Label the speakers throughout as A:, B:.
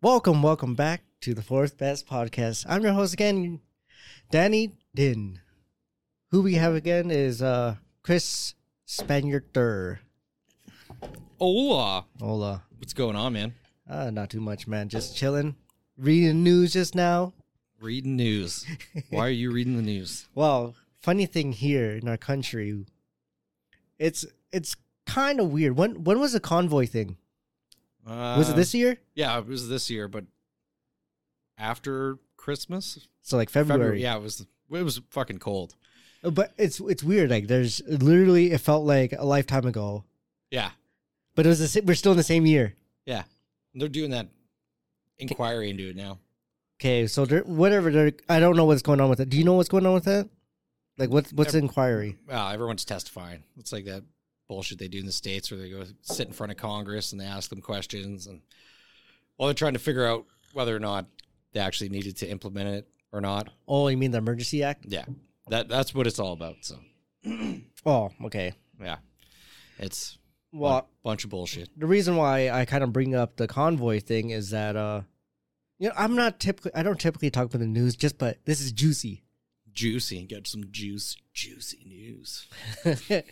A: Welcome, welcome back to the Fourth Best Podcast. I'm your host again, Danny Din. Who we have again is uh Chris Spaniarder.
B: Hola.
A: Hola.
B: What's going on, man?
A: Uh, not too much, man. Just chilling. Reading news just now.
B: Reading news. Why are you reading the news?
A: Well, funny thing here in our country, it's it's kind of weird. When when was the convoy thing?
B: Uh,
A: Was it this year?
B: Yeah, it was this year, but after Christmas,
A: So like February. Uh,
B: Yeah, it was. It was fucking cold.
A: But it's it's weird. Like there's literally it felt like a lifetime ago.
B: Yeah,
A: But it was the, sa- we're still in the same year.
B: they're doing that inquiry into it now.
A: Okay, so there, whatever. There, I don't know what's going on with it. Do you know what's going on with that? Like what's what's the inquiry?
B: Wow, everyone's testifying. It's like that bullshit they do in the states where they go sit in front of Congress and they ask them questions, and well, they're trying to figure out whether or not they actually needed to implement it or not.
A: Oh, you mean the emergency act?
B: Yeah, that that's what it's all about. So
A: Oh, okay.
B: yeah, it's
A: Well,
B: bunch of bullshit.
A: the reason why I kind of bring up the convoy thing is that uh you know, I'm not typically I don't typically talk about the news just but this is juicy.
B: Juicy, got some juice, juicy news.
A: so,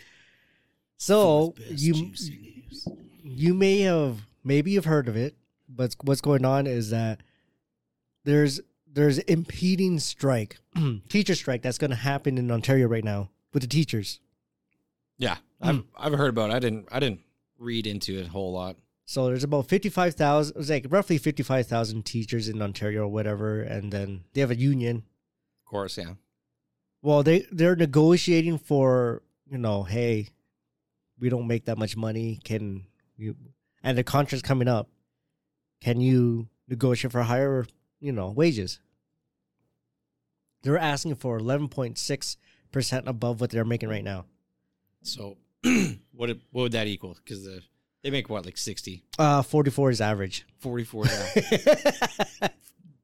B: Fourth best
A: you
B: juicy news.
A: you may have maybe you've heard of it, but what's going on is that there's there's impeding strike, teacher strike that's going to happen in Ontario right now with the teachers.
B: Yeah, I've
A: Hmm.
B: I've heard about. It. I didn't I didn't read into it a whole lot.
A: So there's about 55,000, it was like roughly 55,000 teachers in Ontario or whatever. And then they have a union.
B: Of course, yeah,
A: Well, they, they're negotiating for, you know, hey, we don't make that much money. Can you, and the contract's coming up. Can you negotiate for higher, you know, wages? They're asking for 11.6% above what they're making right now.
B: So what it- what would that equal? Because the, they make what like 60,
A: Uh, 44 is average.
B: 44 now.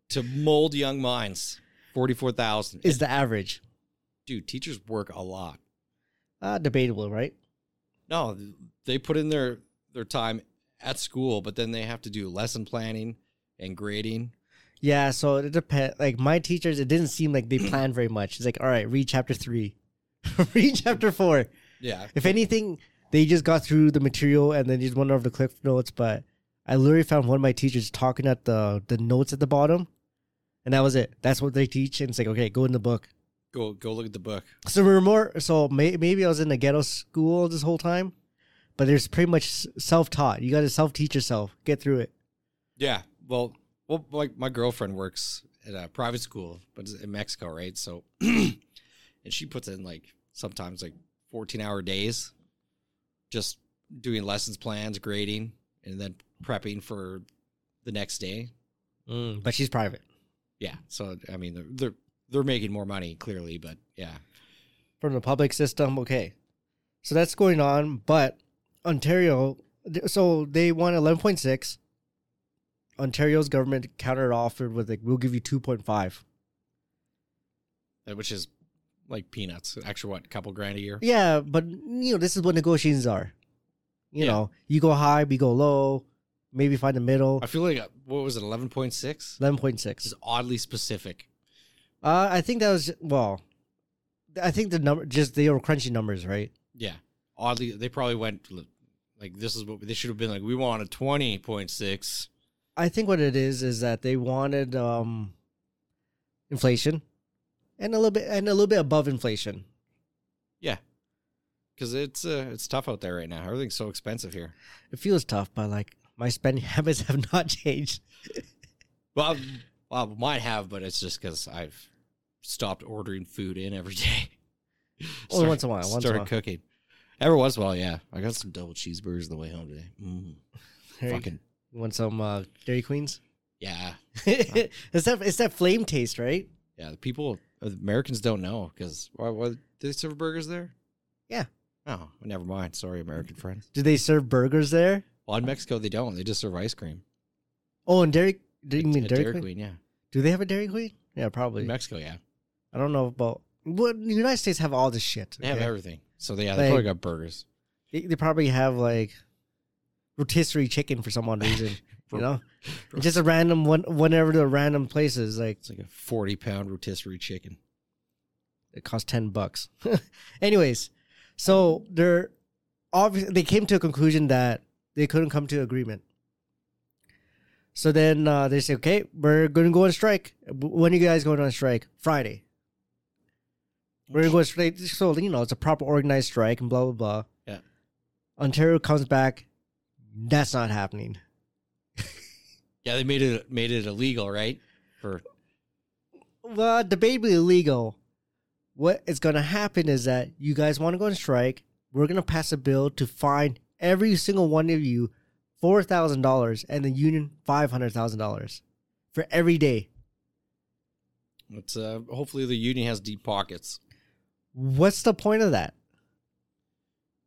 B: to mold young minds. Forty four thousand.
A: is the average.
B: dude? Teachers work a lot.
A: Uh, debatable, right?
B: No, they put in their their time at school, but then they have to do lesson planning and grading.
A: Yeah, so it depends. Like my teachers, it didn't seem like they planned very much. It's like, all right, read chapter three, read chapter four.
B: Yeah,
A: If anything, they just got through the material and then just went over the cliff notes. But I literally found one of my teachers talking at the the notes at the bottom, and that was it. That's what they teach, and it's like, okay, go in the book.
B: go go look at the book.
A: So we were more. So may, maybe I was in a ghetto school this whole time, but there's pretty much self taught. You got to self teach yourself, get through it.
B: Yeah. Well, well, like my girlfriend works at a private school, but it's in Mexico, right? So, and she puts in like sometimes like fourteen hour days, just doing lessons plans, grading, and then prepping for the next day.
A: But she's private.
B: Yeah. So I mean, they're they're, they're making more money clearly, but yeah,
A: from the public system. Okay, so that's going on, but Ontario. th- So they won eleven point six. Ontario's government countered offered with like, "We'll give you two point five.
B: uh, which is like peanuts. Actually, what couple grand a year?
A: Yeah, but you know this is what negotiations are. You
B: Yeah.
A: know, you go high, we go low, maybe find the middle.
B: I feel like uh, what was it, eleven point six?
A: Eleven point
B: This
A: six.
B: is oddly specific.
A: Uh, I think that was well. I think the number just they were crunchy numbers, right?
B: Yeah. Oddly, they probably went like this is what they should have been like. We want a twenty point six.
A: I think what it is is that they wanted um, inflation, and a little bit and a little bit above inflation.
B: Because it's uh, it's tough out there right now. Everything's so expensive here.
A: It feels tough, but like my spending habits have not changed.
B: Well, I'm- well, might have, but it's just because I've stopped ordering food in every day.
A: Only once in a while, once in a
B: started
A: while.
B: cooking. Every once in a while, yeah. I got some double cheeseburgers on the way home today. Mm,
A: Hey,
B: fucking
A: You want some uh, Dairy Queens?
B: yeah,
A: it's that it's that flame taste, right?
B: yeah. The people, uh, Americans don't know because why? Why they serve burgers there?
A: Yeah.
B: Oh, never mind. Sorry, American friends.
A: Do they serve burgers there?
B: Well, in Mexico, they don't. They just serve ice cream.
A: Oh, and Dairy. Do you
B: At-
A: mean
B: at
A: Dairy,
B: Dairy
A: Queen?
B: Queen? Yeah,
A: Do they have a Dairy Queen? Yeah, probably.
B: in Mexico, yeah,
A: I don't know about. Well, the United States have all this shit.
B: they have
A: okay?
B: everything. So they, yeah, they
A: Like-
B: probably got burgers.
A: They, they probably have like rotisserie chicken for some odd reason. you know, It's just a random one, whenever the random places like
B: It's like a 40 pound rotisserie chicken.
A: it cost 10 bucks anyways so they're obviously they came to a conclusion that they couldn't come to agreement so then uh, they say okay we're gonna go on strike when are you guys going on strike friday we're gonna go on strike so you know it's a proper organized strike and blah blah blah
B: Yeah.
A: ontario comes back that's not happening
B: Yeah, they made it made it illegal, right? For
A: well, debatably illegal. What is going to happen is that you guys want to go on strike. We're going to pass a bill to fine every single one of you four thousand dollars and the union five hundred thousand dollars for every day.
B: it's uh, hopefully the union has deep pockets.
A: What's the point of that?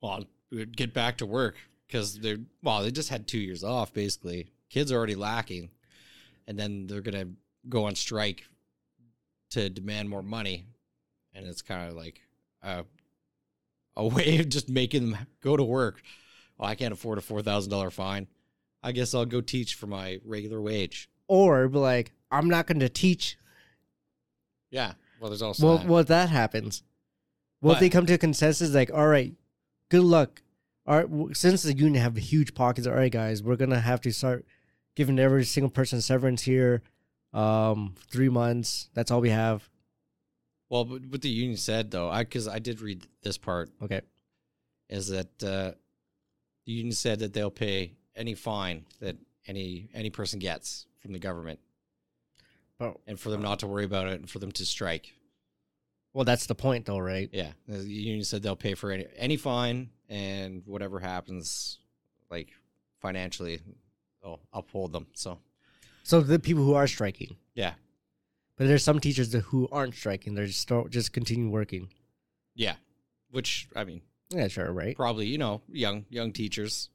B: Well, we'd get back to work because they're well, they just had two years off basically. Kids are already lacking, and then they're gonna go on strike to demand more money, and it's kind of like a a way of just making them go to work. Well, I can't afford a four thousand dollar fine. I guess I'll go teach for my regular wage.
A: Or be like, I'm not going to teach.
B: Yeah. Well, there's also
A: Well,
B: that.
A: well, if that happens. Well, if
B: But-
A: they come to a consensus, like, all right, good luck. All right, w- since the union have huge pockets, all right, guys, we're gonna have to start giving every single person severance here. Um, three months. That's all we have.
B: Well, but what the union said though, I because I did read this part
A: Okay.
B: is that uh, the union said that they'll pay any fine that any any person gets from the government,
A: But
B: and for them not to worry about it, and for them to strike.
A: well, that's the point, though, right?
B: Yeah, the union said they'll pay for any any fine and whatever happens, like financially, they'll uphold them. So
A: So the people who are striking,
B: yeah,
A: but there's some teachers that, who aren't striking. They're just sto- just continue working.
B: yeah, which I mean,
A: Yeah, sure, right?
B: probably you know, young young teachers.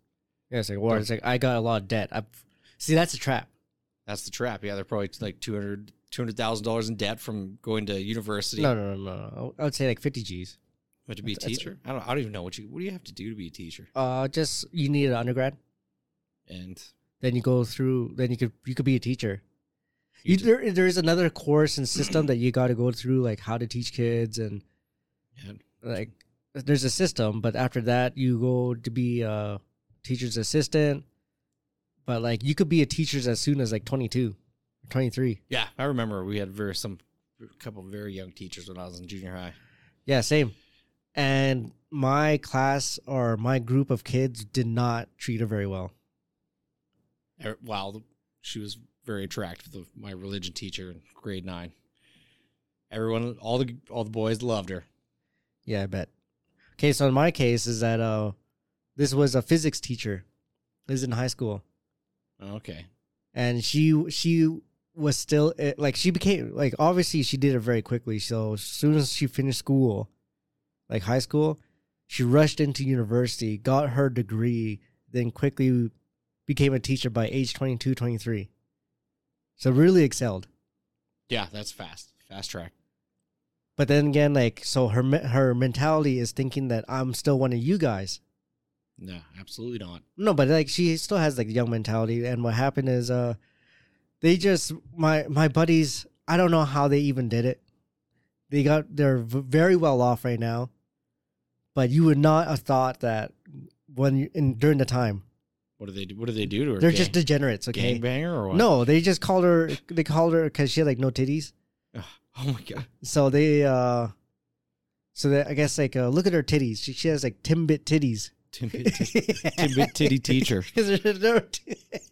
A: Yeah, it's like, well, it's like I got a lot of debt. I see that's a trap.
B: That's the trap. Yeah, they're probably like 200 $200,000 dollars in debt from going to university.
A: No, no, no, no. I would say like 50 G's.
B: But to be a
A: That's- that's-
B: teacher, I don't. I don't even know what you. What do you have to do to be a teacher?
A: Uh, just you need an undergrad.
B: And
A: then you go through then you could you could be a teacher
B: you
A: you,
B: just-
A: there, there is another course and system that you got to go through like how to teach kids and
B: Yeah.
A: like there's a system but after that you go to be a teacher's assistant but like you could be a teacher as soon as like 22 or 23
B: yeah, I remember we had very some a couple of very young teachers when I was in junior high.
A: yeah same and my class or my group of kids did not treat her very well
B: Er- Wow, the- she was very attractive. The, my religion teacher in grade nine. Everyone, all the all the boys loved her.
A: Yeah, I bet. Okay, so in my case is that uh this was a physics teacher. This is in high school.
B: Okay,
A: And she she was still eh, like she became like obviously she did it very quickly. So as soon as she finished school, like high school, she rushed into university, got her degree, then quickly became a teacher by age 22, 23. So really excelled.
B: yeah, that's fast, fast track.
A: But then again, like so her me- her mentality is thinking that I'm still one of you guys.
B: No, absolutely not.
A: No, but like she still has like young mentality. And what happened is, uh, they just my my buddies. I don't know how they even did it. They got they're v- very well off right now, but you would not have thought that when you- in during the time
B: What do they do? What do they do to her?
A: they're
B: Gang-
A: just degenerates. Okay,
B: gangbanger or what?
A: no, they just called her. They called her because she had like no titties.
B: Ugh, Oh my god.
A: So they uh, so that I guess like uh, look at her titties. She, she has like timbit titties.
B: Timid, timid titty teacher,
A: Because there's, no,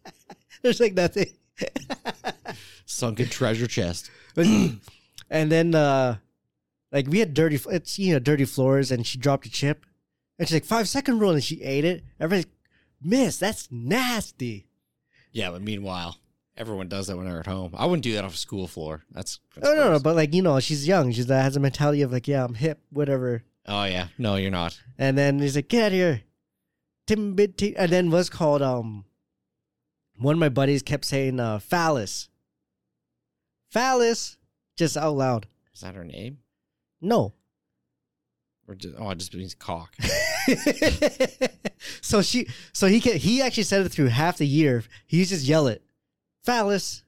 A: there's like nothing.
B: sunken treasure chest.
A: and then, uh, like, we had dirty, it's, you know, dirty floors, and she dropped a chip. And she's like, five second rule, and she ate it. Everybody's miss, that's nasty.
B: Yeah, but meanwhile, everyone does that when they're at home. I wouldn't do that off a school floor. That's, that's
A: Oh, No, no, no,
B: gross.
A: but like, you know, she's young. She's that has a mentality of like, yeah, I'm hip, whatever.
B: Oh yeah, no, you're not.
A: And then he's like, get out of here. Timbit, t-" and then was called, um, one of my buddies kept saying, uh, phallus. Phallus, just out loud.
B: Is that her name?
A: No.
B: Or just, oh, it just means cock.
A: so she, so he can, he actually said it through half the year. He used to just yell it, phallus.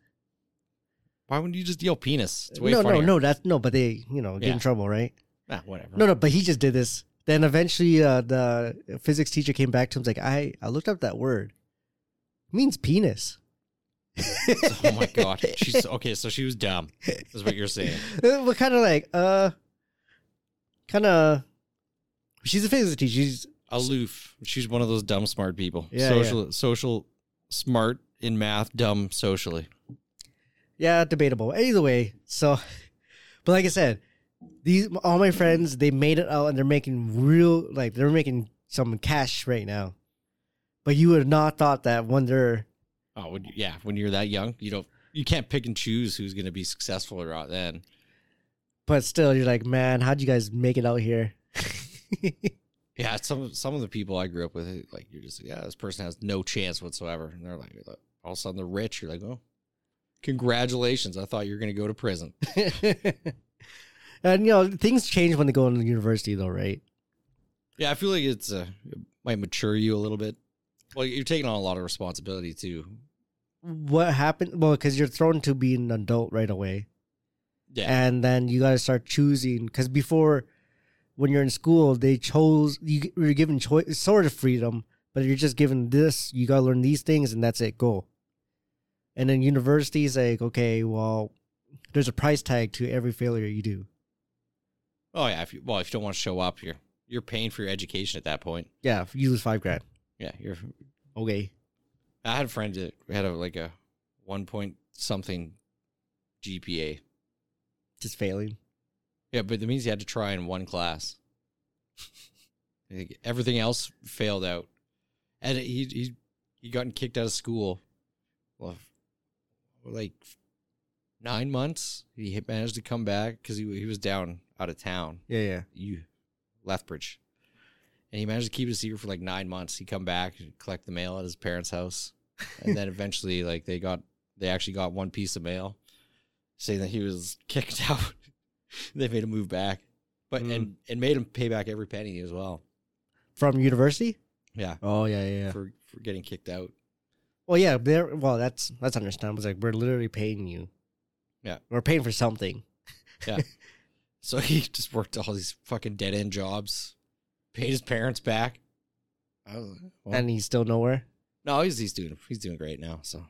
B: Why wouldn't you just yell penis? It's way
A: No, no,
B: funnier.
A: no. That's no, but they, you know, get
B: Yeah.
A: in trouble, right?
B: Nah, whatever.
A: No, no. But he just did this. Then eventually, uh, the physics teacher came back to him like, I, I looked up that word. It means penis.
B: Oh my god. She's okay. So she was dumb. Is what you're saying?
A: We're kind of like, uh, kind of. She's a physics teacher. She's
B: Aloof. She's one of those dumb smart people.
A: Yeah,
B: social, social, smart in math, dumb socially.
A: yeah, debatable. Either way, so, but like I said, these all my friends they made it out and they're making real like they're making some cash right now. But you would have not thought that when they're
B: Oh, when, yeah. When you're that young, you don't. You can't pick and choose who's going to be successful or not. Then
A: but still you're like, man, how'd you guys make it out here?
B: Yeah, some some of the people I grew up with, it- like you're just yeah, this person has no chance whatsoever, and they're like, like, all of a sudden they're rich. You're like, oh, congratulations! I thought you were gonna go to prison.
A: and you know, things change when they go into university though, right?
B: Yeah, I feel like it's uh, it might mature you a little bit. Well, you're taking on a lot of responsibility too.
A: What happened? Well, because you're thrown to being an adult right away.
B: Yeah,
A: and then you got to start choosing because before when you're in school they chose you, you're given choice sort of freedom but you're just given this you got to learn these things and that's it go and then universities like okay well there's a price tag to every failure you do
B: oh yeah. If you, well, if you don't want to show up, you're you're paying for your education at that point.
A: yeah you lose five grand
B: Yeah, you're.
A: okay
B: I had a friend that had a like a one point something GPA.
A: just failing
B: Yeah, but that means you had to try in one class. I think Everything else failed out, and he he he gotten kicked out of school. Well, like nine months, he had managed to come back because he he was down out of town,
A: yeah yeah
B: you Lethbridge, and he managed to keep it a secret for like nine months. He come back and collect the mail at his parents' house, and then eventually, like they got they actually got one piece of mail saying that he was kicked out. they made him move back, but and and made him pay back every penny as well.
A: from university
B: Yeah,
A: oh yeah yeah, yeah.
B: for for getting kicked out.
A: well yeah there well that's that's understandable it's like we're literally paying you
B: Yeah.
A: we're paying for something
B: So he just worked all these fucking dead end jobs, paid his parents back. I was like, well,
A: and he's still nowhere
B: no, he's he's doing he's doing great now. So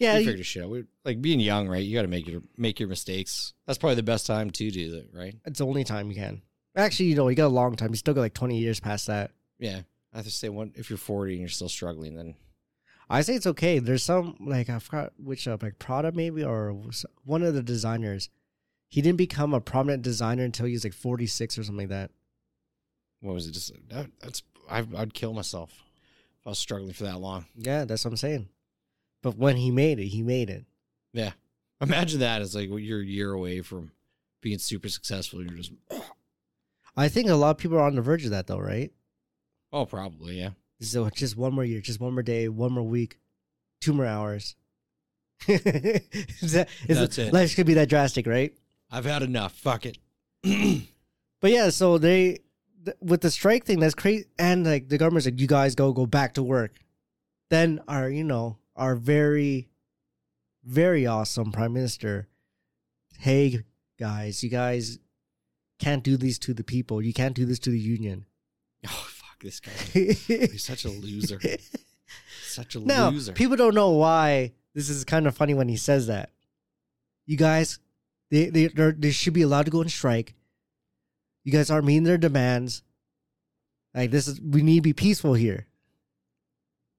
A: yeah
B: you
A: you-
B: figured his shit out. We, like being young, right? You got to make your make your mistakes. That's probably the best time to do that, right?
A: It's the only time you can. Actually, you know, you got a long time. You still got like 20 years past that.
B: Yeah. I have to say, one if you're 40 and you're still struggling, then
A: I say it's okay. There's some, like, I forgot which, uh, like Prada maybe, or s- one of the designers. He didn't become a prominent designer until he was like 46 or something like that.
B: what was it? Just that, that's I, I'd kill myself if I was struggling for that long.
A: Yeah, that's what I'm saying. But when he made it, he made it.
B: Yeah. Imagine that. It's like well, you're a year away from being super successful. You're just
A: I think a lot of people are on the verge of that, though, right?
B: oh, probably yeah.
A: So just one more year, just one more day, one more week, two more hours. is that, is
B: That's it.
A: Life's gonna be that drastic, right?
B: I've had enough. Fuck it. Oh, yeah,
A: But yeah, so they th- with the strike thing, that's crazy. And like the government's like, you guys go go back to work. Then our you know our very, very awesome prime minister, hey guys, you guys can't do this to the people. You can't do this to the union.
B: Oh fuck, this guy. He's such a loser. Such a
A: now
B: loser.
A: people don't know why this is kind of funny when he says that. You guys, they they they're- they should be allowed to go on strike. You guys aren't meeting their demands. Like this is we need to be peaceful here.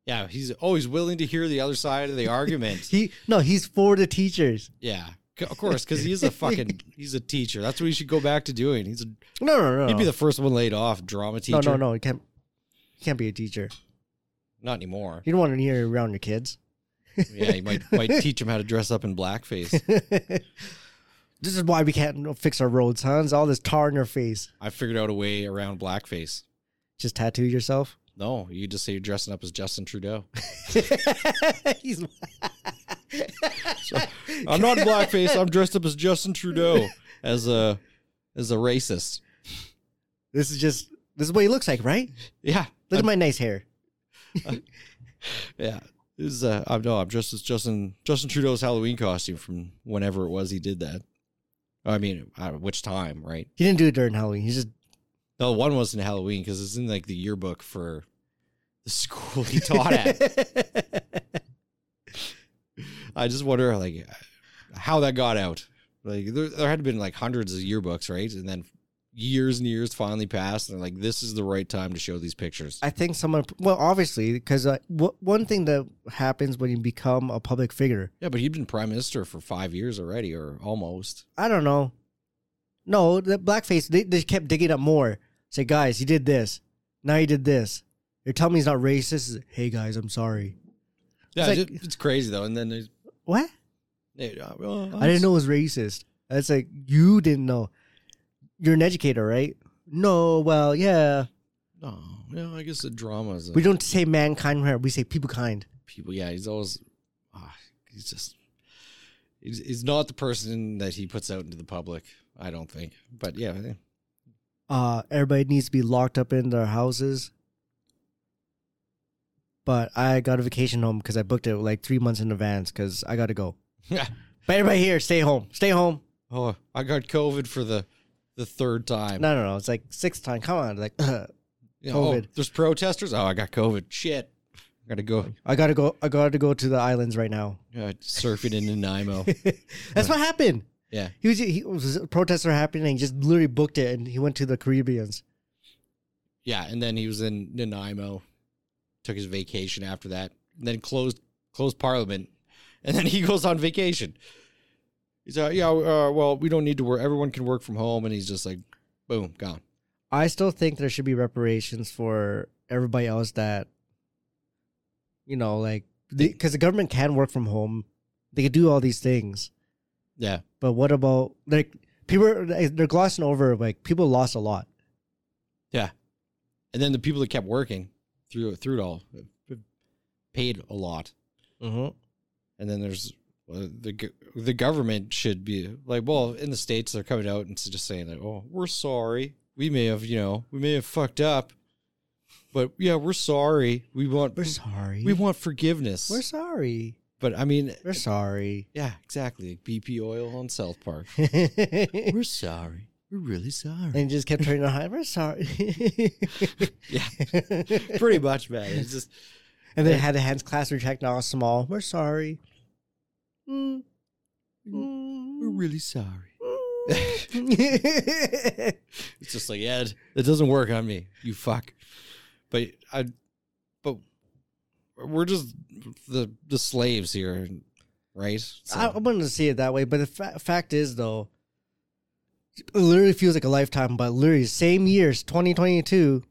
B: yeah, he's always willing to hear the other side of the argument.
A: He no, he's for the teachers.
B: yeah, C- of course, because he's a fucking he's a teacher. That's what he should go back to doing. He's a,
A: No, no, no.
B: he'd be the first one laid off. Drama teacher.
A: no, no, no. You can't. You can't be a teacher.
B: Not anymore.
A: You don't want to hear around your kids.
B: Yeah, you might might teach him how to dress up in blackface.
A: this is why we can't fix our roads, huh? It's all this tar in your face.
B: I figured out a way around blackface.
A: Just tattoo yourself.
B: No, you just say you're dressing up as Justin Trudeau.
A: He's
B: I'm not in blackface. I'm dressed up as Justin Trudeau as a as a racist.
A: This is just this is what he looks like, right?
B: Yeah.
A: Look at my nice hair.
B: Yeah. This is uh, I'm no, I'm just it's Justin Justin Trudeau's Halloween costume from whenever it was he did that. I mean, I don't know which time, right?
A: He didn't do it during Halloween. He just
B: No, one wasn't Halloween because it's in like the yearbook for the school he taught at. I just wonder like how that got out. Like there, there had been like hundreds of yearbooks, right? And then years and years finally passed, and they're like, this is the right time to show these pictures.
A: I think someone. Well, obviously, because uh, w- one thing that happens when you become a public figure,
B: yeah, but he'd been prime minister for five years already, or almost.
A: I don't know. No, the blackface. They, they kept digging up more. Say, guys, he did this. Now he did this. You're telling me he's not racist? Hey, guys, I'm sorry.
B: Yeah,
A: It's
B: it's,
A: like-
B: it's crazy though. And then there's,
A: What?
B: they- uh, well,
A: I didn't know it was racist. It's like you didn't know. You're an educator, right? No, well, yeah.
B: No, no, I guess the drama is
A: We don't say mankind here. We say people kind.
B: people. Yeah, he's always ah, he's just he's, he's not the person that he puts out into the public. I don't think. But yeah, I-
A: Uh, everybody needs to be locked up in their houses. But I got a vacation home because I booked it like three months in advance because I got to go. But everybody here, stay home. Stay home.
B: oh, I got COVID for the the third time.
A: No, no, no. It's like sixth time. Come on. Like,
B: You know, oh,
A: COVID.
B: there's protesters. Oh, I got COVID. Shit, I gotta go
A: I gotta go. I gotta go to the islands right now.
B: uh, surfing in Nanaimo.
A: That's what happened.
B: Oh. Yeah.
A: He was he was a protester happening. He just literally booked it and he went to the Caribbeans.
B: Yeah, and then he was in Nanaimo, took his vacation after that, and then closed closed Parliament, and then he goes on vacation. He's like, yeah, uh, well, we don't need to work. Everyone can work from home, and he's just like, boom, gone.
A: I still think there should be reparations for everybody else that, you know, like because the government can work from home, they can do all these things.
B: Yeah,
A: But what about like people? are- They're glossing over like people lost a lot.
B: and then the people that kept working through through it all uh, paid a lot,
A: Mm-hmm.
B: and then there's well, the go- the government should be like, well, in the states they're coming out and just saying like, oh, we're sorry, we may have you know we may have fucked up, but yeah, we're sorry. We want
A: We're sorry.
B: We want forgiveness.
A: We're sorry.
B: but I mean,
A: We're sorry.
B: yeah, exactly. BP oil on South Park.
A: and
B: We're sorry. We're really sorry.
A: just kept turning on high. We're sorry.
B: Yeah,
A: and
B: pretty much, man. It's just
A: they had the hands class retract all small. We're sorry. Mm. Mm.
B: we're really sorry.
A: Mm.
B: It's just like Ed. It doesn't work on me. You fuck. But I, but we're just the the slaves here, right? So-
A: I, I wouldn't see it that way, but the fa- fact is, though, it literally feels like a lifetime. But literally, same years, 2022,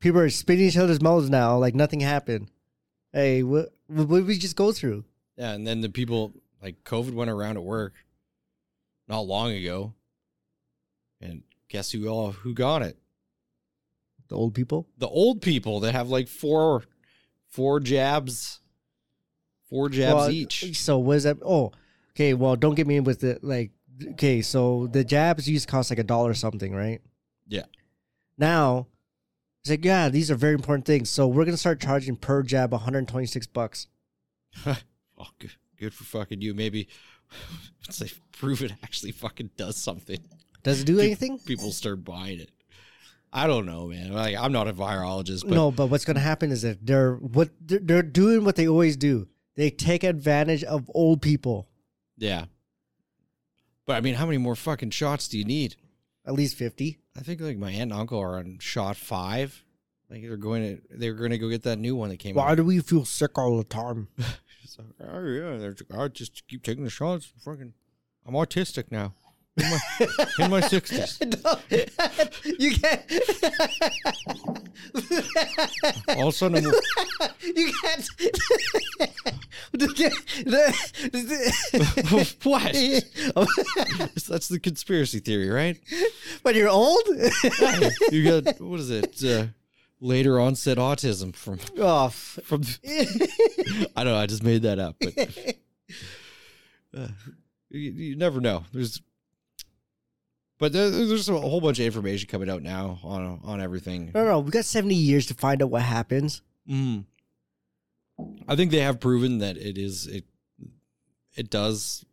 A: people are spitting each other's mouths now, like nothing happened. Hey, what what did we just go through?
B: Yeah, and then the people like COVID went around at work not long ago, and guess who all who got it?
A: The old people.
B: the old people that have like four four jabs four jabs
A: Well,
B: each
A: So what is that? Oh, okay. Well, don't get me with the like. Okay, so the jabs used to cost like a dollar something, right?
B: Yeah.
A: Now, it's like yeah, these are very important things. So we're gonna start charging per jab 126 bucks.
B: oh, good, good for fucking you maybe once they prove it actually fucking does something
A: Does it do anything?
B: people start buying it i don't know man like i'm not a virologist but
A: no, but what's going to happen is that they're what they're, they're doing what they always do. They take advantage of old people.
B: yeah but i mean how many more fucking shots do you need
A: At least fifty.
B: i think like my aunt and uncle are on shot five like they're going to they're going to go get that new one that came out
A: Why do we feel sick all the time?
B: It's like, oh yeah, they're, I just keep taking the shots. Fucking, I'm autistic now. In my- In my sixties,
A: No, you can't.
B: all of a sudden, I'm,
A: You can't. The-
B: what?
A: the-
B: That's the conspiracy theory, right?
A: when you're old.
B: You got what is it? Uh, later onset autism from
A: oh, f-
B: from. I don't know. I just made that up, but uh, you, you never know. There's But there, there's a whole bunch of information coming out now on on everything.
A: No, no, no, we got seventy years to find out what happens.
B: Mm. I think they have proven that it is it it does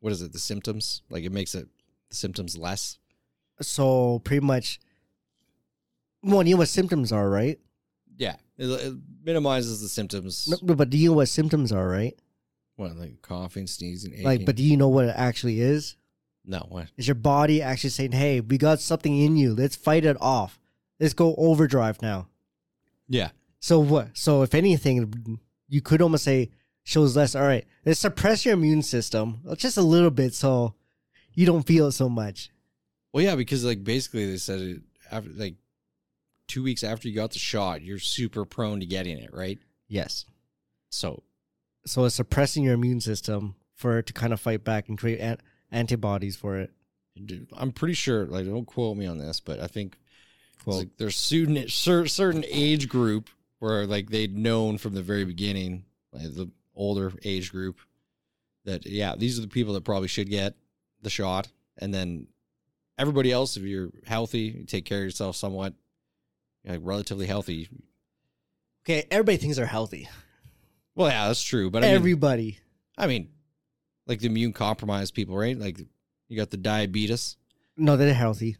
B: what is it the symptoms like it makes it the symptoms less.
A: So pretty much, well, you know what symptoms are, right?
B: Yeah, it, it minimizes the symptoms.
A: No, no, but do you know what symptoms are, right?
B: What like coughing, sneezing, aching.
A: Like, but do you know what it actually is?
B: no, what?
A: Is your body actually saying, "Hey, we got something in you. Let's fight it off. Let's go overdrive now."
B: Yeah,
A: So what? So if anything, you could almost say shows less. All right, let's suppress your immune system just a little bit, so you don't feel it so much.
B: well, yeah, because like basically they said it after like two weeks after you got the shot, you're super prone to getting it, right?
A: Yes.
B: So
A: So it's suppressing your immune system for it to kind of fight back and create an- antibodies for it.
B: dude, I'm pretty sure. Like, don't quote me on this, but I think it's
A: Well,
B: like there's certain cer- certain age group where like they'd known from the very beginning, like the older age group, that yeah, these are the people that probably should get the shot, and then everybody else, if you're healthy, you take care of yourself somewhat, like relatively healthy.
A: okay, everybody thinks they're healthy.
B: Well, yeah, that's true, but I mean,
A: everybody.
B: I mean, like the immune compromised people, right? Like you got the diabetes.
A: No, they're healthy.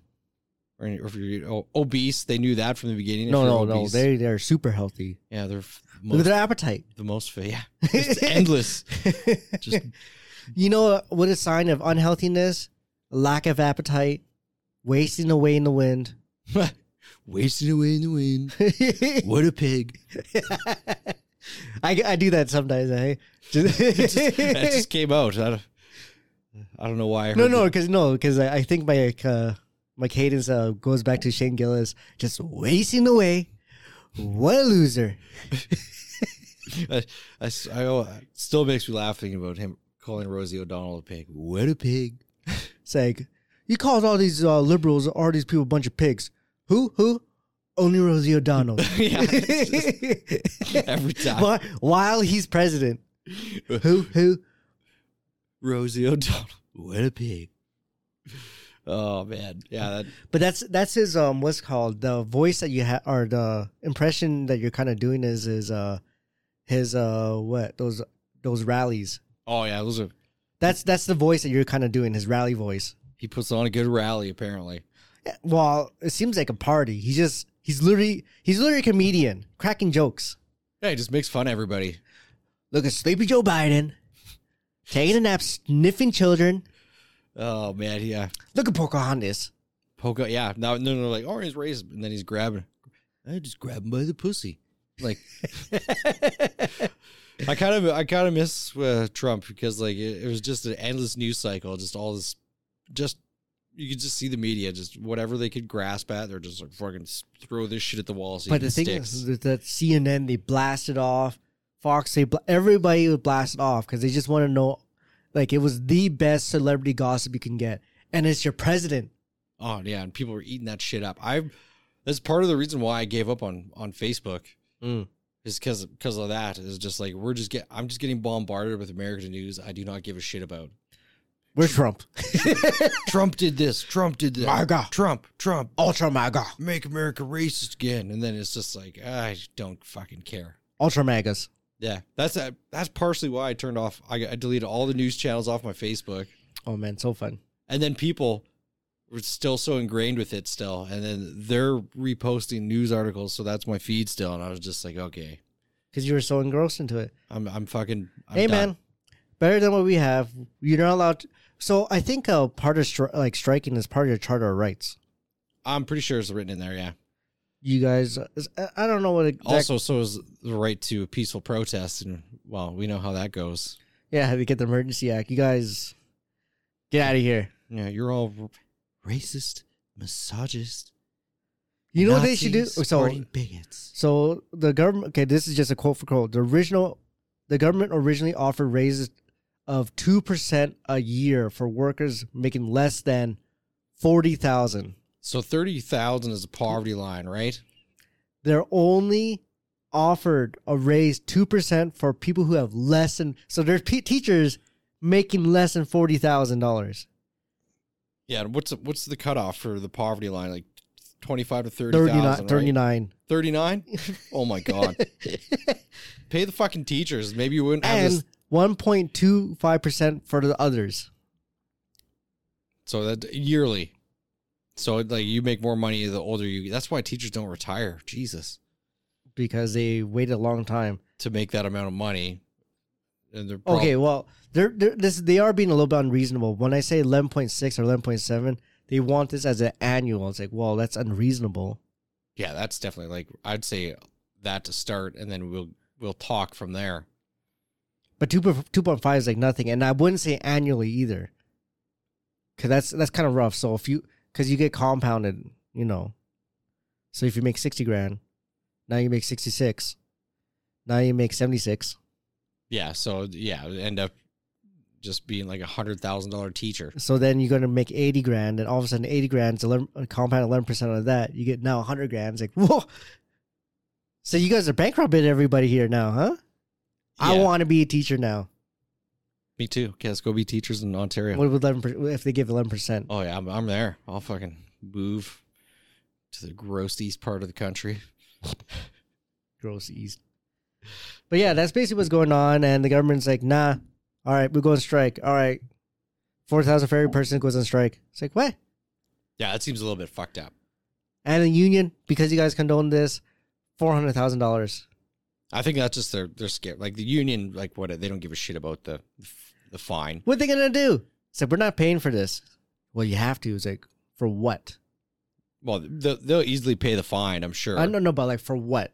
B: Or if you're oh, obese, they knew that from the beginning. If
A: No,
B: you're
A: no, no.
B: obese-
A: They they're super healthy.
B: yeah, they're f-
A: Look at
B: most,
A: their appetite.
B: the most fa- yeah, It's endless. Just
A: you know what a sign of unhealthiness, lack of appetite, wasting away in the wind.
B: wasted away in the wind. What a pig!
A: I, I do that sometimes. Eh?
B: It just, that just came out. I don't, I don't know why. I heard
A: no, no,
B: that.
A: because no, because I, I think my uh, my cadence uh, goes back to Shane Gillis, just wasting away. What a loser!
B: I, s- I al- it still makes me laugh thinking about him calling Rosie O'Donnell a pig. What a pig!
A: It's like you called all these uh, liberals, all these people, a bunch of pigs. Who? Who? Only Rosie O'Donnell.
B: yeah, it's just- every time
A: Whi- While he's president, who? Who?
B: Rosie O'Donnell. What a pig! Oh man, yeah, that,
A: But that's that's his um what's it called the voice that you have or the impression that you're kind of doing is is uh his uh what those those rallies.
B: oh yeah, those are
A: That's that's the voice that you're kind of doing his rally voice.
B: He puts on a good rally, apparently.
A: Yeah, Well, it seems like a party. He just he's literally he's literally a comedian cracking jokes.
B: Yeah, he just makes fun of everybody.
A: Look at sleepy Joe Biden taking a nap, sniffing children.
B: Oh man, yeah.
A: Look at Pocahontas.
B: Poco, yeah. Now, no, no, like, oh, he's racist, and then he's grabbing. I just grab him by the pussy. Like, I kind of, I kind of miss uh, Trump because like it, it was just an endless news cycle, just all this, just you could just see the media, just whatever they could grasp at, they're just like fucking s- throw this shit at the wall. So
A: But the thing
B: sticks.
A: is that that CNN they blasted off, Fox they bla- everybody would blast it off because they just want to know, like it was the best celebrity gossip you can get, and it's your president.
B: Oh yeah, and people were eating that shit up. I that's part of the reason why I gave up on on Facebook
A: Mm.
B: is because because of that. Is just like we're just get I'm just getting bombarded with American news. I do not give a shit about.
A: Where's Trump?
B: Trump did this. Trump did that.
A: MAGA.
B: Trump. Trump.
A: Ultra MAGA,
B: Make America racist again. And then it's just like I don't fucking care.
A: Ultra MAGAs.
B: Yeah, that's that. That's partially why I turned off. I, I deleted all the news channels off my Facebook.
A: Oh man, so fun.
B: and then people were still so ingrained with it still and then they're reposting news articles so that's my feed still and i was just like okay
A: Because you were so engrossed into it.
B: i'm i'm fucking I'm
A: hey
B: done.
A: man, better than what we have. You're not allowed. To, so I think uh, part of stri- like striking is part of your charter of rights.
B: i'm pretty sure it's written in there yeah
A: You guys, I- I don't know what exact-
B: also so is the right to a peaceful protest and well we know how that goes
A: Yeah, we get the emergency act. You guys, get out of here.
B: yeah you're all r- racist misogynist
A: You know what they should do?
B: Nazis,
A: So,
B: party bigots
A: so the government. Okay, this is just a quote for quote. The original, the government originally offered raises of two percent a year for workers making less than forty thousand.
B: so 30000 is a poverty line right
A: They're only offered a raise two percent for people who have less than. So there's pe teachers making less than forty thousand dollars.
B: Yeah, and what's what's the cutoff for the poverty line? Like twenty five to thirty
A: 39,
B: thousand.
A: 39.
B: Thirty nine. Oh my god! Pay the fucking teachers. Maybe you wouldn't have this.
A: and 1.25% for the others.
B: So that yearly. So like you make more money the older you. get. That's why teachers don't retire. Jesus,
A: because they waited a long time.
B: to make that amount of money, and they're prob-
A: Okay, well, they're, they're this they are being a little bit unreasonable. When I say eleven point six or eleven point seven, they want this as an annual. It's like, well, that's unreasonable.
B: Yeah, that's definitely like I'd say that to start, and then we'll we'll talk from there.
A: But two two point five is like nothing, and I wouldn't say annually either, because that's that's kind of rough. So if you because you get compounded, you know, so if you make sixty grand, now you make sixty six, now you make seventy six.
B: Yeah. So yeah, it'd end up just being like a hundred thousand dollar teacher.
A: So then you're going to make 80 grand, and all of a sudden, 80 grand, 11, compound 11% of that, you get now 100 grand. It's like, whoa. So you guys are bankrupting everybody here now, huh? I
B: Yeah,
A: want to be a teacher now.
B: me too. Okay, let's go be teachers in Ontario.
A: What would 11%, if they give 11%?
B: Oh yeah, I'm, I'm there. I'll fucking move to the gross east part of the country.
A: Gross east. But yeah, that's basically what's going on. And the government's like, nah, all right, we go on strike. All right. 4,000 for every person goes on strike. It's like, what?
B: Yeah, that seems a little bit fucked up.
A: And the union, because you guys condone this, $400,000.
B: I think that's just their they're scared. Like the union, like what they don't give a shit about the the fine.
A: what they gonna do? Said we're not paying for this. Well, you have to. It's like for what?
B: Well, they'll, they'll easily pay the fine, I'm sure.
A: I don't know, but like for what?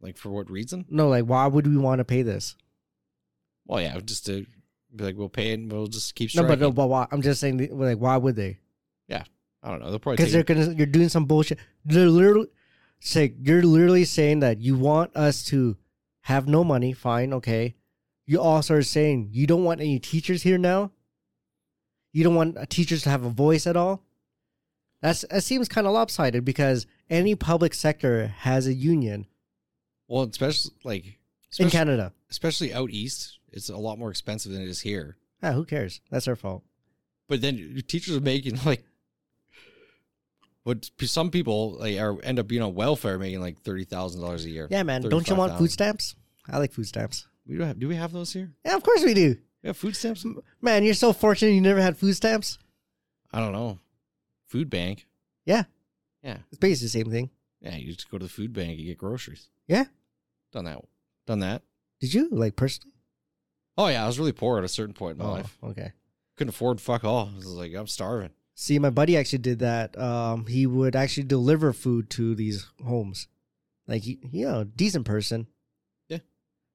B: Like for what reason?
A: No, like why would we want to pay this?
B: Well, yeah, just to be like, we'll pay it and we'll just keep
A: No,
B: striking.
A: but no, but why? I'm just saying, that- like why would they?
B: I don't know. They'll probably
A: Because they're
B: take,
A: gonna you're doing some bullshit. They're literally say you're literally saying that you want us to have no money. Fine, okay. You also are saying you don't want any teachers here now. You don't want uh, teachers to have a voice at all. That's that seems kind of lopsided because any public sector has a union
B: well, especially like
A: in
B: especially,
A: Canada.
B: especially out east, it's a lot more expensive than it is here.
A: Ah, who cares? That's our fault.
B: But then your teachers are making like what p- some people like are end up being on welfare making like thirty thousand dollars a year.
A: Yeah, man. Don't you want
B: $35,000.
A: food stamps? I like food stamps.
B: We don't have. Do we have those here?
A: Yeah, of course we do.
B: We have food stamps.
A: Man, you're so fortunate you never had food stamps.
B: I don't know. Food bank.
A: Yeah.
B: Yeah.
A: It's basically the same thing.
B: Yeah. You just go to the food bank and get groceries.
A: Yeah.
B: Done that. Done that.
A: Did you like personally?
B: Oh yeah, I was really poor at a certain point in
A: Oh.
B: my life.
A: okay.
B: Couldn't afford fuck all. I was like, I'm starving.
A: See, my buddy actually did that. Um, he would actually deliver food to these homes, like he, you know, decent person.
B: Yeah.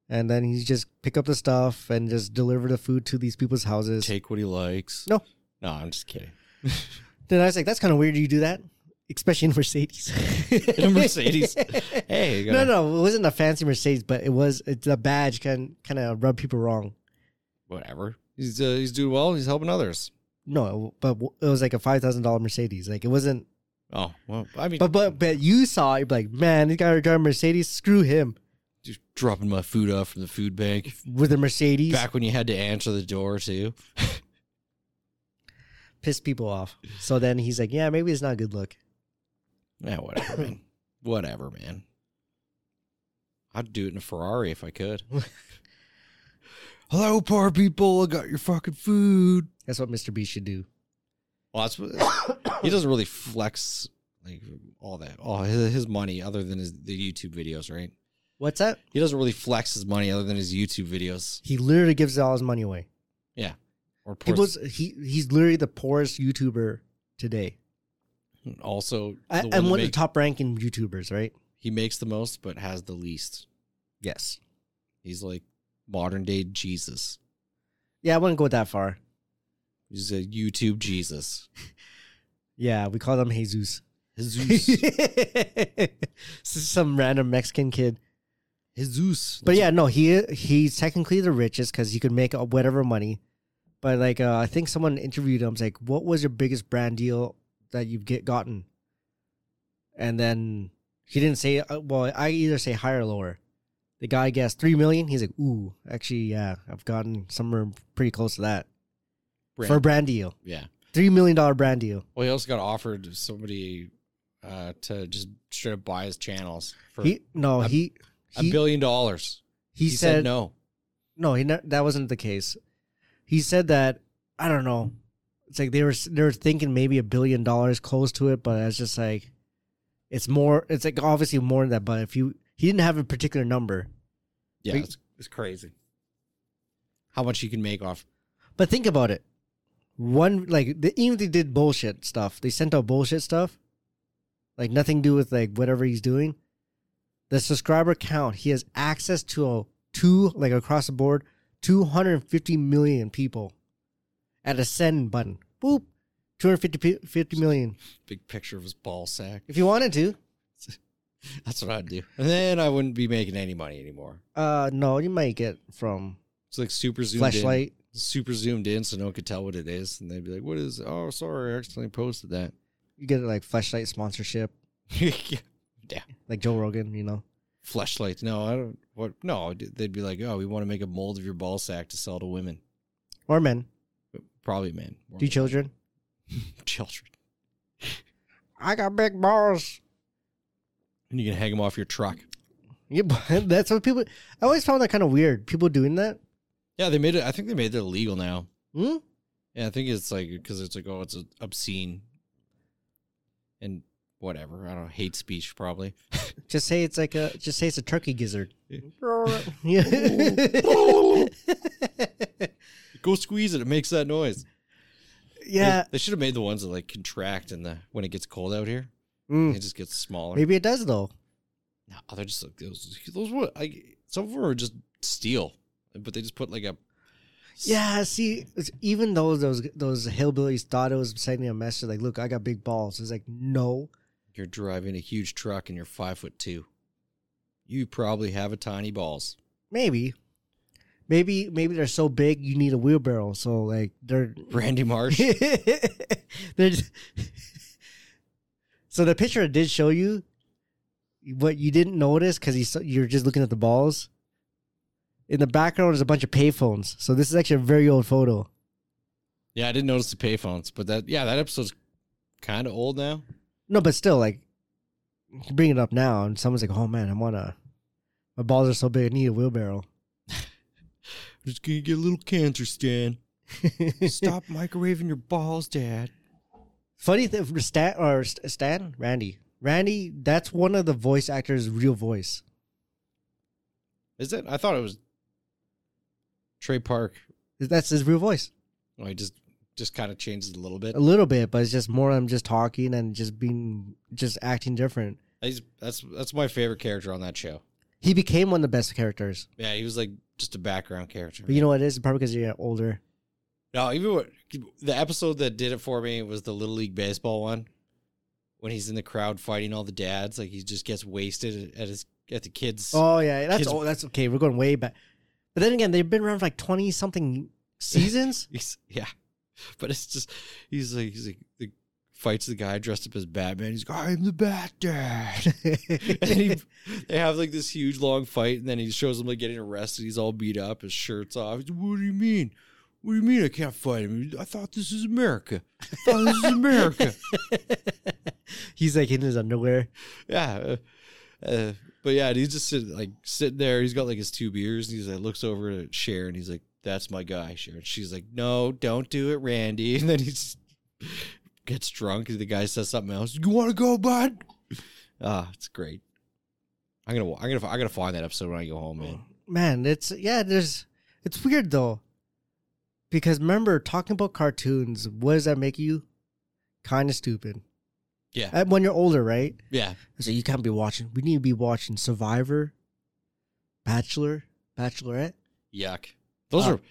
A: And then he just pick up the stuff and just deliver the food to these people's houses.
B: Take what he likes.
A: No.
B: No, I'm just kidding.
A: Then I was like, that's kind of weird. You do that, especially in Mercedes.
B: In a Mercedes. Hey, you
A: No,
B: gotta-
A: no, it wasn't a fancy Mercedes, but it was it's a badge can kind of rub people wrong.
B: whatever. He's uh, he's doing well. He's helping others.
A: No, but w- it was like a five thousand dollar Mercedes. Like it wasn't,
B: Oh well, I mean,
A: but but but you saw it, you'd be like, man, this guy driving a Mercedes. Screw him
B: just dropping my food off from the food bank.
A: with a Mercedes.
B: Back when you had to answer the door too.
A: Pissed people off. So then he's like, yeah, maybe it's not a good look.
B: Yeah, whatever, man. Whatever, man. I'd do it in a Ferrari if I could. Hello, poor people. I got your fucking food.
A: That's what Mr. B should do.
B: Well, that's what, he doesn't really flex like all that. All his, his money, other than his the YouTube videos, right?
A: What's that?
B: He doesn't really flex his money other than his YouTube videos.
A: He literally gives all his money away.
B: Or pours-
A: People's he he's literally the poorest YouTuber today,
B: also
A: I,
B: the
A: and
B: one that
A: one of the
B: make-
A: top ranking YouTubers, right?
B: he makes the most but has the least.
A: Yes.
B: He's like modern day Jesus.
A: Yeah, I wouldn't go that far.
B: He's a YouTube Jesus.
A: Yeah, we call them Jesus.
B: Jesus.
A: Some random Mexican kid.
B: Jesus.
A: But yeah, no, he he's technically the richest because he could make up whatever money. But like, uh, I think someone interviewed him. It's like, what was your biggest brand deal that you've get gotten? And then he didn't say. uh, Well, I either say higher or lower. The guy guessed three million. He's like, ooh, actually, yeah, I've gotten somewhere pretty close to that
B: Brand-
A: for a brand deal.
B: yeah.
A: three million dollar brand deal.
B: Well, he also got offered somebody uh, to just straight up buy his channels for
A: He no,
B: a-
A: he
B: a
A: he,
B: billion dollars.
A: he said, no.
B: no.
A: No, he ne- that wasn't the case. He said that I don't know. It's like they were s- they were thinking maybe a billion dollars close to it, but it's just like it's more. It's like obviously more than that. But if you he didn't have a particular number,
B: Yeah,
A: Wait.
B: it's, it's crazy. How much you can make off?
A: but think about it. One like the, even if they did bullshit stuff, they sent out bullshit stuff, like nothing to do with like whatever he's doing. The subscriber count he has access to a, two like across the board two hundred and fifty million people at a send button. Boop, 250 pe- 50 million.
B: Big picture of his ball sack.
A: If you wanted to,
B: That's what I'd do. And then I wouldn't be making any money anymore.
A: uh, no, you might get from
B: It's like super zoomed in.
A: flashlight.
B: Super zoomed in so no one could tell what it is. And they'd be like, what is it? Oh, sorry. I accidentally posted that.
A: You get like flashlight sponsorship, like Joe Rogan. You know,
B: Fleshlight. No, I don't. What? No, they'd be like, oh, we want to make a mold of your ball sack to sell to women.
A: or men,
B: Probably men. More
A: do children.
B: children.
A: I got big balls.
B: And you can hang them off your truck.
A: Yeah, but that's what people. I always found that kind of weird. People doing that.
B: Yeah, they made it. I think they made it illegal now.
A: Hmm?
B: Yeah, I think it's like because it's like oh, it's obscene and whatever. I don't know, hate speech probably.
A: Just say it's like a. Just say it's a turkey gizzard.
B: Yeah.
A: yeah.
B: Go squeeze it; it makes that noise. They-
A: yeah.
B: they, should have made the ones that like contract and the when it gets cold out here,
A: Mm.
B: it just gets smaller.
A: Maybe it does though.
B: No, they're just like those. Those were like some of them are just steel, but they just put like a
A: Yeah. See, it's- even though those those hillbillies thought it was sending a message, like, "Look, I got big balls." It's like, no.
B: You're driving a huge truck and you're five foot two. You probably have a tiny balls.
A: Maybe. Maybe maybe they're so big you need a wheelbarrow. So like they're
B: Randy Marsh.
A: There's- so the picture it did show you what you didn't notice because you're just looking at the balls. In the background is a bunch of payphones. So this is actually a very old photo.
B: yeah, I didn't notice the payphones, but that yeah, that episode's kind of old now.
A: No, but still, like, you bring it up now, and someone's like, "Oh man, I wanna." My balls are so big, I need a wheelbarrow.
B: Just gonna get a little cancer, Stan. Stop microwaving your balls, Dad.
A: Funny thing, Stan or St- Stan, Randy, Randy. That's one of the voice actors' real voice.
B: Is it? I thought it was Trey Park.
A: That's his real voice.
B: Oh, he just just kind of changed it a little bit.
A: A little bit, but it's just more I'm just talking and just being just acting different.
B: He's, that's that's my favorite character on that show.
A: He became one of the best characters.
B: Yeah, he was like just a background character.
A: But you know what it is? Probably because you're older.
B: No, even what the episode that did it for me was the Little League Baseball one. When he's in the crowd fighting all the dads, like he just gets wasted at his at the kids.
A: Oh yeah, that's
B: Kids-
A: oh, that's okay. We're going way back. But then again, they've been around for like twenty something seasons.
B: He's, yeah, but it's just he's like he's like the, fights the guy dressed up as Batman. He's like I'm the Bat Dad, and then he, they have like this huge long fight, and then he shows him like getting arrested. He's all beat up, his shirt's off. He's, what do you mean? What do you mean I can't fight him? I thought this is America. I thought this is America.
A: He's like in his underwear.
B: yeah. Uh, uh, but yeah, and he's just sitting, like sitting there. He's got like his two beers, and he's like looks over at Cher, and he's like, "That's my guy, Cher." And she's like, "No, don't do it, Randy." And then he just gets drunk, and the guy says something else. You want to go, bud? Ah, it's great. I'm gonna, I'm gonna, I gotta find that episode when I go home,
A: Oh.
B: man.
A: Man, it's yeah. There's it's weird though, because remember talking about cartoons. What does that make you? Kind of stupid.
B: Yeah.
A: Uh, When you're older, right?
B: Yeah,
A: So you can't be watching. We need to be watching Survivor, Bachelor, Bachelorette,
B: yuck. Those
A: Ah.
B: are,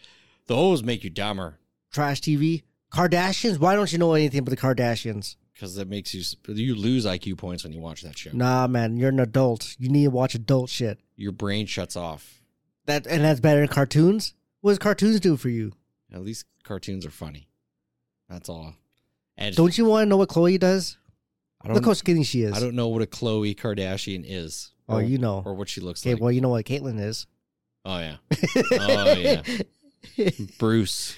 B: those make you dumber
A: Trash TV, Kardashians. Why don't you know anything about the Kardashians?
B: because that makes you, s- you lose IQ points when you watch that show.
A: Nah, man, you're an adult. You need to watch adult shit.
B: Your brain shuts off.
A: That and that's better than cartoons. What does cartoons do for you?
B: At least cartoons are funny. That's all. And
A: Don't you want to know what Chloe does?
B: I
A: Look
B: don't,
A: how skinny she is.
B: I don't know what a Chloe Kardashian is.
A: Oh,
B: or,
A: you know.
B: or what she looks
A: okay,
B: like.
A: well you know what Caitlyn is.
B: Oh yeah, Oh, yeah. Bruce,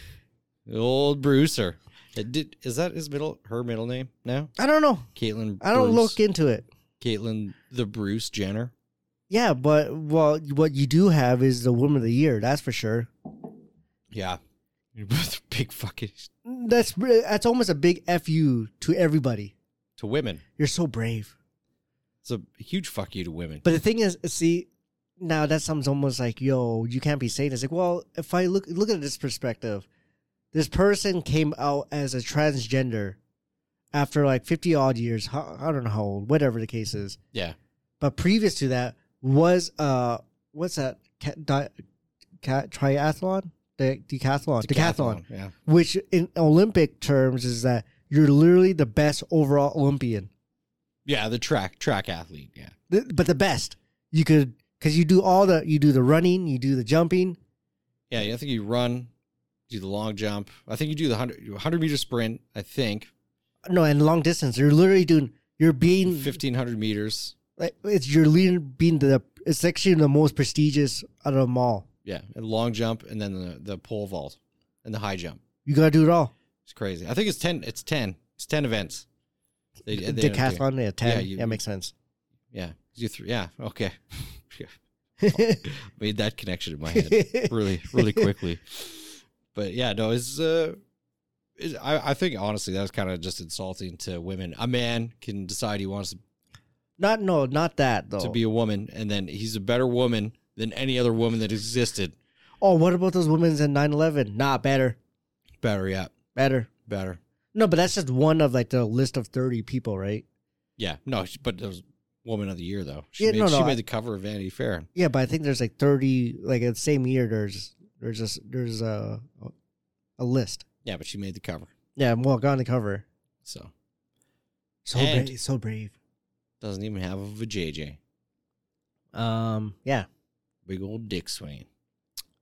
B: the old Brucer. It did, is that his middle her middle name now?
A: I don't know.
B: Caitlyn.
A: I don't
B: Bruce,
A: look into it.
B: Caitlyn the Bruce Jenner.
A: Yeah, but well, what you do have is the woman of the year. That's for sure.
B: Yeah, you're both big fucking
A: That's that's almost a big fu to everybody.
B: to women.
A: You're so brave.
B: It's a huge fuck you to women.
A: But the thing is, see, now that sounds almost like, yo, you can't be saying this. Like, well, if I look look at this perspective, this person came out as a transgender after like fifty odd years. ho- I don't know how old, whatever the case is.
B: yeah,
A: But previous to that was uh, what's that? Ca- di- ca- triathlon, the decathlon, decathlon,
B: Yeah,
A: which in Olympic terms is that you're literally the best overall Olympian.
B: yeah, the track track athlete. Yeah,
A: Th- but the best you could because you do all the you do the running you do the jumping
B: yeah. I think you run, do the long jump. I think you do the 100, 100 meter sprint. I think
A: no and long distance you're literally doing you're being
B: fifteen hundred meters.
A: like, it's you're leading being the it's actually the most prestigious out of them all
B: Yeah, and long jump, and then the the pole vault and the high jump.
A: you gotta do it all
B: It's crazy. I think it's ten. It's ten. It's ten events. They, they don't do-
A: decathlon yeah 10
B: you-
A: yeah makes sense
B: Yeah. You th- yeah. Okay. Made that connection in Oh, my head really, really quickly. But yeah, no, it's uh, it's, I I think honestly that was kind of just insulting to women. A man can decide he wants
A: not no not that though
B: to be a woman, and then he's a better woman than any other woman that existed.
A: oh what about those women's in 9-11 nah better
B: Better, yeah,
A: better
B: better.
A: no but that's just one of like the list of 30 people right
B: Yeah, no, she- but there was woman of the year though. She
A: Yeah,
B: made,
A: no, no,
B: she
A: I-
B: made the cover of Vanity Fair.
A: Yeah, but I think there's like thirty. Like in the same year, there's there's just there's a a list.
B: Yeah, but she made the cover,
A: Yeah, well, got on the cover.
B: so
A: So
B: And-
A: brave, so brave.
B: doesn't even have a vajayjay.
A: Um, yeah,
B: Big old dick swinging.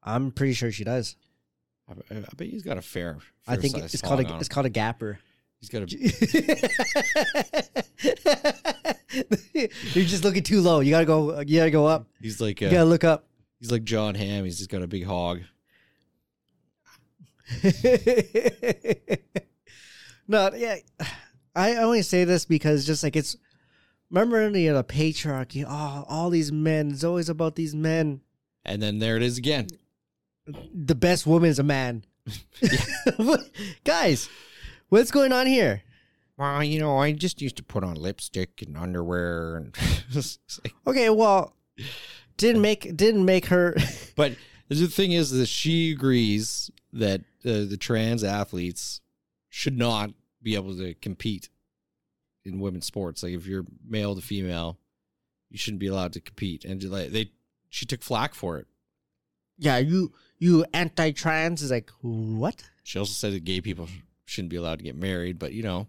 A: I'm pretty sure she does.
B: I, I I bet he's got a fair.
A: I
B: fair
A: think
B: size
A: it's called
B: hog
A: a
B: on
A: it's
B: him.
A: called a gapper.
B: He's got a
A: You're just looking too low. You gotta go. You gotta go up.
B: he's like
A: You
B: a,
A: gotta look up.
B: he's like John Hamm. He's just got a big hog.
A: no, yeah, I only say this because just like it's remember in the, the patriarchy, oh, all these men. It's always about these men.
B: And then there it is again.
A: The best woman is a man. What- Guys, what's going on here?
B: Well, you know, I just used to put on lipstick and underwear, and it's like-
A: Okay, well, didn't make didn't make her.
B: but the thing is that she agrees that uh, the trans athletes should not be able to compete in women's sports. Like if you're male to female, you shouldn't be allowed to compete. And like they, she took flack for it.
A: yeah, you you anti-trans is like what?
B: She also said that gay people shouldn't be allowed to get married, but you know,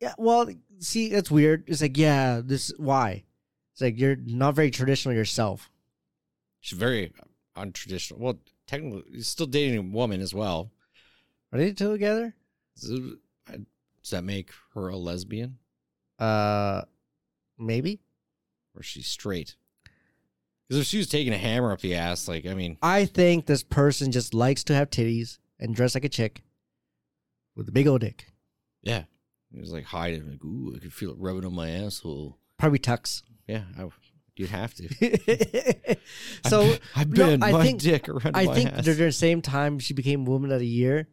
A: Yeah, well, see, that's weird. It's like, yeah, this why? It's like you're not very traditional yourself.
B: she's very untraditional. Well, technically, he's still dating a woman as well.
A: Are they two together?
B: Does that make her a lesbian
A: Uh, maybe.
B: or she's straight? Because if she was taking a hammer up the ass, like, I mean,
A: I think this person just likes to have titties and dress like a chick with a big old dick.
B: yeah, it was like hide it. Like, ooh, I could feel it rubbing on my asshole.
A: Probably tux.
B: Yeah, I, you'd have to.
A: so
B: I, I
A: no,
B: bend
A: I
B: my
A: think-
B: dick around
A: I
B: my
A: think
B: ass.
A: during the same time she became Woman of the Year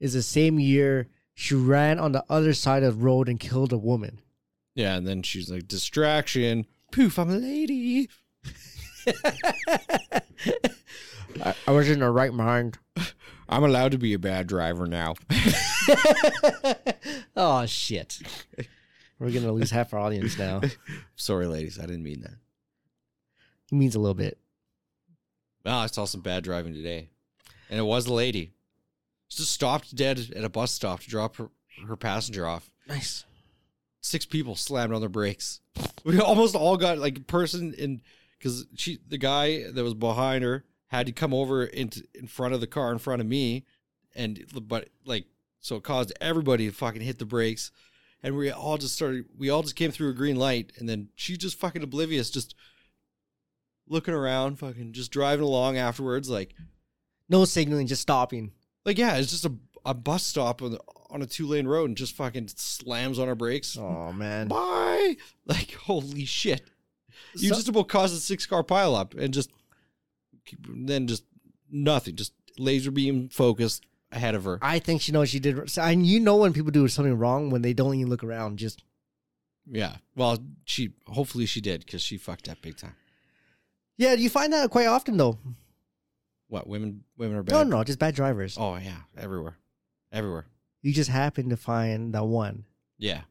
A: is the same year she ran on the other side of the road and killed a woman.
B: yeah, and then she's like, distraction. Poof, I'm a lady.
A: I, I was in the right mind.
B: I'm allowed to be a bad driver now.
A: oh shit. We're gonna lose half our audience now.
B: Sorry, ladies, I didn't mean that.
A: It means a little bit.
B: Wow, I saw some bad driving today. And it was a lady. She Just stopped dead at a bus stop to drop her, her passenger off.
A: Nice.
B: Six people slammed on their brakes. We almost all got like a person in because she the guy that was behind her had to come over into in front of the car in front of me and but like so it caused everybody to fucking hit the brakes and we all just started we all just came through a green light and then she just fucking oblivious just looking around fucking just driving along afterwards like
A: No signaling, just stopping.
B: like yeah, it's just a a bus stop on, on a two lane road and just fucking slams on our brakes.
A: Oh man.
B: Bye. Like, holy shit. You
A: So-
B: just about caused a six car pileup and just then just nothing, just laser beam focused ahead of her.
A: I think she knows she did. so- And you know when people do something wrong when they don't even look around. Just
B: Yeah. Well, she hopefully she did because she fucked up big time.
A: yeah, you find that quite often though.
B: What women women are bad?
A: No, no, just bad drivers.
B: Oh yeah, everywhere, everywhere.
A: You just happen to find that one.
B: Yeah.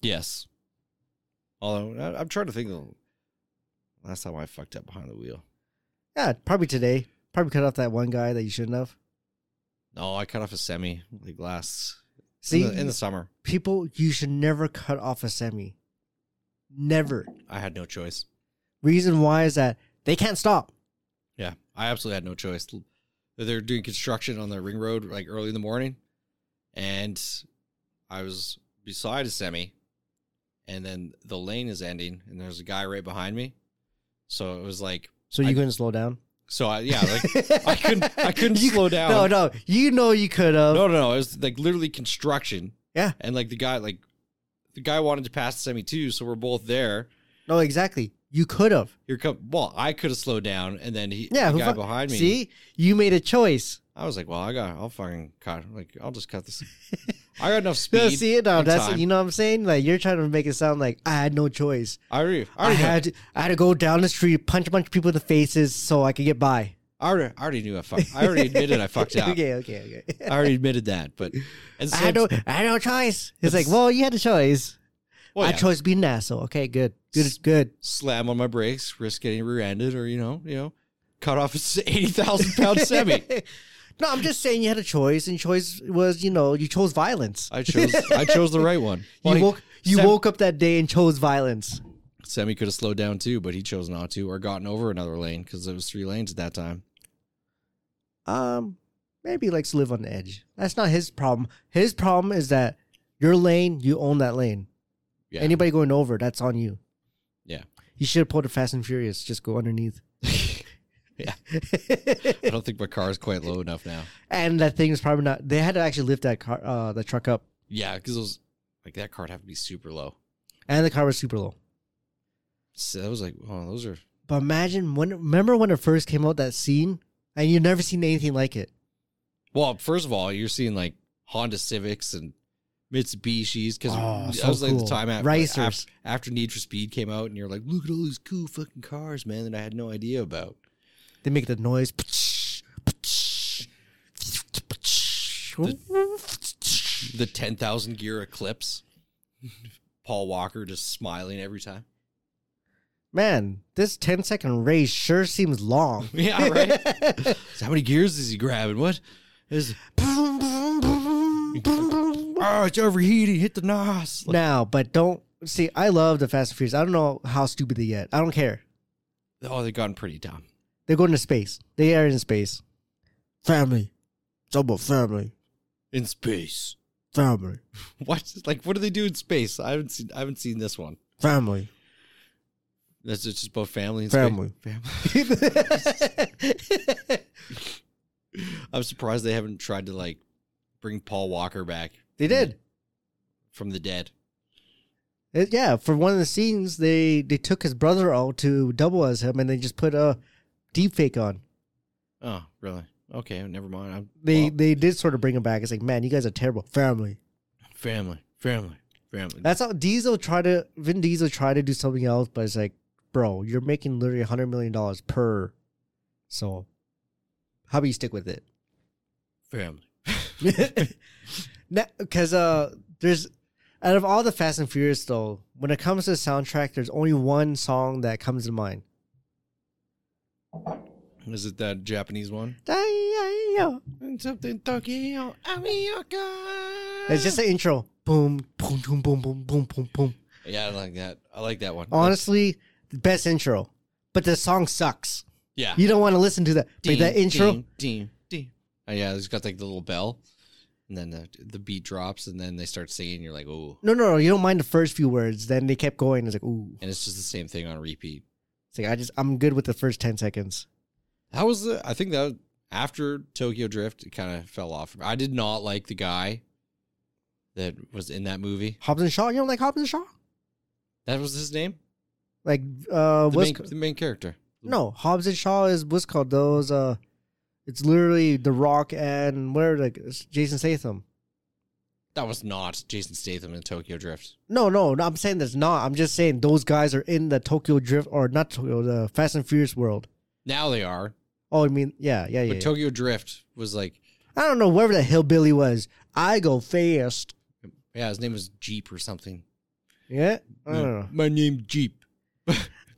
B: Yes. Although I, I'm trying to think. Of the last time I fucked up behind the wheel.
A: Yeah, probably today. Probably cut off that one guy that you shouldn't have.
B: No, I cut off a semi like last.
A: See,
B: in the, in the summer,
A: people, you should never cut off a semi. Never.
B: I had no choice.
A: Reason why is that they can't stop.
B: Yeah, I absolutely had no choice. They're doing construction on the ring road like early in the morning, and I was beside a semi, and then the lane is ending, and there's a guy right behind me. So it was like,
A: So you
B: I-
A: couldn't slow down.
B: so I yeah, like I couldn't I couldn't
A: You-
B: slow down.
A: No, no, you know you could have.
B: no, no, no. It was like literally construction.
A: Yeah.
B: and like the guy like the guy wanted to pass the semi too, so we're both there.
A: no, exactly. You could have.
B: Here come well, I could have slowed down, and then he
A: Yeah,
B: the
A: who
B: guy
A: fu-
B: behind me.
A: See, you made a choice.
B: I was like, well, I got, I'll fucking cut, like, I'll just cut this. I got enough
A: No,
B: speed.
A: see it now.
B: and
A: That's
B: time.
A: you know what I'm saying. Like you're trying to make it sound like I had no choice.
B: I already, I
A: I,
B: already, had,
A: had to, I had to go down the street, punch a bunch of people in the faces, so I could get by.
B: I already, I already knew I fucked. I already admitted I fucked up.
A: okay, okay, okay.
B: I already admitted that, but and
A: I
B: so
A: had no, I had no choice. It's like,
B: That's-
A: well, you had a choice.
B: well,
A: I
B: yeah,
A: chose being an asshole. Okay, good, good, good.
B: slam on my brakes, risk getting rear-ended, or you know, you know, cut off an eighty thousand pound semi.
A: no, I'm just saying you had a choice, and choice was, you know, you chose violence.
B: I chose, I chose the right one. Well,
A: you
B: he-
A: woke, you
B: sem-
A: woke up that day and chose violence.
B: Semi could have slowed down too, but he chose not to, or gotten over another lane because there was three lanes at that time.
A: Um, maybe he likes to live on the edge. That's not his problem. His problem is that your lane, you own that lane.
B: Yeah.
A: Anybody going over, that's on you.
B: Yeah.
A: You should have pulled a Fast and Furious. Just go underneath.
B: Yeah. I don't think my car is quite low enough now.
A: and that thing is probably not. They had to actually lift that car, uh, the truck up,
B: Yeah, because it was like that car would have to be super low.
A: and the car was super low.
B: So that was like, oh, those are
A: But imagine when. Remember when it first came out that scene, and you've never seen anything like it.
B: well. First of all, you're seeing like Honda Civics and Mitsubishis because
A: Oh,
B: that
A: so
B: was like
A: cool.
B: the time after,
A: Racers.
B: after after Need for Speed came out, and you're like, look at all these cool fucking cars, man, that I had no idea about.
A: They make the noise.
B: The ten thousand gear Eclipse, Paul Walker just smiling every time.
A: Man, this 10 second race sure seems long.
B: Yeah, right. so how many gears is he grabbing? What is? Oh, it's overheating. Hit the nos. Like,
A: now, but don't see. I love the Fast and Furious. I don't know how stupid they get. I don't care.
B: oh, they've gotten pretty dumb.
A: They're going to space. They are in space. Family, it's all about family.
B: In space.
A: Family,
B: What? Like, what do they do in space? I haven't seen. I haven't seen this one.
A: family.
B: That's it's just about family. And
A: Family.
B: Space. Family.
A: they
B: I'm surprised they haven't tried to like bring Paul Walker back
A: did.
B: from the dead.
A: It- yeah, for one of the scenes, they they took his brother out to double as him, and they just put a deep fake on.
B: Oh, really? Okay, never mind. I'm,
A: They
B: well,
A: they did sort of bring him back. It's like, man, you guys are terrible. Family.
B: family, family, family.
A: That's how Diesel tried to Vin Diesel tried to do something else, but it's like, bro, you're making literally hundred million dollars per. So, how about you stick with it?
B: family.
A: Because uh, there's out of all the Fast and Furious though, when it comes to the soundtrack, there's only one song that comes to mind.
B: Is it that Japanese one?
A: It's
B: Something Tokyo,
A: just the intro. Boom, boom, boom, boom, boom, boom, boom, boom.
B: Yeah, I like that. I like that one.
A: Honestly, the best intro. But the song sucks.
B: yeah.
A: You don't want to listen to that. But that intro,
B: Ding, ding, ding. Oh, yeah, it's got like the little bell, and then the, the beat drops, and then they start singing. You're like, oh,
A: no, no, no. You don't mind the first few words. Then they kept going. It's like, ooh.
B: and it's just the same thing on repeat.
A: It's like I just, I'm good with the first ten seconds.
B: That was the. I think that after Tokyo Drift, it kind of fell off. I did not like the guy that was in that movie.
A: Hobbs and Shaw. You don't like Hobbs and Shaw?
B: That was his name.
A: Like uh,
B: The
A: what's
B: main,
A: ca-
B: the main character.
A: no Hobbs and Shaw is what's called those. Uh, it's literally The Rock and where like it's Jason Statham.
B: That was not Jason Statham in Tokyo Drift.
A: No, no, no, I'm saying that's not. I'm just saying those guys are in the Tokyo Drift or not Tokyo, the Fast and Furious world.
B: Now they are,
A: Oh, I mean, yeah, yeah, yeah.
B: but Tokyo Drift was like,
A: yeah. I don't know wherever that hillbilly was. I go fast.
B: yeah, his name was Jeep or something.
A: Yeah, I don't know.
B: My name Jeep.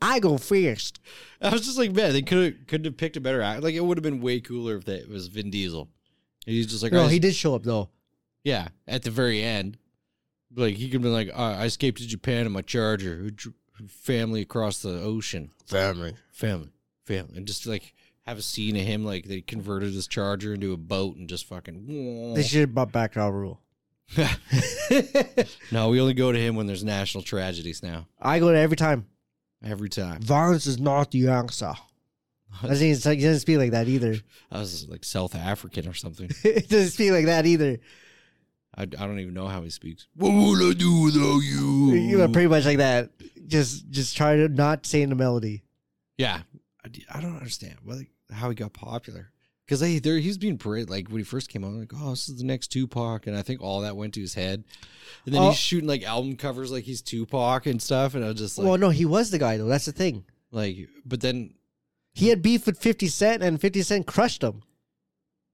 A: I go fast.
B: I was just like, man, they could couldn't have picked a better act. Like it would have been way cooler if that it was Vin Diesel. And he's just like,
A: No,
B: I-
A: he did show up though.
B: yeah, at the very end, like he could have been like, uh, I escaped to Japan in my Charger, who dr- family across the ocean,
A: Family.
B: family, family, and just like have a scene of him like they converted his Charger into a boat and just fucking.
A: They should have brought back our rule.
B: no, we only go to him when there's national tragedies now.
A: I go there every time.
B: Every time.
A: Violence is not the answer. I think it's like, he doesn't speak like that either.
B: I was like South African or something.
A: it doesn't speak like that either.
B: I, I don't even know how he speaks. What would I do without you?
A: You know, pretty much like that. Just, just try to not sing the melody.
B: yeah. I, d- I don't understand what, how he got popular. Because they, there he was being paraded. Like when he first came out, like, oh, this is the next Tupac. And I think all that went to his head. And then
A: Oh.
B: he's shooting like album covers like he's Tupac and stuff. And I was just like,
A: well, no, he was the guy though. That's the thing.
B: like, but then,
A: He had beef with 50 Cent, and 50 Cent crushed him.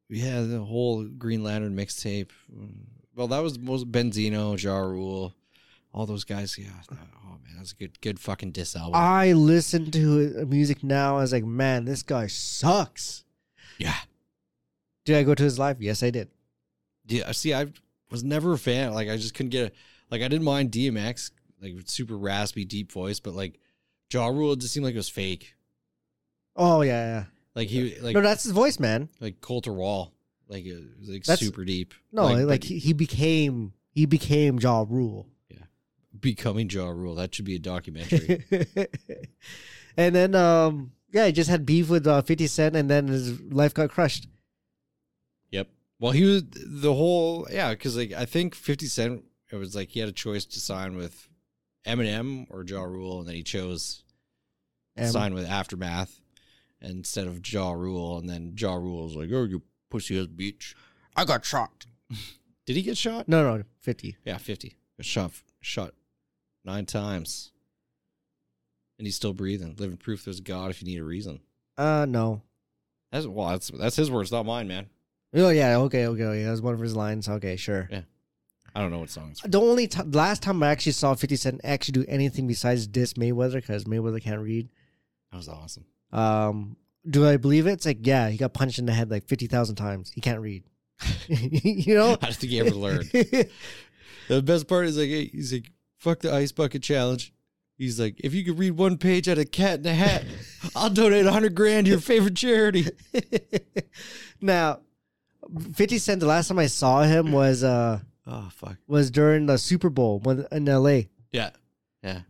B: yeah, the whole Green Lantern mixtape. mm, Well, that was most Benzino, Ja Rule, all those guys. Yeah. I thought, oh, man, that's a good, good fucking diss album.
A: I listen to uh, music now. I was like, man, this guy sucks.
B: yeah.
A: Did I go to his live? Yes, I did.
B: Yeah, see, I was never a fan. Like, I just couldn't get. Like, I didn't mind DMX, like super raspy, deep voice, but like Jaw Rule it just seemed like it was fake.
A: Oh yeah, yeah.
B: Like he, like
A: no, that's his voice, man.
B: like Coulter Wall, like it was like
A: That's-
B: super deep.
A: No, like,
B: but
A: he, he became he became Jaw Rule.
B: becoming Jaw Rule. That should be a documentary.
A: and then um yeah, he just had beef with uh, 50 Cent, and then his life got crushed.
B: yep. Well, he was the whole yeah, because like I think Fifty Cent, it was like he had a choice to sign with Eminem or Jaw Rule, and then he chose
A: And
B: signed with Aftermath instead of Jaw Rule, and then Jaw Rule was like, "Oh, you pussy ass bitch."
A: I got shot.
B: Did he get shot?
A: No, no, 50.
B: Yeah, fifty. Got Shot, shot nine times, and he's still breathing. Living proof there's a God if you need a reason.
A: Uh, no.
B: That's well, that's that's his words, not mine, man.
A: Oh yeah, okay, okay, okay. That was one of his lines. Okay, sure.
B: I don't know what song it's.
A: The only t- last time I actually saw 50 Cent actually do anything besides diss Mayweather because Mayweather can't read.
B: That was awesome.
A: Um, do I believe it? It's like, yeah, he got punched in the head like 50,000 times. He can't read. you know?
B: I don't think he ever learned. the best part is like hey, he's like, "Fuck the ice bucket challenge." He's like, "If you could read one page out of Cat in a Hat, I'll donate a hundred grand to your favorite charity."
A: now, 50 Cent, the last time I saw him was uh
B: Oh fuck.
A: was during the Super Bowl when, in LA.
B: Yeah.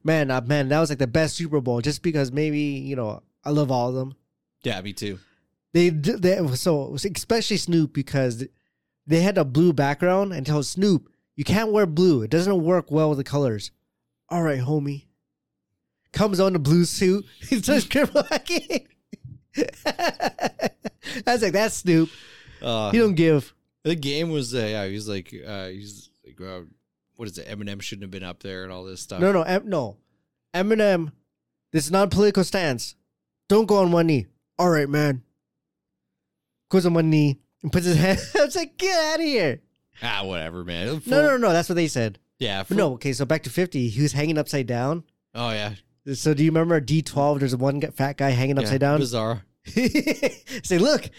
A: Man, uh, man, that was like the best Super Bowl just because maybe, you know, I love all of them.
B: Yeah, me too.
A: They, d- they so especially Snoop because they had a blue background and told Snoop you can't wear blue. It doesn't work well with the colors. All right, homie. Comes on the blue suit. He starts cracking. I was like, that's Snoop.
B: Uh,
A: He don't give.
B: The game was, uh, yeah, he was like, uh, he's like, uh, what is it? Eminem shouldn't have been up there and all this stuff.
A: No, no, em- no. Eminem, this is not a political stance. Don't go on one knee. All right, man. Goes on one knee and puts his hand. I was like, get out of here.
B: Ah, whatever, man.
A: No, no, no. That's what they said.
B: Yeah.
A: But
B: full-
A: no, okay, so back to 50. He was hanging upside down.
B: Oh, yeah.
A: So do you remember D12? There's one g- fat guy hanging
B: yeah.
A: upside down.
B: Bizarre.
A: Say, look,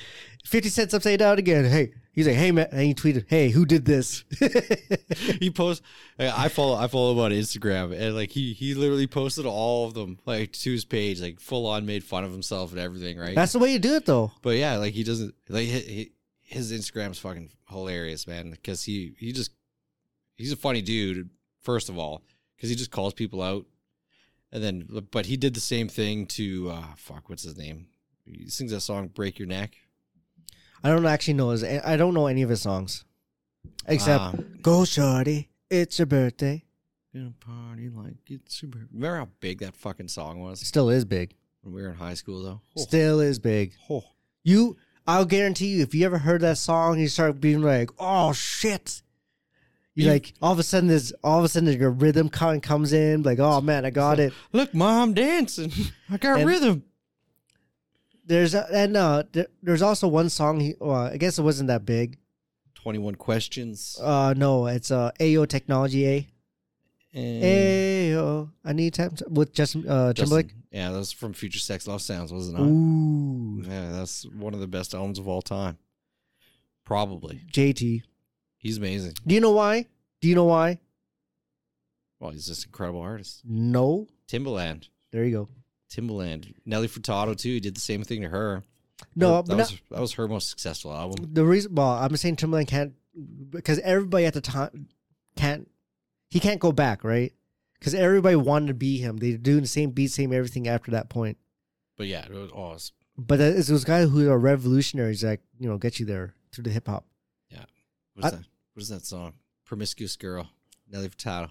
A: 50 cents upside down again. Hey, he's like, hey, man. And he tweeted, hey, who did this?
B: he posts, I I follow, I follow him on Instagram and like he, he literally posted all of them like to his page, like full on made fun of himself and everything. Right.
A: That's the way you do it, though.
B: but yeah, like he doesn't, like he, he, his Instagram's fucking hilarious, man. Cause he, he just, he's a funny dude, first of all, cause he just calls people out. And then, but he did the same thing to, uh, fuck, what's his name? He sings that song, Break Your Neck.
A: I don't actually know his. I don't know any of his songs, except
B: Ah.
A: "Go Shorty, It's Your Birthday."
B: Gonna party like it's super. Remember how big that fucking song was
A: Still is big.
B: when we were in high school, though. Oh,
A: Still is big.
B: oh.
A: You, I'll guarantee you, if you ever heard that song, you start being like, "Oh shit." You
B: You-
A: like all of a sudden there's all of a sudden your rhythm kind of comes in like oh man I got it
B: Look, mom dancing. I got
A: And-
B: rhythm.
A: there's a, and uh there, there's also one song he well, I guess it wasn't that big
B: Twenty-one questions.
A: uh no it's uh AO Technology A
B: and
A: Ayo, I need time to, with Mm. Justin uh,
B: Justin-
A: Timberlake.
B: Yeah, that was from Future Sex Love Sounds, wasn't it?
A: Ooh,
B: Yeah, that's one of the best albums of all time. Probably.
A: JT.
B: He's amazing.
A: Do you know why? Do you know why?
B: Well, he's just an incredible artist.
A: No.
B: Timbaland.
A: There you go.
B: Timbaland. Nelly Furtado too. He did the same thing to her.
A: No,
B: that,
A: but
B: was that was her most successful album.
A: not- the reason. Well, I'm saying Timberland can't because everybody at the time can't. He can't go back, right? Because everybody wanted to be him. They do the same beat, same everything after that point.
B: But yeah, it was awesome.
A: But it's those guys who are revolutionaries that you know get you there through the hip hop.
B: What is,
A: I-
B: that? what is that song? Promiscuous Girl. Nelly Furtado.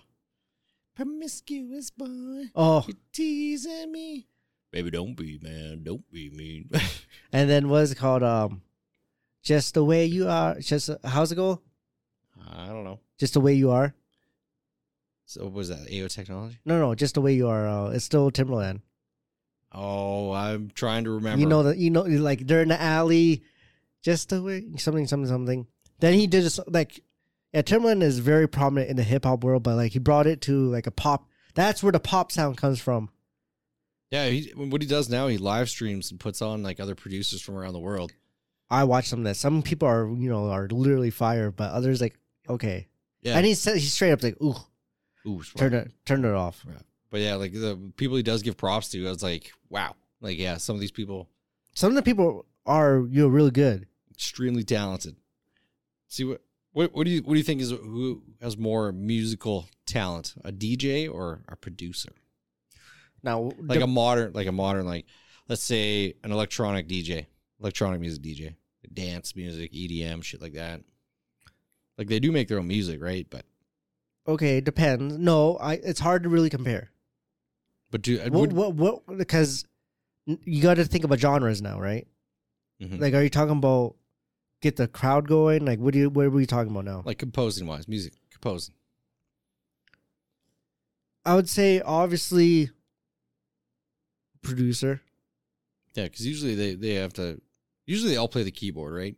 B: Promiscuous boy.
A: Oh,
B: You're teasing me. Baby, don't be man. Don't be mean.
A: and then what is it called? Um, just the way you are. Just how's it go?
B: I don't know.
A: Just the way you are.
B: So what was that? AO Technology?
A: No, no, just the way you are. Uh, it's still Timberland.
B: Oh, I'm trying to remember.
A: You know that. You know, like they're in the alley, just the way something, something, something. Then he did this like, yeah, Timberland is very prominent in the hip hop world, but like he brought it to like a pop. That's where the pop sound comes from.
B: Yeah, he, what he does now, he live streams and puts on like other producers from around the world.
A: I watch some of that. Some people are you know are literally fire, but others like okay.
B: Yeah,
A: And he said he's straight up like ooh,
B: Ooh, it's
A: turn
B: right.
A: it, turn it off.
B: But yeah, like the people he does give props to, I was like, wow, like yeah, some of these people
A: Some of the people are you know really good.
B: extremely talented. See what what what do you what do you think is who has more musical talent, a DJ or a producer?
A: Now
B: Like
A: the-
B: a modern, like a modern, like let's say an electronic DJ, electronic music DJ, dance music, EDM, shit like that. Like they do make their own music, right? But
A: okay depends. No, I it's hard to really compare.
B: but do
A: What,
B: would-
A: what, what, because you got to think about genres now, right?
B: Mhm.
A: Like, are you talking about get the crowd going? Like, what do you, what are we talking about now?
B: like composing wise, music composing.
A: I would say, obviously, producer.
B: Yeah, because usually they they have to. Usually they all play the keyboard, right?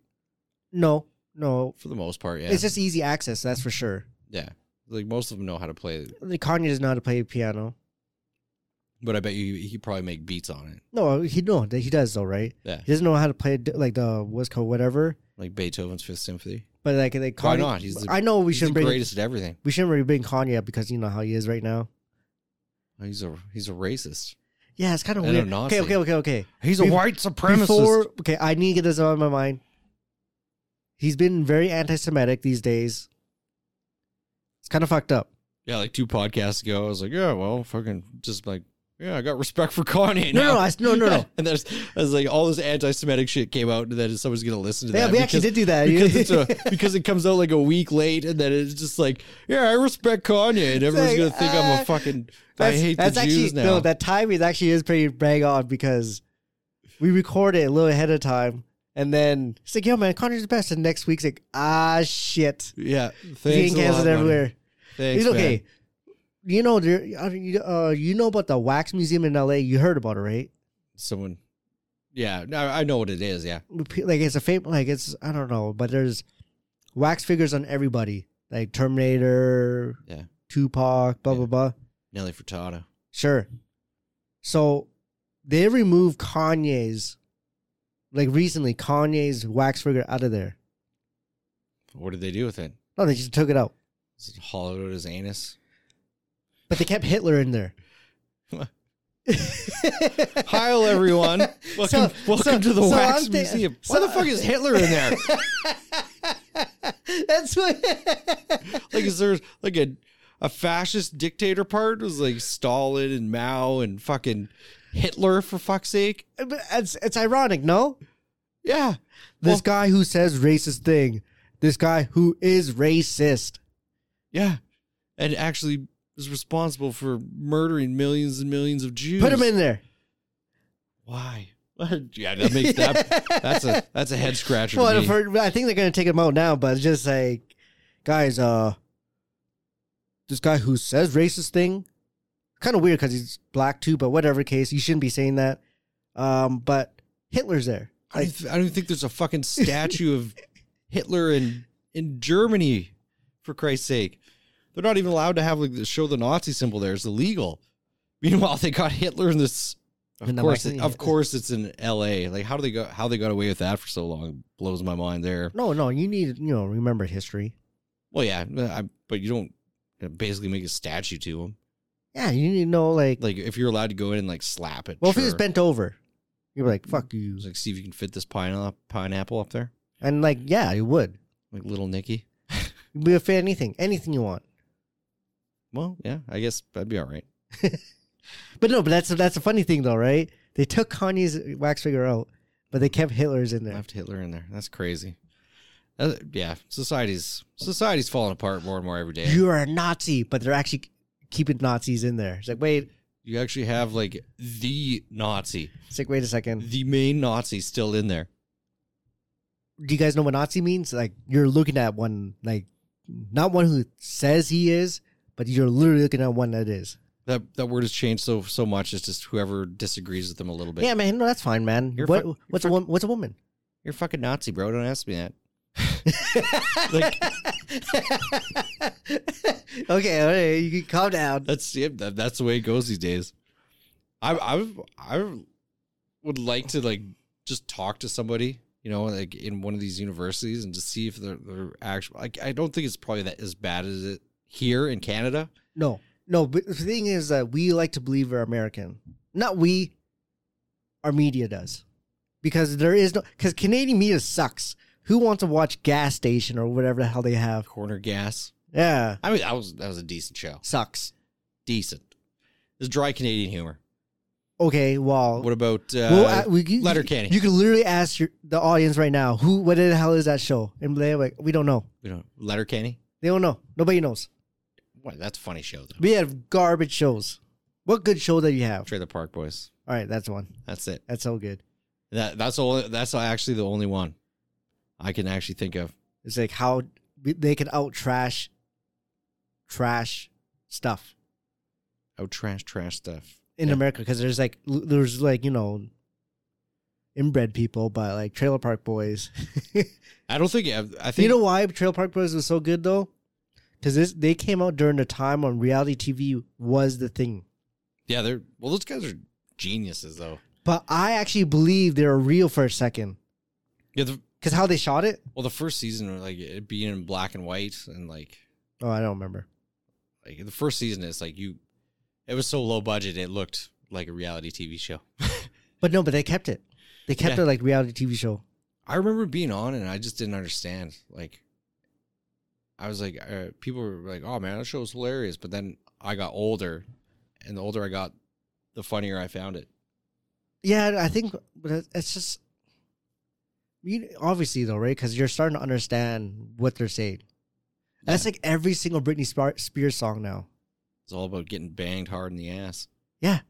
A: No, no.
B: For the most part, yeah.
A: It's just easy access, that's for sure.
B: yeah, like most of them know how to play, it,
A: Like, Kanye doesn't know how to play piano.
B: but I bet you he could probably make beats on it.
A: No, he no, he does though, right?
B: Yeah,
A: He doesn't know how to play like the what's called whatever.
B: like Beethoven's Fifth Symphony.
A: But like, like
B: Why
A: Kanye,
B: not? He's the-
A: I know we
B: he's the
A: shouldn't bring
B: greatest at everything.
A: we shouldn't really bring Kanye up because you know how he is right now.
B: He's a he's a racist.
A: Yeah, it's kind of
B: And a
A: weird.
B: Nazi.
A: Okay, okay, okay, okay.
B: He's
A: a Bef-
B: white supremacist.
A: Before, okay, I need to get this out of my mind. He's been very anti-Semitic these days. It's kind of fucked up.
B: yeah, like two podcasts ago, I was like, yeah, well, fucking, just like, yeah, I got respect for Kanye.
A: No,
B: now.
A: no, I, no, no, no.
B: and that's, that's like all this anti-Semitic shit came out, and then someone's gonna listen to
A: yeah,
B: that.
A: we actually did
B: because-
A: do that.
B: because it's a, because it comes out like a week late, and then it's just like, yeah, I respect Kanye, and everyone's
A: like,
B: gonna think I'm
A: uh,
B: a fucking. I
A: That's-
B: hate
A: that's
B: the
A: actually,
B: Jews now.
A: No, that timing is actually is pretty bang on because we record it a little ahead of time, and then it's like, yo, man, Connor's the best. And next week's like, ah, shit,
B: yeah,
A: he's
B: thanks.
A: getting
B: a lot,
A: canceled
B: buddy.
A: everywhere.
B: Thanks,
A: it's
B: man.
A: okay. You know, there, uh, you- uh, you know about the wax museum in L.A. You heard about it, right?
B: Someone. Yeah, no, I know what it is. Yeah,
A: like it's a fame like it's I don't know, but there's wax figures on everybody. Like Terminator,
B: Yeah.
A: Tupac, blah
B: Yeah.
A: blah blah.
B: Nelly Furtado.
A: Sure. So they removed Kanye's like recently Kanye's wax figure out of there.
B: What did they do with it?
A: No, they just took it out.
B: Is it hollowed out his anus?
A: But they kept Hitler in there.
B: What? Heil everyone! Welcome,
A: So-
B: welcome
A: so-
B: to the
A: so
B: Wax
A: I'm thi-
B: Museum.
A: so-
B: Why the fuck is Hitler in there?
A: That's what
B: like, is there like a a fascist dictator part? It was like Stalin and Mao and fucking Hitler for fuck's sake.
A: But it's it's ironic, no?
B: Yeah,
A: This guy who says racist thing. This guy who is racist.
B: Yeah. And actually is responsible for murdering millions and millions of Jews.
A: Put him in there.
B: Why? yeah, that makes that that's a that's a head scratcher.
A: Well,
B: to
A: I've
B: me.
A: heard- I think they're gonna take him out now, but it's just like, guys, uh, this guy who says racist thing, kind of weird because he's black too. But whatever case, you shouldn't be saying that. Um, but Hitler's there.
B: I, don't th- I don't even think there's a fucking statue of Hitler in in Germany, for Christ's sake. They're not even allowed to have like the show the Nazi symbol there. It's illegal. Meanwhile, they got Hitler in this. Of
A: In the
B: course,
A: Martini.
B: of course, it's in L.A. Like how do they go? How they got away with that for so long blows my mind. There.
A: No, no, you need you know remember history.
B: Well, yeah, uh, I, but you don't basically make a statue to him.
A: Yeah, you need to know like,
B: Like if you're allowed to go in and like slap it.
A: well, if
B: sure.
A: he was bent over, you'd be like, fuck you,
B: Like see if you can fit this pineapple pineapple up there.
A: and like, yeah, you would.
B: Like little Nicky.
A: You'd be a fan of anything, anything you want.
B: Well, yeah, I guess that'd be all right.
A: But no, but that's that's a funny thing though, right? They took Kanye's wax figure out, but they kept Hitler's in there.
B: Left Hitler in there. That's crazy. Uh, yeah, society's society's falling apart more and more every day. You,
A: you are a Nazi, but they're actually keeping Nazis in there. It's like, wait,
B: actually have like the Nazi,
A: it's like, wait a second.
B: the main Nazi, still in there.
A: Do you guys know what Nazi means? Like, you're looking at one, like, not one who says he is, but you're literally looking at one that is.
B: That that word has changed so so much. It's just whoever disagrees with them a little bit.
A: yeah, man, no, that's fine, man.
B: You're
A: What,
B: fuck-
A: what's a
B: you're
A: woman? What's a woman?
B: You're fucking Nazi, bro. Don't ask me that. Like-
A: okay, all right, you can calm down.
B: That's yeah, that, that's the way it goes these days. I I I would like to like just talk to somebody, you know, like in one of these universities and just see if they're they're actual. Like I don't think it's probably that as bad as it here in Canada.
A: No, no. But the thing is that we like to believe we're American. Not we. Our media does, because there is no because Canadian media sucks. Who wants to watch gas station or whatever the hell they have?
B: Corner gas.
A: Yeah,
B: I mean, that was that was a decent show.
A: sucks.
B: Decent. It's dry Canadian humor.
A: Okay, well,
B: What about uh,
A: well, uh, we, you,
B: Letterkenny?
A: You can literally ask your, the audience right now who what the hell is that show, and they're like, we don't know.
B: you know Letterkenny?
A: They don't know. Nobody knows.
B: What? That's a funny show though.
A: We have garbage shows. What good show that you have?
B: Trailer Park Boys.
A: All right, that's one.
B: That's it.
A: That's so good.
B: That that's all. That's actually the only one I can actually think of.
A: It's like how they can out trash, trash stuff
B: Oh, trash, trash stuff.
A: in
B: Yeah.
A: America because there's like l- there's like you know, inbred people, but like Trailer Park Boys.
B: I don't think. I, I think
A: you know why Trailer Park Boys was so good though? Because this they came out during the time when reality TV was the thing.
B: Yeah, they're well. Those guys are geniuses, though.
A: But I actually believe they were real for a second
B: Yeah. The,
A: because how they shot it.
B: well, the first season, like it being in black and white, and like
A: Oh, I don't remember.
B: like the first season is like you. It was so low budget, it looked like a reality TV show.
A: But no, but they kept it. They kept
B: Yeah.
A: it like reality TV show.
B: I remember being on, and I just didn't understand. Like, I was like, uh, people were like, "Oh man, that show was hilarious," but then I got older, and the older I got, the funnier I found it.
A: Yeah, I think but it- it's just you obviously though, right? Because you're starting to understand what they're saying. That's like every single Britney Spar- Spears song now.
B: It's all about getting banged hard in the ass.
A: Yeah.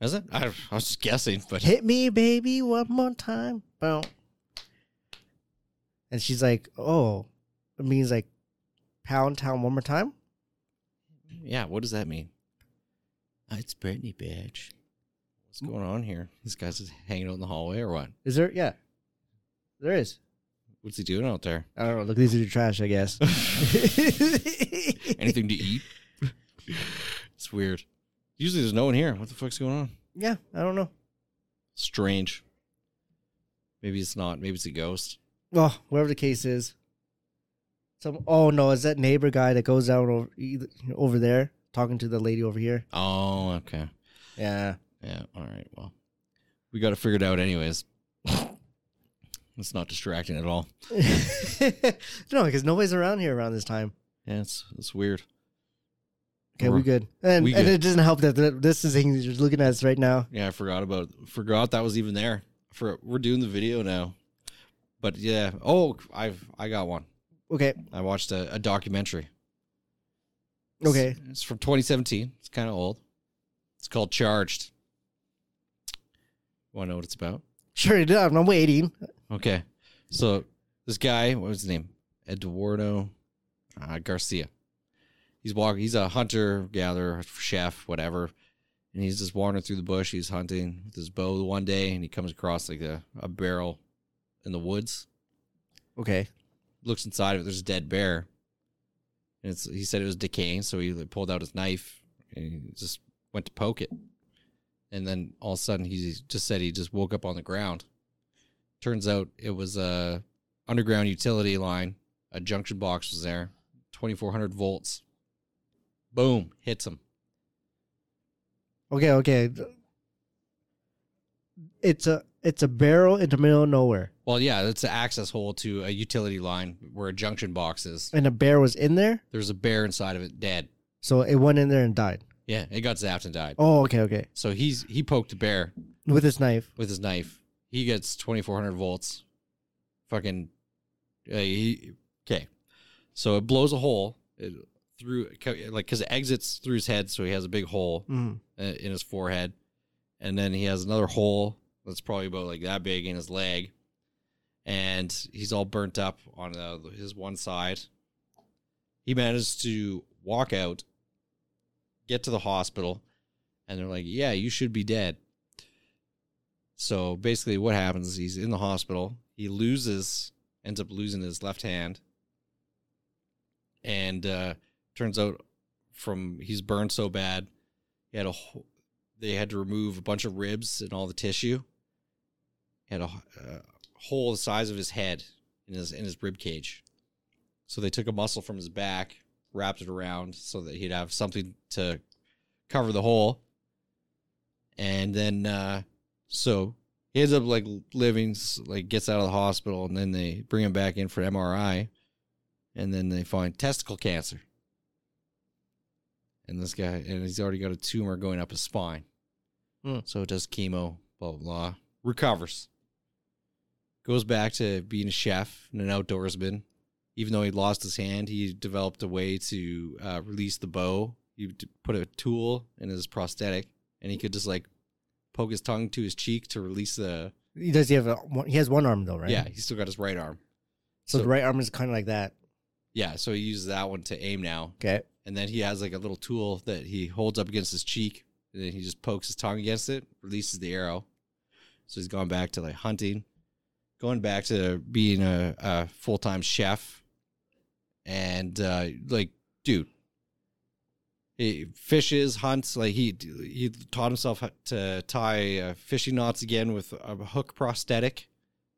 B: Is it? I, I was just guessing, but
A: Hit me, baby, one more time. Boom. And she's like, "Oh, it means like pound town one more time."
B: yeah, what does that mean? Uh, It's Brittany, bitch. What's going on here? This guy's just hanging out in the hallway or what?
A: Is there? Yeah, there is.
B: What's he doing out there?
A: I don't know. Look, these are the trash, I guess.
B: Anything to eat? it's weird. Usually there's no one here. What the fuck's going on?
A: yeah, I don't know.
B: Strange. Maybe it's not. Maybe it's a ghost.
A: well, whatever the case is. Some oh no, it's that neighbor guy that goes down over either- over there talking to the lady over here.
B: Oh, okay.
A: Yeah,
B: Yeah. All right. Well, we got to figure it out, anyways. it's not distracting at all.
A: no, because nobody's around here around this time.
B: Yeah, it's it's weird.
A: Okay,
B: We're-
A: we good. And,
B: we
A: and
B: good.
A: it doesn't help that th- this is thing you're looking at us right now.
B: Yeah, I forgot about forgot that was even there. For we're doing the video now. But yeah, oh, I've I got one.
A: Okay.
B: I watched a, a documentary. It's-
A: Okay.
B: It's, from 2017. It's kind of old. It's called Charged. Want to know what it's about?
A: Sure. it is. I'm waiting.
B: Okay. So this guy, what was his name? Eduardo uh, Garcia. He's walking. He's a hunter, gatherer, chef, whatever. And he's just wandering through the bush. He's hunting with his bow one day, and he comes across like a, a barrel in the woods.
A: Okay.
B: Looks inside of it. There's a dead bear. And it's, he said it was decaying, so he like, pulled out his knife and he just went to poke it. And then all of a sudden, he just said he just woke up on the ground. Turns out it was a underground utility line. A junction box was there, 2,400 volts. Boom, hits him.
A: Okay. Okay. It's a it's a barrel in the middle of nowhere,
B: Well, yeah, that's an access hole to a utility line where a junction box is.
A: and a bear was in there,
B: There's a bear inside of it, dead.
A: so it went in there and died.
B: Yeah, it got zapped and died.
A: Oh. Okay. Okay.
B: So he's he poked a bear
A: With his knife.
B: with his knife. He gets 2400 volts. Fucking. Uh, he, okay. So it blows a hole it, through, like, because it exits through his head. So he has a big hole
A: Mm.
B: uh, in his forehead. And then he has another hole that's probably about like that big in his leg. And he's all burnt up on uh, his one side. He manages to walk out, get to the hospital, and they're like, Yeah, you should be dead. So basically, what happens? He's in the hospital. He loses, ends up losing his left hand. And uh, turns out, from he's burned so bad, he had a wh- they had to remove a bunch of ribs and all the tissue. He had a, uh hole the size of his head in his in his rib cage. So they took a muscle from his back, wrapped it around so that he'd have something to cover the hole. And then uh so he ends up like living s- like gets out of the hospital and then they bring him back in for MRI and then they find testicle cancer and this guy and he's already got a tumor going up his spine.
A: Hmm.
B: So it does chemo, blah blah blah. Recovers. Goes back to being a chef and an outdoorsman. Even though he lost his hand, he developed a way to uh, release the bow. He d- put a tool in his prosthetic, and he could just like poke his tongue to his cheek to release the.
A: He does. He have a, one- he has one arm though, right?
B: Yeah, he's still got his right arm.
A: So,
B: so-
A: the right arm is kind of like that.
B: Yeah, so he uses that one to aim now.
A: Okay.
B: and then he has like a little tool that he holds up against his cheek, and then he just pokes his tongue against it, releases the arrow. So he's gone back to like hunting, going back to being a, a full time chef, and uh, like dude, he fishes, hunts. Like he he taught himself how to tie uh, fishing knots again with a hook prosthetic.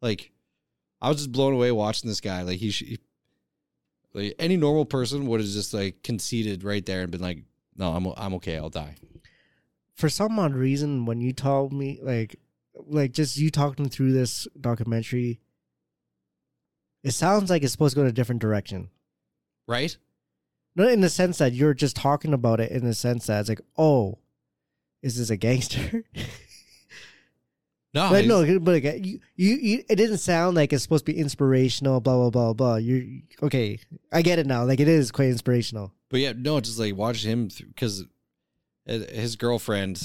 B: Like I was just blown away watching this guy. Like he, sh- he like any normal person would have just like conceded right there and been like, "No, I'm I'm okay. I'll die."
A: For some odd reason, when you told me, like, like just you talking through this documentary, it sounds like it's supposed to go in a different direction.
B: Right?
A: Not in the sense that you're just talking about it, in the sense that it's like, oh, is this a gangster?
B: No,
A: but
B: he's-
A: no, but like, you, you, you, it didn't sound like it's supposed to be inspirational. Blah blah blah blah. You're okay. I get it now. Like it is quite inspirational.
B: But yeah, no, just like watching him because his girlfriend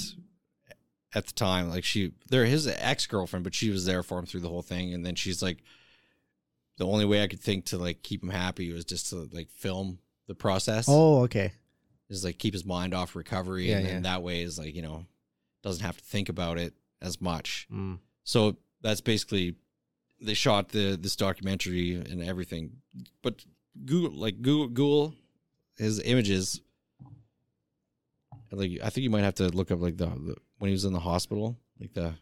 B: at the time, like she, they're his ex girlfriend, but she was there for him through the whole thing. And then she's like, the only way I could think to like keep him happy was just to like film the process.
A: Oh, okay.
B: Is like keep his mind off recovery,
A: Yeah,
B: and then
A: yeah.
B: that way is like you know doesn't have to think about it as much.
A: Mm.
B: So that's basically they shot the this documentary and everything. But Google like Google Google his images. Like I think you might have to look up like the, the when he was in the hospital, like the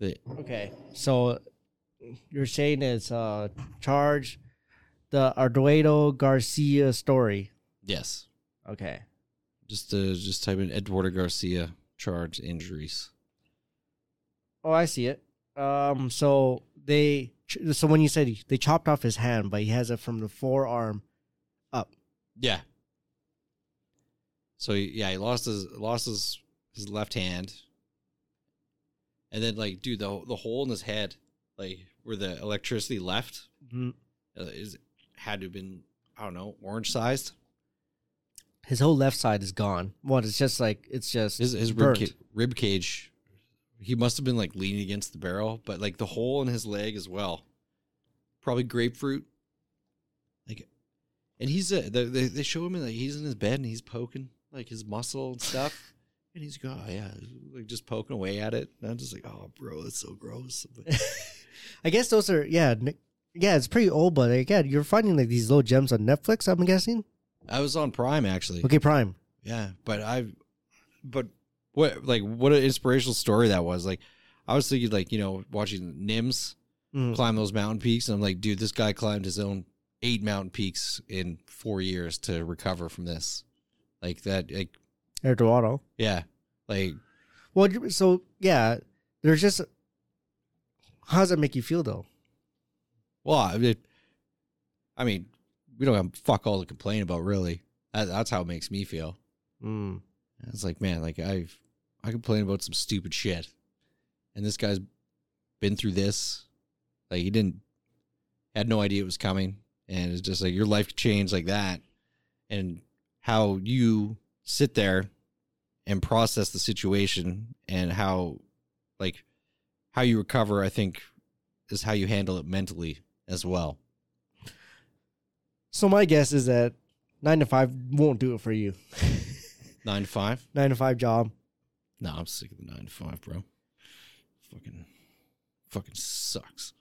B: the
A: Okay. So you're saying it's uh charge the Arduino Garcia story.
B: yes,
A: Okay.
B: just uh, just type in Eduardo Garcia charge injuries.
A: Oh, I see it. Um so they so when you said he- they chopped off his hand, but he has it from the forearm.
B: Yeah. So he- yeah, he lost his lost his his left hand, and then like dude, the the hole in his head like where the electricity left
A: Mhm.
B: uh, is had to have been I don't know orange sized.
A: His whole left side is gone. What? It's just like it's just
B: His his rib,
A: burnt.
B: ca- rib cage, he must have been like leaning against the barrel, but like the hole in his leg as well, probably grapefruit. Like, and he's a, they they they show him like he's in his bed and he's poking like his muscle and stuff. And he's going, oh, yeah, like just poking away at it. And I'm just like, oh, bro, that's so gross.
A: I guess those are yeah, n- yeah. It's pretty old, but again, you're finding like these little gems on Netflix. I'm guessing.
B: I was on Prime actually.
A: Okay, Prime.
B: Yeah, but I, but what like what an inspirational story that was. Like, I was thinking like you know watching Nims
A: Mm.
B: climb those mountain peaks, and I'm like, dude, this guy climbed his own eight mountain peaks in four years to recover from this. Like that, like
A: Eduardo.
B: yeah, like
A: Well, you- so yeah, there's just. How does that make you feel though?
B: well, I mean, I mean we don't have fuck all to complain about really. That, that's how it makes me feel. Hmm.
A: Mm.
B: It's like, man, like I've I complain about some stupid shit, and this guy's been through this. Like he didn't had no idea it was coming, and it's just like your life changed like that, and how you sit there and process the situation, and how like how you recover. I think is how you handle it mentally as well.
A: So my guess is that nine to five won't do it for you.
B: Nine to five?
A: Nine to five job.
B: No, I'm sick of the nine to five, bro. Fucking, fucking sucks.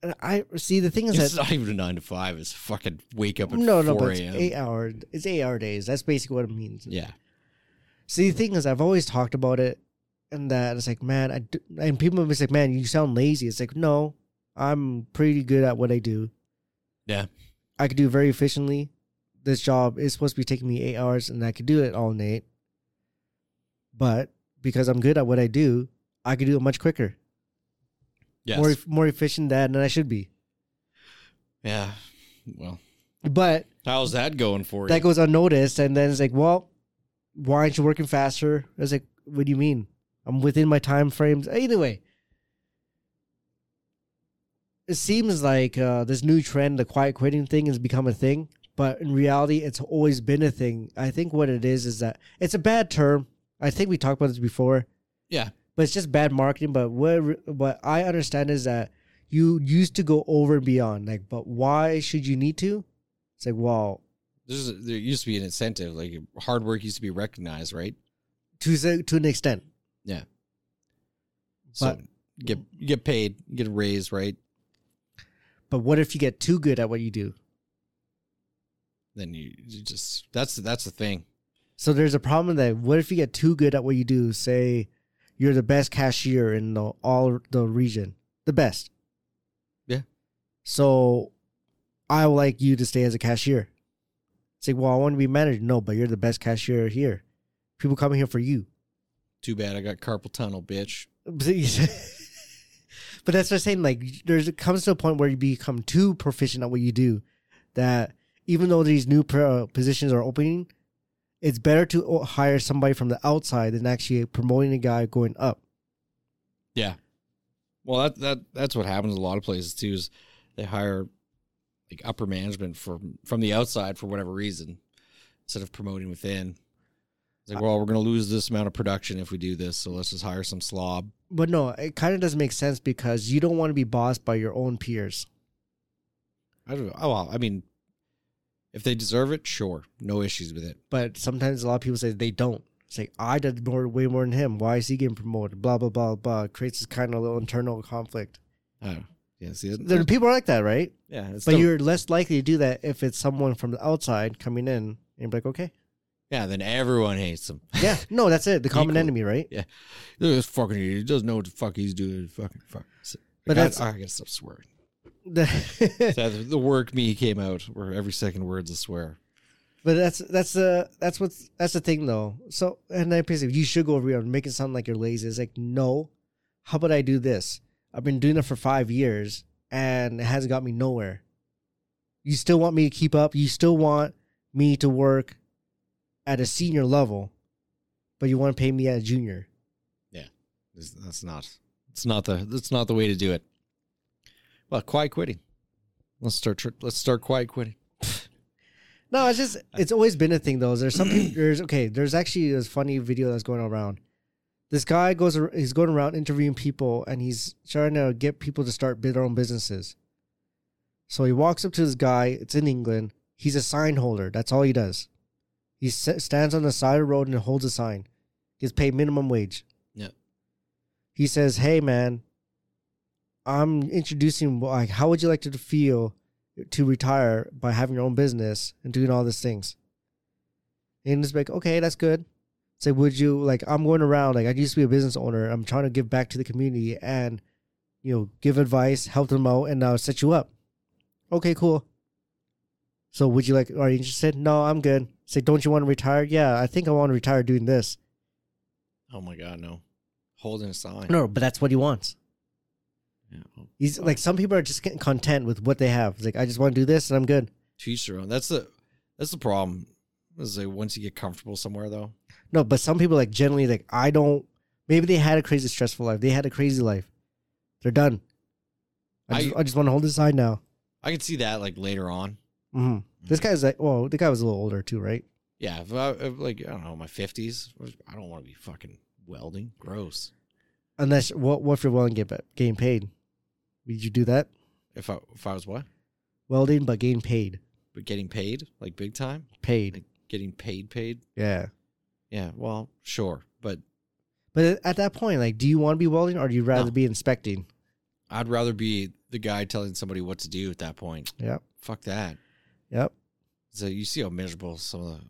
A: And I see the thing is
B: It's
A: that
B: not even a nine to five. It's fucking wake up at
A: no, no,
B: four
A: but it's
B: a.m.
A: eight hour. It's eight hour days. That's basically what it means.
B: Yeah,
A: See, the thing is, I've always talked about it, and that it's like, man, I do, and people are like, man, you sound lazy. It's like, no, I'm pretty good at what I do.
B: Yeah.
A: I could do it very efficiently. This job is supposed to be taking me eight hours, and I could do it all night. But because I'm good at what I do, I could do it much quicker,
B: yes,
A: more e, more efficient than than I should be.
B: yeah. Well,
A: But
B: how's that going for
A: that
B: you?
A: goes unnoticed, and then it's like, well, why aren't you working faster? I was like, what do you mean? I'm within my time frames. Either way, it seems like uh, this new trend, the quiet quitting thing, has become a thing. But in reality, it's always been a thing. I think what it is is that it's a bad term. I think we talked about this before.
B: Yeah.
A: but it's just bad marketing. But what what I understand is that you used to go over and beyond. Like, but why should you need to? It's like, well,
B: There's a, there used to be an incentive. Like hard work used to be recognized, right?
A: to s- to an extent.
B: So you get you get paid, you get a raise, right?
A: But what if you get too good at what you do?
B: Then you, you just that's that's the thing.
A: So there's a problem that what if you get too good at what you do? Say you're the best cashier in the, all the region, the best.
B: Yeah.
A: So I would like you to stay as a cashier. Say, well, I want to be manager. No, but you're the best cashier here. People coming here for you.
B: Too bad I got carpal tunnel, bitch.
A: but that's what I'm saying. Like, there's it comes to a point where you become too proficient at what you do, that even though these new pro- positions are opening, it's better to o- hire somebody from the outside than actually promoting a guy going up.
B: Well, that that that's what happens in a lot of places too. Is they hire like upper management from from the outside for whatever reason, instead of promoting within. It's like, well, we're gonna lose this amount of production if we do this, so let's just hire some slob.
A: But no, it kind of doesn't make sense because you don't want to be bossed by your own peers.
B: I don't. Oh, well, I mean, if they deserve it, sure, no issues with it.
A: But sometimes a lot of people say they don't. Say I did more, way more than him. Why is he getting promoted? Blah blah blah blah. Creates this kind of little internal conflict.
B: I don't. Yeah, see, it's-
A: There are people like that, right?
B: yeah, it's
A: But
B: still-
A: you're less likely to do that if it's someone from the outside coming in and you're like, okay.
B: yeah. Then everyone hates them.
A: Yeah. No, that's it. The common
B: Equal.
A: enemy, right?
B: This fucking idiot he doesn't know what the fuck he's doing. Fucking fuck.
A: But
B: I gotta-
A: that's-
B: I gotta stop swearing.
A: The-
B: So the work me came out where every second word's a swear.
A: but that's that's uh that's what's that's the thing though. So and I basically you should go over here and make it sound like you're lazy. It's like, no, how about I do this? I've been doing it for five years and it hasn't got me nowhere. You still want me to keep up, you still want me to work at a senior level, but you want to pay me at a junior.
B: It's- That's not. It's not the. That's not the way to do it. Well, quiet quitting. Let's start. tr- Let's start quiet quitting.
A: No, it's just it's always been a thing though. There's some peop- there's okay. There's actually this funny video that's going around. This guy goes ar- he's going around interviewing people and he's trying to get people to start their own businesses. So he walks up to this guy. It's in England. He's a sign holder. That's all he does. He sa- stands on the side of the road and holds a sign. He's paid minimum wage.
B: Yeah.
A: He says, "Hey man, I'm introducing. Like, how would you like to feel to retire by having your own business and doing all these things. And it's like, okay, that's good. Say, would you like? I'm going around like I used to be a business owner. I'm trying to give back to the community and, you know, give advice, help them out, and I'll set you up. Okay, cool. So, would you like? Are you interested? No, I'm good. Say, don't you want to retire? Yeah, I think I want to retire doing this.
B: Oh my God, no! Holding a sign.
A: No, but that's what he wants.
B: Yeah, well,
A: He's like, some people are just getting content with what they have. It's like, I just want to do this and I'm good.
B: to each their own. That's the that's the problem. Is like once you get comfortable somewhere, though,
A: No, but some people like generally like I don't. Maybe they had a crazy stressful life. They had a crazy life. They're done. I
B: I-
A: just, I, just want to hold this side now.
B: I can see that like later on.
A: hmm This guy's like, well, the guy was a little older too, right?
B: Yeah, if I, if, like I don't know, my fifties. I don't want to be fucking welding. Gross.
A: Unless what what if you're willing to get pa- getting paid? Would you do that?
B: If I if I was what,
A: Welding, but getting paid,
B: but getting paid like big time,
A: paid,
B: getting paid, paid.
A: yeah.
B: Yeah, well, sure, but
A: But at that point, like, do you want to be welding or do you rather
B: No.
A: be inspecting?
B: I'd rather be the guy telling somebody what to do at that point.
A: Yep,
B: Fuck that.
A: yep.
B: So you see how miserable some of the,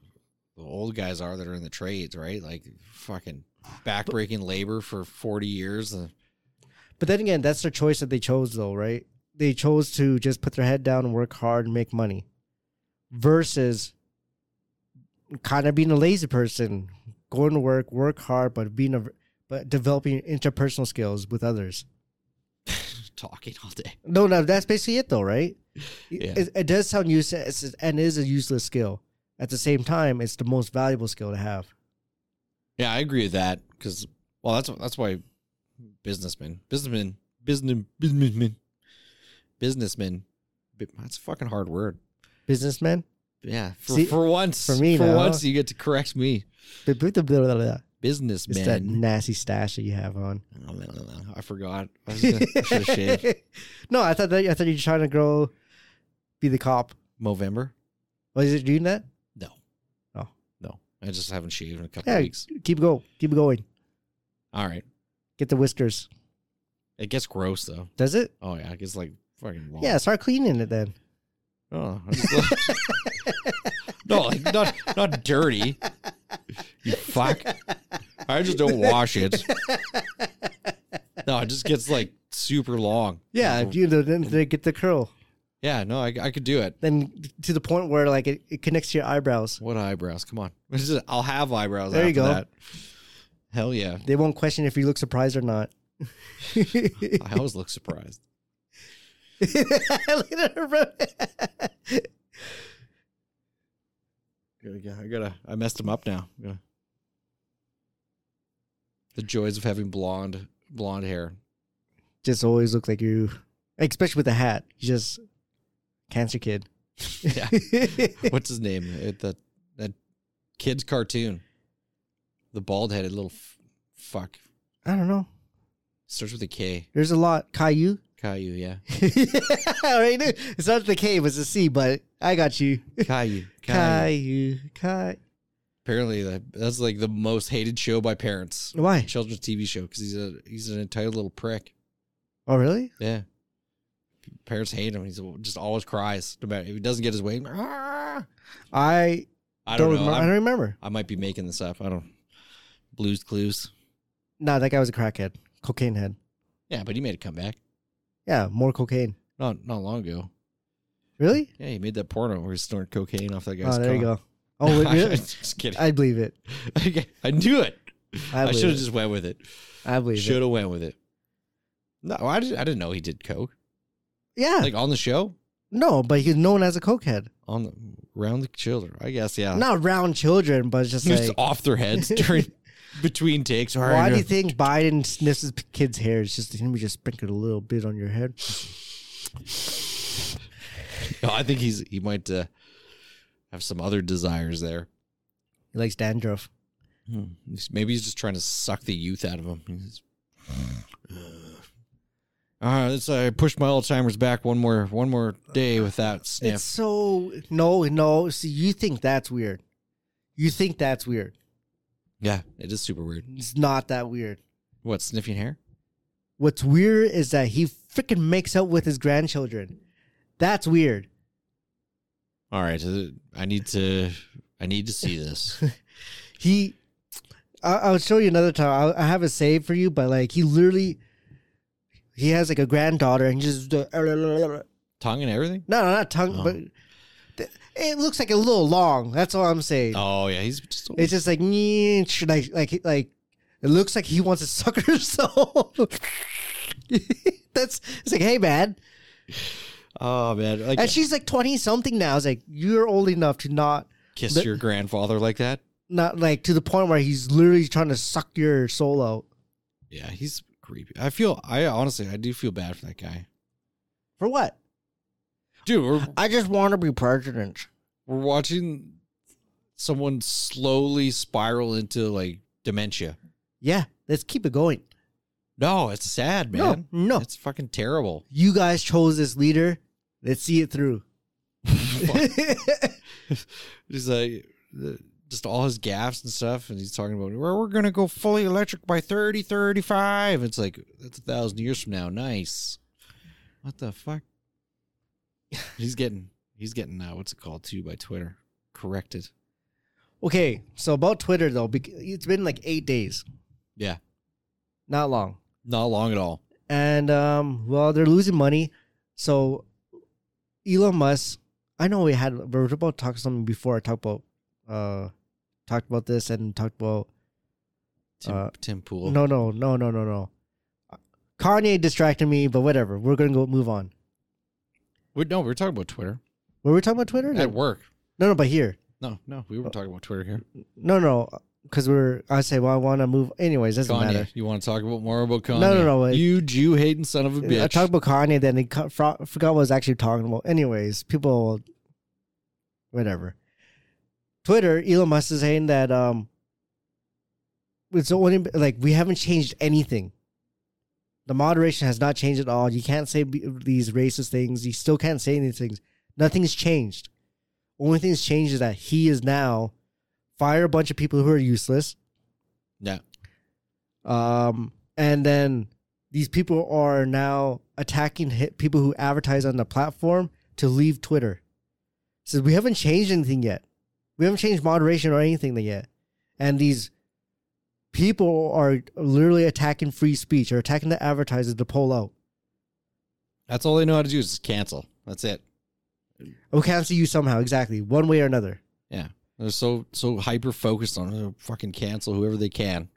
B: the old guys are that are in the trades, right? Like fucking backbreaking labor for forty years. Uh,
A: But then again, that's their choice that they chose, though, right? They chose to just put their head down and work hard and make money versus kind of being a lazy person, going to work, work hard, but being a but developing interpersonal skills with others.
B: talking all day.
A: No, no, that's basically it, though, right?
B: Yeah.
A: It, it does sound useless and is a useless skill. At the same time, it's the most valuable skill to have.
B: Yeah, I agree with that because well, that's that's why businessmen, businessmen, business businessmen, businessmen. bi- That's a fucking hard word.
A: Businessman,
B: Yeah, for,
A: See,
B: for once,
A: for me
B: for
A: now-
B: once, you get to correct me,
A: it's that
B: businessman.
A: nasty stash that you have on.
B: I forgot. I was gonna, I should've shaved.
A: no, I thought that I thought you were trying to grow, be the cop.
B: Movember?
A: Was it doing that?
B: No.
A: Oh.
B: no, I just haven't shaved in a couple
A: Yeah,
B: weeks.
A: keep go, keep going.
B: All right,
A: Get the whiskers.
B: it gets gross though.
A: Does it?
B: Oh yeah, it gets like fucking long.
A: Yeah, start cleaning it then.
B: Oh, I just- no, like not not dirty. You fuck. I just don't wash it. No, it just gets like super long.
A: Yeah,
B: Like,
A: you know, then they get the curl.
B: yeah. No, I, I could do it.
A: Then to the point where like it, it connects to your eyebrows.
B: What eyebrows? Come on. This is- I'll have eyebrows.
A: There you
B: after
A: go.
B: That. Hell yeah.
A: They won't question if you look surprised or not. look
B: I always look surprised.
A: at her bro.
B: Gotta go- I gotta. I messed him up now. Gotta- The joys of having blonde blonde hair.
A: just always look like you, especially with the hat. You just cancer kid.
B: Yeah. What's his name? It, that that kid's cartoon. The bald headed little f- fuck
A: I don't know.
B: starts with a K.
A: There's a lot. Caillou.
B: Caillou, yeah.
A: I already knew. It's not the K, but it's the C, but I got you.
B: Caillou. Caillou.
A: Caillou. Caillou.
B: Apparently, that, that's like the most hated show by parents.
A: Why?
B: Children's TV show because he's a he's an entitled little prick.
A: Oh, really?
B: Yeah. Parents hate him. He's just always cries. No matter if he doesn't get his way. "Ah."
A: I
B: I
A: don't,
B: don't, know.
A: remember. I
B: I'm-
A: don't remember.
B: I might be making this up. I don't. Blues Clues.
A: No, that guy was a crackhead, cocaine head.
B: Yeah, but he made a comeback
A: Yeah, more cocaine.
B: not not long ago.
A: Really?
B: Yeah, he made that porno where he's snorting cocaine off that guy's.
A: Oh, there you
B: cock.
A: go. Oh, wait, really?
B: just kidding. I,
A: I believe it.
B: knew it.
A: I
B: I,
A: believe
B: should
A: it.
B: have just went with it.
A: I believe it.
B: Should have went with it. No, I didn't. I didn't know he did coke.
A: Yeah.
B: Like on the show,
A: no, but he's known as a cokehead.
B: on the around the children. I guess yeah.
A: Not round children, but it's just
B: he was
A: like.
B: off their heads during between takes. All
A: Why
B: right,
A: do you think Biden sniffs his kids' hair? It's just let me just sprinkle a little bit on your head.
B: No, I think he's he might uh, have some other desires there.
A: He likes dandruff.
B: Hmm. He's- Maybe he's just trying to suck the youth out of him. He's- All right, let's uh, push my Alzheimer's back one more one more day without sniff.
A: It's so no, no. See, you think that's weird. You think that's weird.
B: yeah, it is super weird.
A: It's not that weird.
B: What sniffing hair?
A: What's weird is that he freaking makes out with his grandchildren. That's weird.
B: All right, uh, I need to I need to see this.
A: He, I, I'll show you another time. I'll, I have a save for you, but like he literally, he has like a granddaughter and just do- no,
B: Tongue and everything.
A: no, not tongue,
B: Oh.
A: but th- it looks like a little long. That's all I'm saying.
B: Oh yeah, he's just
A: It's just like "Nyeh," like like like it looks like he wants to suck her soul. That's it's like, hey man,
B: oh man, like
A: and she's like twenty something now. It's like you're old enough to not
B: kiss
A: the-
B: your grandfather like that.
A: not like to the point where he's literally trying to suck your soul out
B: Yeah, he's creepy. I feel I honestly I do feel bad for that guy.
A: for what?
B: Dude, we're
A: I just want to be president.
B: we're watching someone slowly spiral into like dementia.
A: Yeah, let's keep it going.
B: No, it's sad, man.
A: No, no,
B: It's fucking terrible.
A: you guys chose this leader. Let's see it through.
B: He's like the- just all his gaffes and stuff, and he's talking about well, we're gonna go fully electric by 30, 35. It's like that's a thousand years from now. Nice. What the fuck? he's getting he's getting uh, what's it called too by Twitter. Corrected.
A: okay, so about Twitter though, bec- it's been like eight days,
B: Yeah.
A: not long.
B: Not long at all.
A: and um, well, they're losing money. So Elon Musk, I know we had we were about to talk something before. I talked about uh, talked about this and talked about
B: Tim,
A: Uh,
B: Tim Pool.
A: no, no, no, no, no, no. Kanye distracted me, but whatever. We're gonna go move on.
B: Wait, no, we were talking about Twitter
A: Were we talking about Twitter?
B: at work.
A: No, no, but here,
B: No, no, we were talking about Twitter here.
A: no, no, because we're. I say, well, I want to move. Anyways, doesn't
B: Kanye,
A: matter.
B: you want to talk about more about Kanye?
A: no, no, wait.
B: you Jew hating son of a bitch.
A: Uh, I talked about Kanye, then I co- fro- forgot what I was actually talking about. Anyways, people, whatever. Twitter, Elon Musk is saying that um, it's only like we haven't changed anything. The moderation has not changed at all. You can't say b- these racist things. You still can't say these things. Nothing's changed. Only thing that's changed is that he is now fire a bunch of people who are useless.
B: yeah,
A: Um, and then these people are now attacking hit people who advertise on the platform to leave Twitter. Says we haven't changed anything yet. We haven't changed moderation or anything yet. And these people are literally attacking free speech or attacking the advertisers to pull out.
B: that's all they know how to do is just cancel. That's it.
A: Oh, cancel you somehow, exactly, one way or another.
B: Yeah, they're so so hyper focused on uh, fucking cancel whoever they can.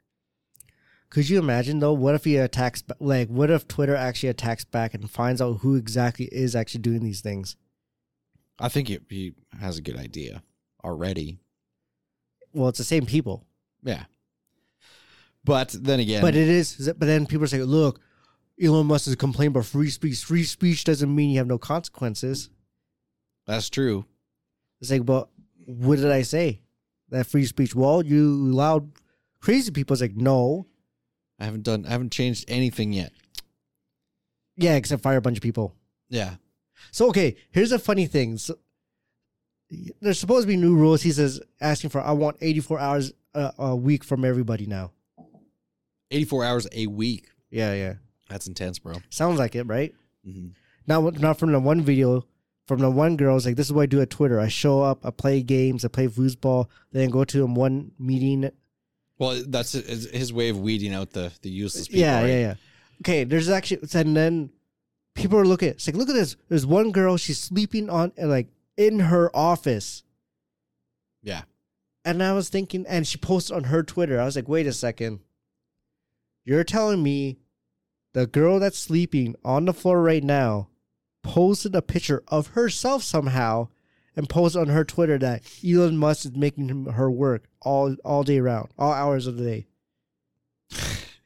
A: Could you imagine though? What if he attacks? ba- Like, what if Twitter actually attacks back and finds out who exactly is actually doing these things?
B: I think he, he has a good idea already.
A: Well, it's the same people.
B: Yeah, but then again,
A: But it is. is it- But then people say, "Look, Elon Musk is complaining about free speech. Free speech doesn't mean you have no consequences."
B: that's true.
A: It's like, but what did I say? That free speech? Well, you allowed crazy people. It's like, no,
B: I haven't done. I haven't changed anything yet.
A: yeah, except fire a bunch of people.
B: Yeah,
A: So okay, here's a funny thing. So, there's supposed to be new rules. He says asking for I want 84 hours a, a week from everybody now.
B: eighty four hours a week.
A: Yeah, yeah.
B: That's intense, bro.
A: Sounds like it, right?
B: hmm
A: not not from the one video from the one girl. It's like this is what I do at Twitter. I show up, I play games, I play foosball, then go to one meeting.
B: Well, that's his his way of weeding out the the useless people.
A: yeah,
B: right?
A: yeah, yeah. Okay, there's actually and then people are looking. It's like look at this. There's one girl. She's sleeping on uh, like in her office.
B: Yeah.
A: And I was thinking, and she posted on her Twitter. I was like, wait a second. You're telling me the girl that's sleeping on the floor right now posted a picture of herself somehow and posted on her Twitter that Elon Musk is making him, her work all all day round, all hours of the day.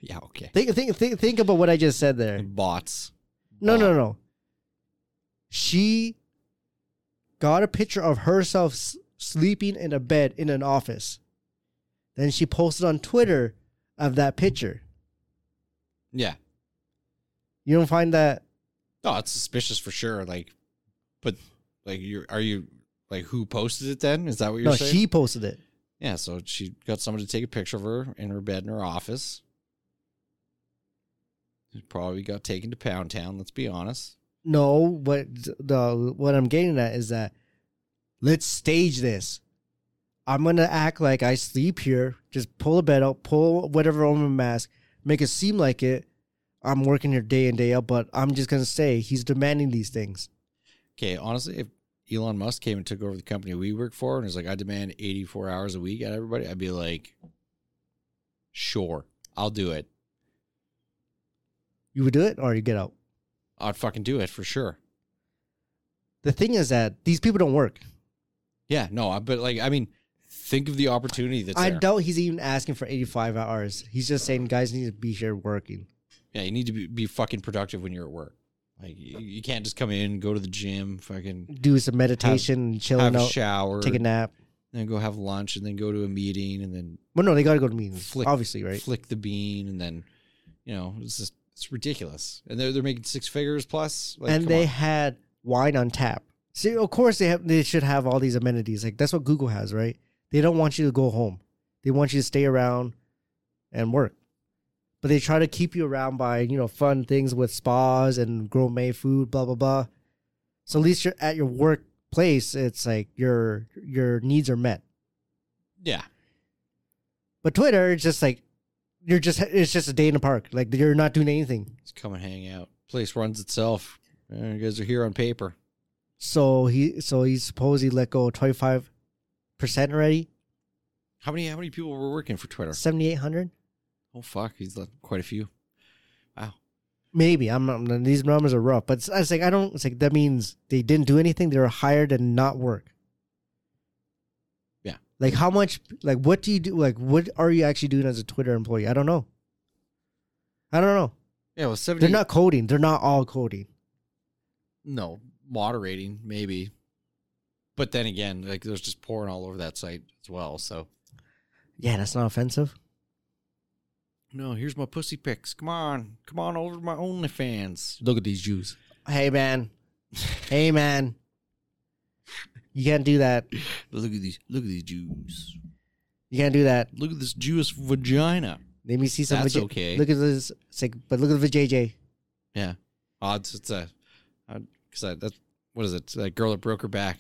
B: Yeah, okay.
A: Think think think, think about what I just said there.
B: Bots.
A: No,
B: Bot.
A: no, no. she got a picture of herself s- sleeping in a bed in an office. Then she posted on Twitter of that picture.
B: Yeah.
A: You don't find that
B: No, it's suspicious for sure. Like, but like, you are you like who posted it? Then is that what you're
A: no,
B: saying?
A: she posted it.
B: yeah. So she got someone to take a picture of her in her bed in her office. It probably got taken to Pound Town. Let's be honest.
A: No, what the what I'm getting at is that let's stage this. I'm gonna act like I sleep here. Just pull a bed out, pull whatever over my mask, make it seem like it. I'm working here day in day out, but I'm just gonna say he's demanding these things.
B: Okay, honestly, if Elon Musk came and took over the company we work for and was like, I demand 84 hours a week at everybody, I'd be like, sure, I'll do it.
A: You would do it, or you get out.
B: I'd fucking do it for sure.
A: The thing is that these people don't work.
B: Yeah, no, I, but like, I mean, think of the opportunity that's
A: I
B: there.
A: doubt he's even asking for 85 hours. He's just saying guys need to be here working.
B: Yeah, you need to be, be fucking productive when you're at work. Like, you, you can't just come in, go to the gym, fucking
A: Do some meditation,
B: have
A: chilling
B: a
A: out,
B: shower,
A: take a nap.
B: then go have lunch, and then go to a meeting, and then
A: Well, no, they gotta go to meetings,
B: Flick-
A: obviously, right?
B: flick the bean, and then, you know, it's just, it's ridiculous. And they're, they're making six figures plus. Like,
A: and
B: come
A: they
B: on.
A: had wine on tap. See, of course they have. They should have all these amenities. Like that's what Google has, right? They don't want you to go home. They want you to stay around and work. But they try to keep you around by you know fun things with spas and gourmet food, blah blah blah. So at least you're at your workplace. It's like your your needs are met.
B: Yeah.
A: But Twitter, it's just like you're just it's just a day in the park. Like you're not doing anything.
B: Just come and hang out. Place runs itself. Uh, You guys are here on paper.
A: So he so he supposedly let go twenty five percent already.
B: How many how many people were working for Twitter?
A: 7,800?
B: Oh fuck, he's left quite a few. Wow.
A: Maybe. I'm, I'm- these numbers are rough, but it's, it's like, I don't, it's like that means they didn't do anything. They were hired and not work.
B: Yeah.
A: Like, how much, like, what do you do? Like, what are you actually doing as a Twitter employee? I don't know. I don't know.
B: Yeah, well, seventy.
A: They're not coding. They're not all coding.
B: no moderating maybe, but then again, like there's just porn all over that site as well. So
A: Yeah, that's not offensive.
B: no, here's my pussy pics. Come on, come on over to my OnlyFans. Look at these Jews.
A: Hey, man. hey, man. You can't do that.
B: Look at these. Look at these Jews.
A: You can't do that.
B: Look at this Jewish vagina.
A: Let me see some.
B: That's
A: vajay-
B: okay.
A: Look at this. It's like, but look at the JJ.
B: Yeah. Odds. It's a, uh, because I that's, what is it? It's That girl that broke her back.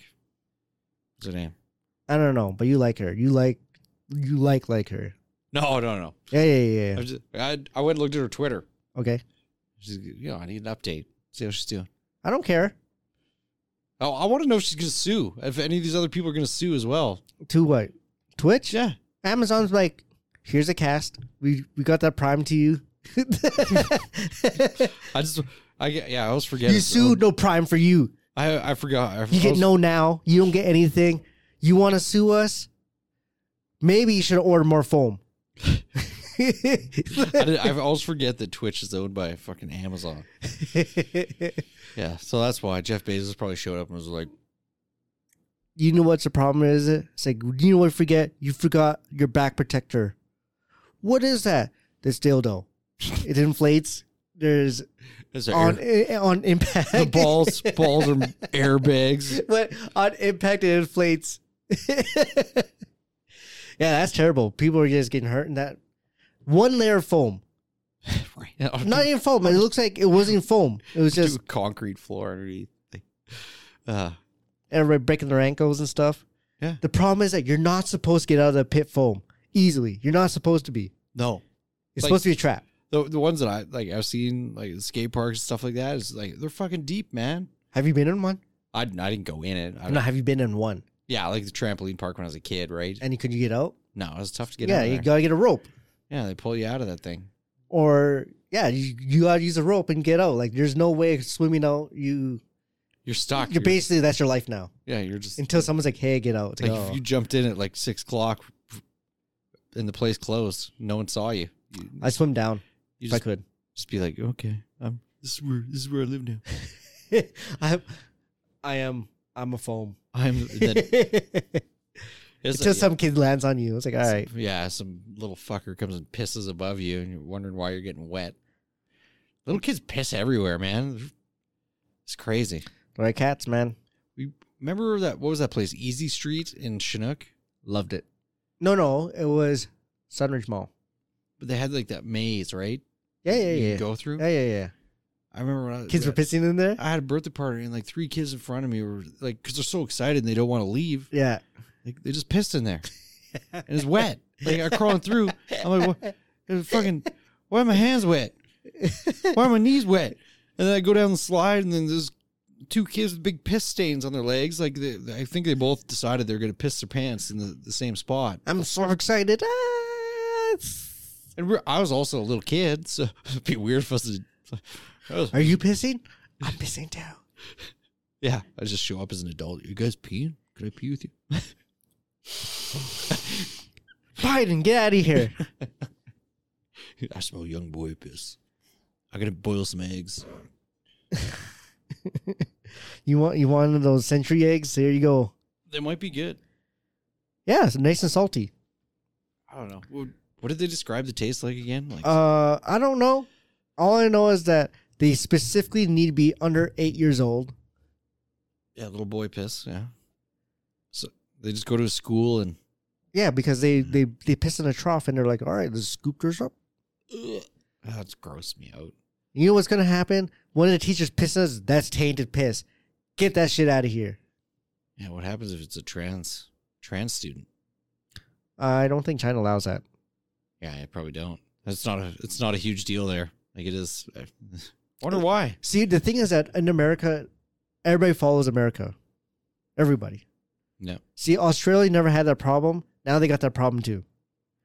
B: What's her name?
A: I don't know, but you like her. You like, you like like her.
B: No, no, no.
A: Yeah, yeah, yeah.
B: I,
A: yeah.
B: was just, I, I went and looked at her Twitter.
A: Okay,
B: She's, you know, I need an update. See how she's doing.
A: I don't care.
B: Oh, I want to know if she's going to sue. If any of these other people are going to sue as well.
A: To what? Twitch?
B: Yeah.
A: Amazon's like, here's a cast. We we got that Prime to you.
B: I just, I get, yeah, I always forget.
A: you
B: It's-
A: sued no Prime for you.
B: I, I forgot. I,
A: You
B: I
A: get
B: was-
A: no now. You don't get anything. You want to sue us? Maybe you should order more foam.
B: I, did, I always forget that Twitch is owned by fucking Amazon. Yeah. So that's why Jeff Bezos probably showed up and was like,
A: you know what's the problem is it? It's like you know what I forget? You forgot your back protector. What is that? This dildo. It inflates. There's
B: is there
A: on
B: air-
A: eh, on impact.
B: the balls, balls are airbags.
A: but on impact it inflates. yeah, that's terrible. People are just getting hurt in that one layer of foam.
B: Right.
A: Not even foam. It looks like it wasn't foam. It was just
B: do a concrete floor underneath. Like, uh,
A: everybody breaking their ankles and stuff.
B: Yeah.
A: The problem is that you're not supposed to get out of the pit foam easily. You're not supposed to be.
B: no,
A: It's
B: Like-
A: supposed to be a trap.
B: the the ones that I like, I've seen like the skate parks and stuff like that. Is like they're fucking deep, man.
A: Have you been in one?
B: I, I didn't go in it. I,
A: No, have you been in one?
B: yeah, like the trampoline park when I was a kid, right?
A: And you- could you get out?
B: No, it was tough to get.
A: yeah,
B: out of
A: you
B: there.
A: gotta get a rope,
B: yeah, they pull you out of that thing.
A: or yeah, you, you gotta use a rope and get out. Like there's no way of swimming out. You
B: You're stuck.
A: you're basically that's your life now
B: yeah, you're just
A: until someone's like, "Hey, get out." It's
B: like
A: Like,
B: if
A: oh.
B: you jumped in at like six o'clock, and the place closed, no one saw you. You,
A: I swim down
B: you
A: if I
B: just,
A: could.
B: just be like, okay, I'm this is where this is where I live now.
A: I I am. I'm a foam.
B: I'm then
A: Until
B: it's
A: some kid lands on you. It's like, all right.
B: Yeah, some little fucker comes and pisses above you, and you're wondering why you're getting wet. Little kids piss everywhere, man. It's crazy.
A: Right, cats, man.
B: We remember that. What was that place? Easy Street in Chinook.
A: Loved it. No, no, it was Sunridge Mall.
B: But they had like that maze, right?
A: Yeah, yeah,
B: You could
A: yeah.
B: Go through.
A: Yeah, yeah, yeah.
B: I remember when I,
A: Kids were pissing in there.
B: I had a birthday party, and like three kids in front of me were like, because they're so excited and they don't want to leave.
A: Yeah.
B: Like, they just pissed in there, and it's wet. Like I'm crawling through. I'm like, what? It's fucking. Why are my hands wet? Why are my knees wet? And then I go down the slide, and then there's two kids with big piss stains on their legs. Like they, I think they both decided they're gonna piss their pants in the, the same spot.
A: I'm so excited. Ah, it's-
B: And we're, I was also a little kid, so it'd be weird for us to. I was-
A: Are you pissing? I'm pissing too.
B: yeah, I just show up as an adult. You guys peeing? Could I pee with you?
A: Biden, get out of here.
B: I smell young boy piss. I gotta boil some eggs.
A: you want you want one of those century eggs? There you go.
B: They might be good.
A: Yeah, it's nice and salty.
B: I don't know. What, what did they describe the taste like again? Like
A: Uh, I don't know. All I know is that they specifically need to be under eight years old.
B: yeah, little boy piss. Yeah. So they just go to a school and
A: Yeah, because they they they piss in a trough and they're like, all right, let's scoop this up.
B: Ugh. that's grossed Ah, me out.
A: You know what's gonna happen? One of the teachers pisses us. That's tainted piss. Get that shit out of here.
B: Yeah, what happens if it's a trans trans student?
A: I don't think China allows that.
B: Yeah, I probably don't. That's not a it's not a huge deal there. Like it is. I wonder why.
A: See, the thing is that in America, everybody follows America. Everybody.
B: No,
A: See, Australia never had that problem. Now they got that problem too.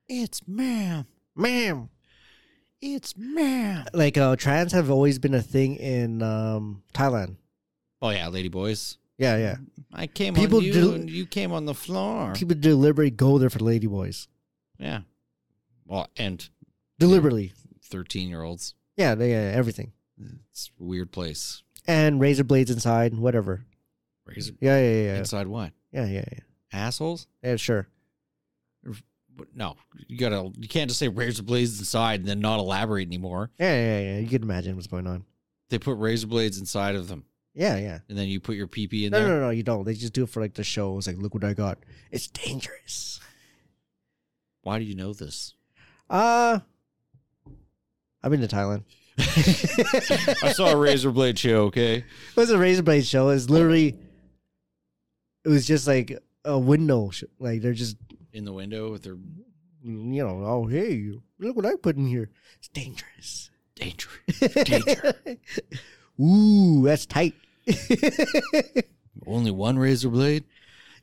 B: it's ma'am.
A: Ma'am.
B: It's ma'am.
A: Like uh, trans have always been a thing in um, Thailand.
B: Oh yeah, lady boys.
A: Yeah, yeah.
B: I came
A: People
B: on you,
A: do-
B: and you came on the floor.
A: People deliberately go there for ladyboys.
B: yeah. Well, and
A: Deliberately.
B: thirteen year olds.
A: Yeah, they yeah, everything.
B: It's a weird place.
A: And razor blades inside, whatever.
B: Razor
A: Yeah, yeah, yeah.
B: inside what?
A: Yeah, yeah, yeah.
B: Assholes?
A: Yeah, sure.
B: But no, you gotta. You can't just say razor blades inside and then not elaborate anymore.
A: Yeah, yeah, yeah. You can imagine what's going on.
B: They put razor blades inside of them,
A: Yeah, yeah.
B: and then you put your pee pee in
A: No,
B: there.
A: no, no, you don't. They just do it for like the show. It's like, look what I got. It's dangerous.
B: Why do you know this?
A: Uh I've been to Thailand.
B: I saw a razor blade show. Okay,
A: It was a razor blade show. It was literally, it was just like a window. Sh- like they're just,
B: in the window with their
A: you know, oh hey, look what I put in here. It's dangerous.
B: danger.
A: Danger. Ooh, that's tight. it
B: Only one razor blade.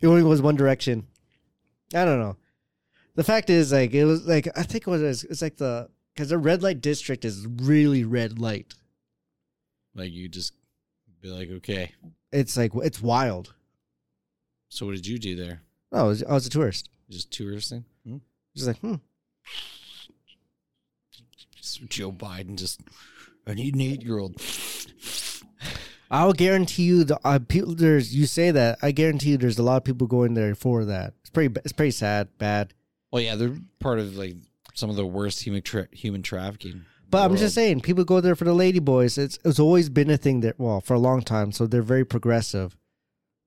A: only was one direction. I don't know. The fact is, like it was like I think it was it's like the because the red light district is really red light.
B: Like you just be like, okay.
A: It's like it's wild.
B: So what did you do there?
A: Oh, I was, I was a tourist.
B: Just touristing? Hmm?
A: Just like hmm.
B: Just Joe Biden just. I need an eight year old.
A: I'll guarantee you the uh, people. There's you say that. I guarantee you there's a lot of people going there for that. It's pretty. It's pretty sad, bad.
B: Well, yeah, they're part of like some of the worst human tra- human trafficking. in
A: But
B: the
A: I'm
B: world.
A: just saying, people go there for the lady boys. It's it's always been a thing that well for a long time. So they're very progressive,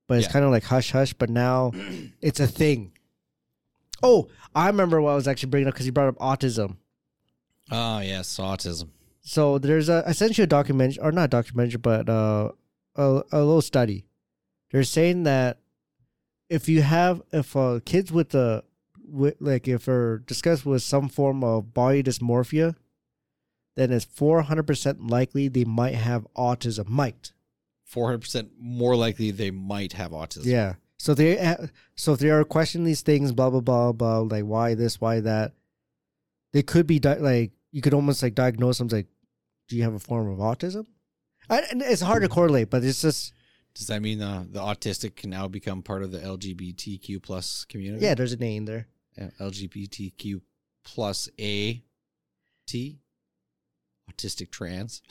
A: but it's
B: Yeah.
A: kind of like hush hush. But now it's a thing. Oh, I remember what I was actually bringing up because you brought up autism.
B: Oh yes, autism.
A: So there's a essentially a documentary or not documentary, but uh, a a little study. They're saying that if you have if uh, kids with the with, like if are discussed with some form of body dysmorphia, then it's four hundred percent likely they might have autism. Might
B: Four hundred percent more likely they might have autism.
A: yeah. So they ha- so if they are questioning these things, blah blah blah blah, like why this, why that. They could be di- like you could almost like diagnose them like, do you have a form of autism? I, and it's hard to correlate, but it's just
B: Does that mean uh, the autistic can now become part of the LGBTQ plus community?
A: yeah, there's a name there.
B: Uh, LGBTQ plus A T autistic trans.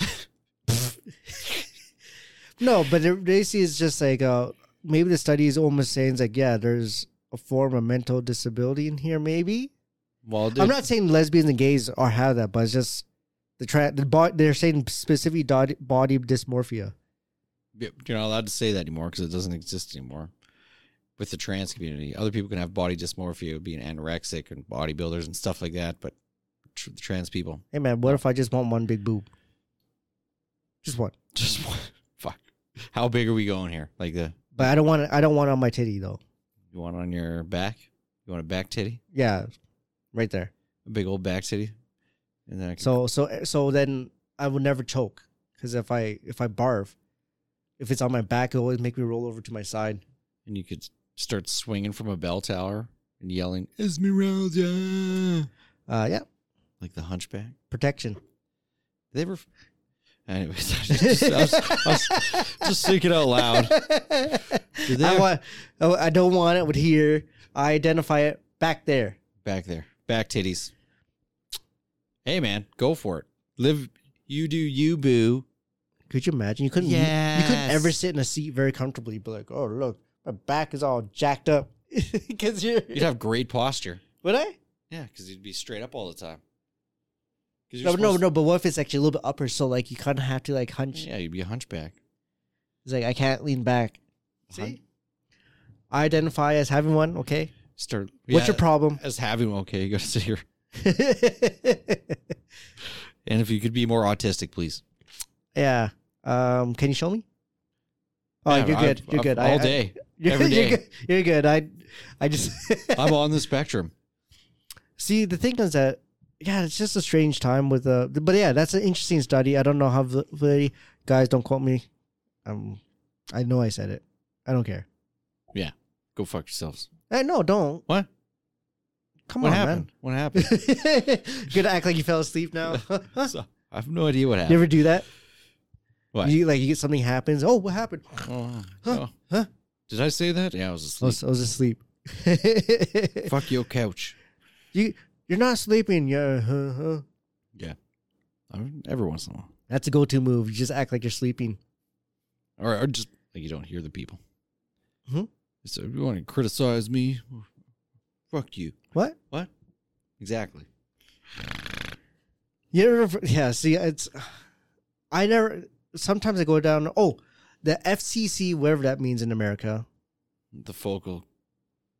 A: No, but it basically is just like uh, maybe the study is almost saying like, yeah, there's a form of mental disability in here. Maybe
B: Well, dude,
A: I'm not saying lesbians and gays are have that, but it's just the tra- the bo- they're saying specific do- body dysmorphia.
B: you're not allowed to say that anymore because it doesn't exist anymore. With the trans community, other people can have body dysmorphia, being anorexic and bodybuilders and stuff like that. But tr- trans people,
A: Hey man, what if I just want one big boob? Just one,
B: just fuck. How big are we going here? Like the
A: but I don't want it. I don't want it on my titty though.
B: you want it on your back? You want a back titty?
A: Yeah, right there.
B: A big old back titty? And then I can,
A: So so so then I would never choke because if I if I barf, if it's on my back, it always make me roll over to my side.
B: and you could start swinging from a bell tower and yelling Esmeralda
A: Uh, yeah,
B: like the Hunchback.
A: protection.
B: They ever? Anyways, I was just, I was, I was just thinking out loud. Did they
A: I
B: ever-
A: want. oh, I don't want it with here. I identify it back there.
B: back there, back titties. Hey man, go for it. Live, you do you boo.
A: Could you imagine? You couldn't. You couldn't ever
B: Yes.
A: sit in a seat very comfortably. Be like, oh look, my back is all jacked up because you're.
B: You'd have great posture.
A: Would I?
B: Yeah, because you'd be straight up all the time. 'Cause
A: No,
B: you're
A: no,
B: supposed-
A: no. But what if it's actually a little bit upper? So like you kind of have to like hunch.
B: Yeah, you'd be a hunchback.
A: It's like I can't lean back.
B: See?
A: I identify as having one. Okay.
B: Start.
A: What's
B: yeah,
A: your problem?
B: As having okay, you got to sit here. And if you could be more autistic, please.
A: yeah. Um. Can you show me? Oh,
B: Yeah,
A: you're good.
B: I've-
A: you're
B: I've-
A: good. I-
B: All
A: I-
B: day.
A: you're,
B: every day.
A: You're good. You're good. I, I just
B: I'm on the spectrum.
A: see the thing is that yeah, it's just a strange time with uh, but yeah, that's an interesting study. I don't know how v- very guys don't quote me. Um, I know I said it. I don't care.
B: Go fuck yourselves.
A: Hey, no, don't.
B: What?
A: Come
B: what
A: on,
B: happened? What happened?
A: man. Gonna act like you fell asleep now. Huh?
B: So, I have no idea what
A: you
B: happened.
A: ever do that?
B: What?
A: You like you get something happens. Oh, what happened?
B: Oh,
A: Huh?
B: oh.
A: Huh?
B: Did I say that? Yeah, I was
A: I
B: asleep.
A: was, I was asleep.
B: Fuck your couch.
A: you you're not sleeping. Yeah. huh, huh.
B: I mean, every once in a while,
A: That's a go-to move. You just act like you're sleeping.
B: or, or just like you don't hear the people.
A: Mhm.
B: So if you want to criticize me, fuck you.
A: What?
B: What? Exactly.
A: You ever, yeah, see, it's. I never. Sometimes I go down. Oh, the FCC, whatever that means in America.
B: The focal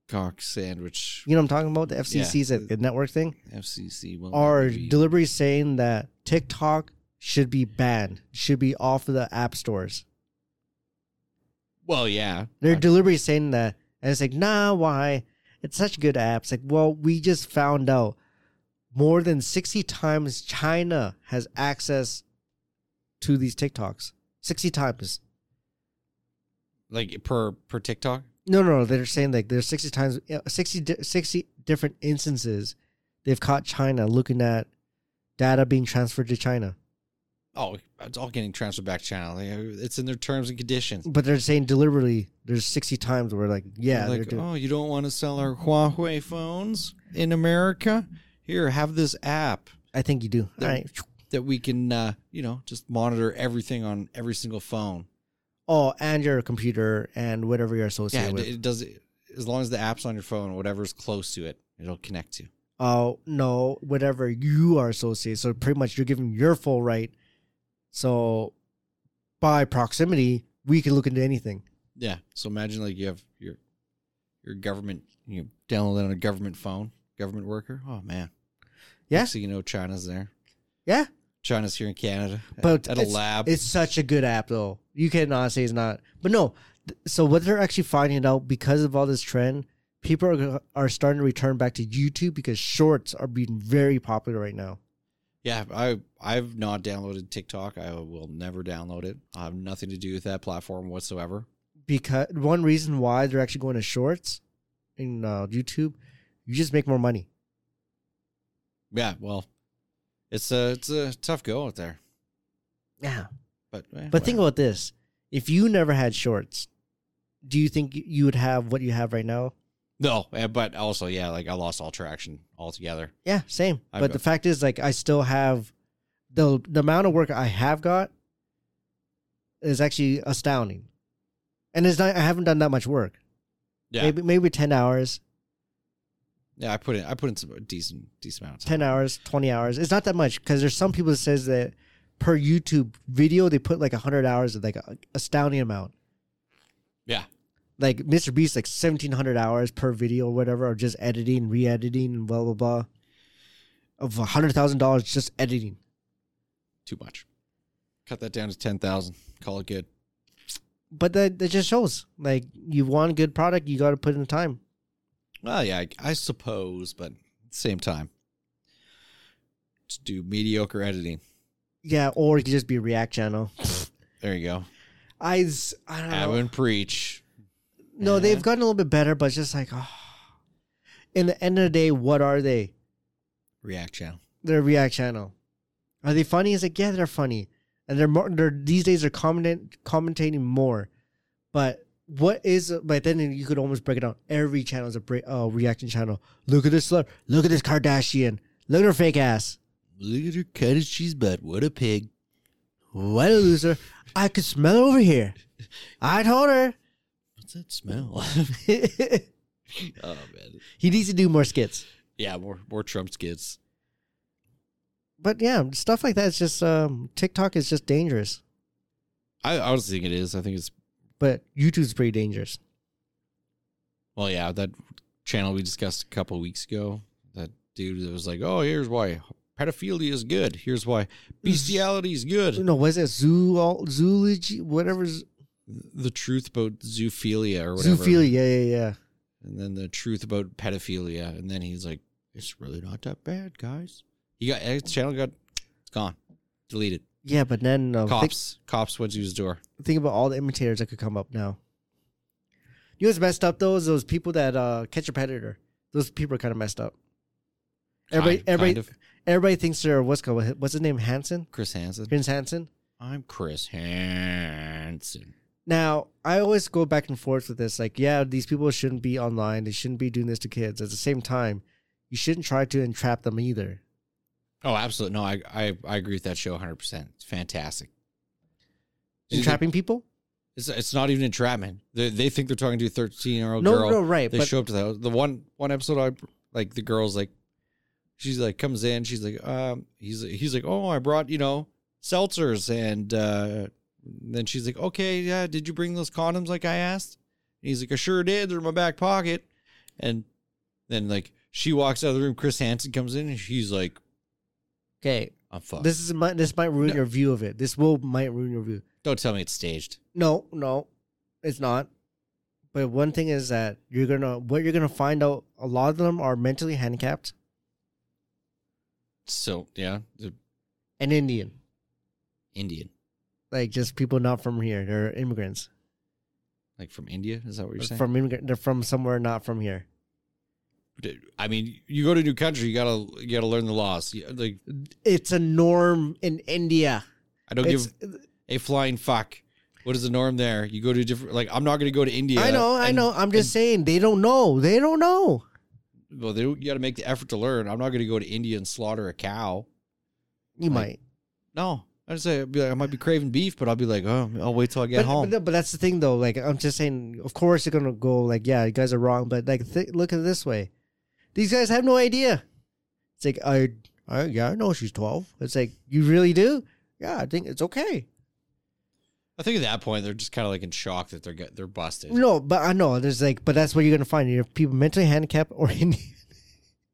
B: cock sandwich.
A: You know what I'm talking about? The FCC is a, a network thing.
B: FCC will
A: Are
B: never be-
A: deliberately saying that TikTok should be banned, should be off of the app stores.
B: well, yeah.
A: They're
B: I-
A: deliberately saying that. And it's like, nah, why? It's such good apps. Like, well, we just found out more than 60 times China has access to these TikToks. 60 times.
B: like per per TikTok.
A: No, no, no, they're saying like there's 60 times, yeah, 60, di- 60 different instances they've caught China looking at data being transferred to China.
B: Oh, it's all getting transferred back to China. Like, It's in their terms and conditions.
A: But they're saying deliberately there's 60 times where like, yeah, they're
B: like,
A: doing,
B: oh, you don't want to sell our Huawei phones in America? Here, have this app
A: I think you do. All
B: they're-
A: right.
B: that we can, uh, you know, just monitor everything on every single phone.
A: Oh, and your computer and whatever you're
B: Yeah,
A: associated
B: it,
A: with.
B: it does. As long as the app's on your phone, whatever's close to it, it'll connect to.
A: oh, no, whatever you are associated. So pretty much you're giving your full right. So by proximity, we can look into anything.
B: Yeah. So imagine like you have your your government, you download it on a government phone, government worker. Oh man.
A: Yeah.
B: Next thing you know, China's there.
A: Yeah.
B: China's here in Canada.
A: But
B: at a
A: it's-
B: lab.
A: It's such a good app, though. You cannot say it's not. But no, th- so what they're actually finding out because of all this trend, people are go- are starting to return back to YouTube because Shorts are being very popular right now.
B: yeah, I I've not downloaded TikTok. I will never download it. I have nothing to do with that platform whatsoever.
A: Because one reason why they're actually going to Shorts in uh, YouTube, you just make more money.
B: Yeah, well, it's a it's a tough go out there.
A: Yeah,
B: But eh,
A: but think
B: whatever.
A: about this: if you never had Shorts, do you think y- you would have what you have right now?
B: no, eh, but also yeah, like I lost all traction altogether.
A: Yeah, same.
B: I've
A: but
B: got-
A: the fact is, like, I still have the the amount of work I have got. is actually astounding. And it's not I haven't done that much work.
B: Yeah.
A: Maybe maybe ten hours,
B: Yeah, I put in I put in some a decent decent amount. Of time.
A: ten hours, twenty hours. It's not that much because there's some people that says that per YouTube video they put like hundred hours of like a astounding amount.
B: Yeah.
A: Like Mr. Beast, like seventeen hundred hours per video or whatever, or just editing, re-editing, and blah blah blah. Of a hundred thousand dollars just editing.
B: Too much. Cut that down to ten thousand. Call it good.
A: But that that just shows like you want a good product, you got to put in the time.
B: Well, yeah, I, I suppose, but at the same time, just do mediocre editing.
A: Yeah, or it could just be a React channel.
B: There you go.
A: I, s- I don't know.
B: I wouldn't preach.
A: No,
B: Yeah.
A: they've gotten a little bit better, but it's just like, oh. in the end of the day, what are they?
B: React channel.
A: They're a React channel. Are they funny? It's like, yeah, they're funny, and they're more. They're these days they're comment commentating more, but what is? But then you could almost break it down. Every channel is a break, uh, reaction channel. Look at this slur. Look at this Kardashian. Look at her fake ass.
B: Look at her cottage cheese butt. What a pig.
A: What a loser! I could smell it over here. I told her.
B: What's that smell?
A: he
B: oh man.
A: needs to do more skits.
B: Yeah, more more Trump skids.
A: but yeah, stuff like that is just um, TikTok is just dangerous,
B: I I don't think it is. I think it's
A: but YouTube's pretty dangerous.
B: well, yeah, that channel we discussed a couple weeks ago. That dude that was like, "Oh, here's why pedophilia is good. Here's why bestiality is
A: You
B: good.
A: know, was it zoo zoology, whatever, z-
B: The truth about zoophilia or whatever."
A: zoophilia? Yeah, yeah, yeah.
B: and then the truth about pedophilia, and then he's like, "It's really not that bad, guys." He got his channel got it's gone, deleted.
A: Yeah, but then um, think,
B: Cops, cops went to his door.
A: think about all the imitators that could come up now. You know what's messed up though is those people that uh, catch a predator. Those people are kind of messed up. Everybody,
B: Kind-
A: everybody,
B: kind of.
A: everybody thinks they're what's called what's his name Hanson,
B: Chris Hansen.
A: Prince Hanson.
B: I'm Chris Hansen.
A: Now, I always go back and forth with this. Like, yeah, these people shouldn't be online. They shouldn't be doing this to kids. At the same time, you shouldn't try to entrap them either.
B: Oh, absolutely. No, I I, I agree with that show 100. percent It's fantastic.
A: Entrapping people?
B: It's, it's not even entrapment. They, they think they're talking to a 13 year old
A: No,
B: girl.
A: no, right.
B: they
A: But
B: show up to the house. The one one episode, I like the girl's like, she's like comes in. She's like, um, he's he's like, oh, I brought you know seltzers, and uh, then she's like, okay, yeah, did you bring those condoms like I asked? And he's like, I sure did. They're in my back pocket, and then like she walks out of the room. Chris Hansen comes in, and she's like,
A: okay,
B: I'm fucked.
A: this is might this might ruin
B: No.
A: your view of it. This will might ruin your view.
B: Don't tell me it's staged.
A: No, no, it's not. But one thing is that you're gonna what you're gonna find out. A lot of them are mentally handicapped
B: So yeah, the
A: and Indian,
B: Indian,
A: like just people not from here. They're immigrants
B: like from India, is that what you're saying?
A: from immigrant. They're from somewhere not from here.
B: I mean, you go to a new country, you gotta you gotta learn the laws. You- Like
A: It's a norm in India.
B: I don't
A: It's-
B: give a flying fuck. What is the norm there? You go to different. Like I'm not gonna go to India.
A: I know, I
B: and-
A: know. I'm just saying they don't know. They don't know.
B: Well, they, you gotta make the effort to learn. I'm not gonna go to India and slaughter a cow.
A: You
B: Like,
A: might
B: No, I just say I'd be like, I might be craving beef, but I'll be like, oh, I'll wait till I
A: but,
B: get home.
A: But, but that's the thing, though. Like, I'm just saying. Of course, they're gonna go like, yeah, you guys are wrong. But like, th- look at it this way. These guys have no idea. It's like I, I yeah, I know she's 12. It's like you really do. Yeah, I think it's okay.
B: I think at that point they're just kind of like in shock that they're get, they're busted.
A: No, but I know there's like, but that's what you're gonna find. You're people mentally handicapped or Indian.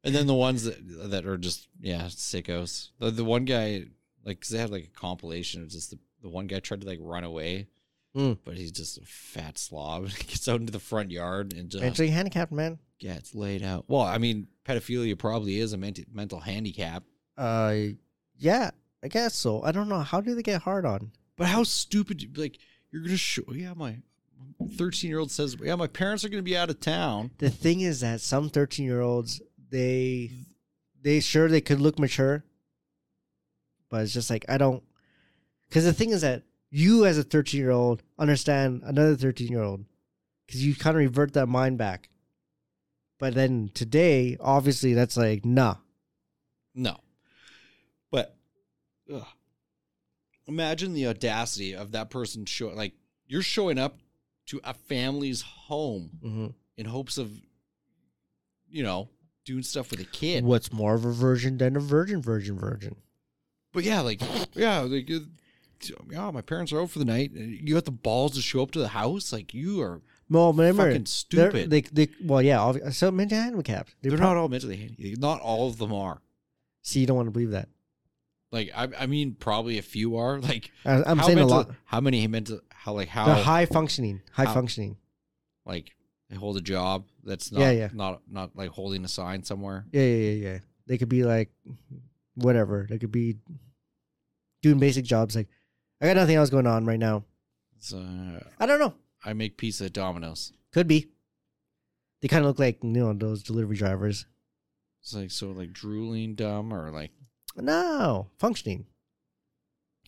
B: And then the ones that that are just yeah sickos. The, the one guy like 'cause they had like a compilation of just the, the one guy tried to like run away,
A: Mm.
B: but he's just a fat slob. He gets out into the front yard and just
A: mentally handicapped, man.
B: gets laid out. Well, I mean, pedophilia probably is a mental mental handicap.
A: Uh, yeah, I guess so. I don't know how do they get hard on.
B: But how stupid! Like you're gonna show yeah my. 13 year old says, Yeah, my parents are going to be out of town.
A: the thing is that some 13 year olds they they sure they could look mature but it's just like i don't because the thing is that you as a 13 year old understand another 13 year old because you kind of revert that mind back but then today obviously that's like nah
B: No. But ugh. imagine the audacity of that person showing like you're showing up to a family's home
A: Mm-hmm.
B: in hopes of you know doing stuff with a kid
A: What's more of a virgin than a virgin, virgin, virgin?
B: but yeah like yeah like uh, yeah my parents are out for the night you got the balls to show up to the house like you are
A: No, remember,
B: fucking
A: they're-
B: stupid
A: They, they, well, yeah. obvi- So mental handicapped. They
B: they're
A: prob-
B: not all mentally handicapped not all of them are
A: See, you don't want to believe that.
B: like i, I mean probably a few are like
A: I, I'm
B: how
A: saying
B: mental-
A: a lot.
B: how many mental how like how
A: They're high functioning, high
B: How?
A: functioning.
B: like they hold a job that's not
A: Yeah, yeah.
B: not not like holding a sign somewhere.
A: Yeah, yeah, yeah, yeah. They could be like, whatever. They could be doing basic jobs. Like, I got nothing else going on right now.
B: It's, uh,
A: I don't know.
B: I make pizza at Domino's.
A: Could be. They kind of look like you know those delivery drivers.
B: It's like so like drooling dumb or like
A: No, functioning.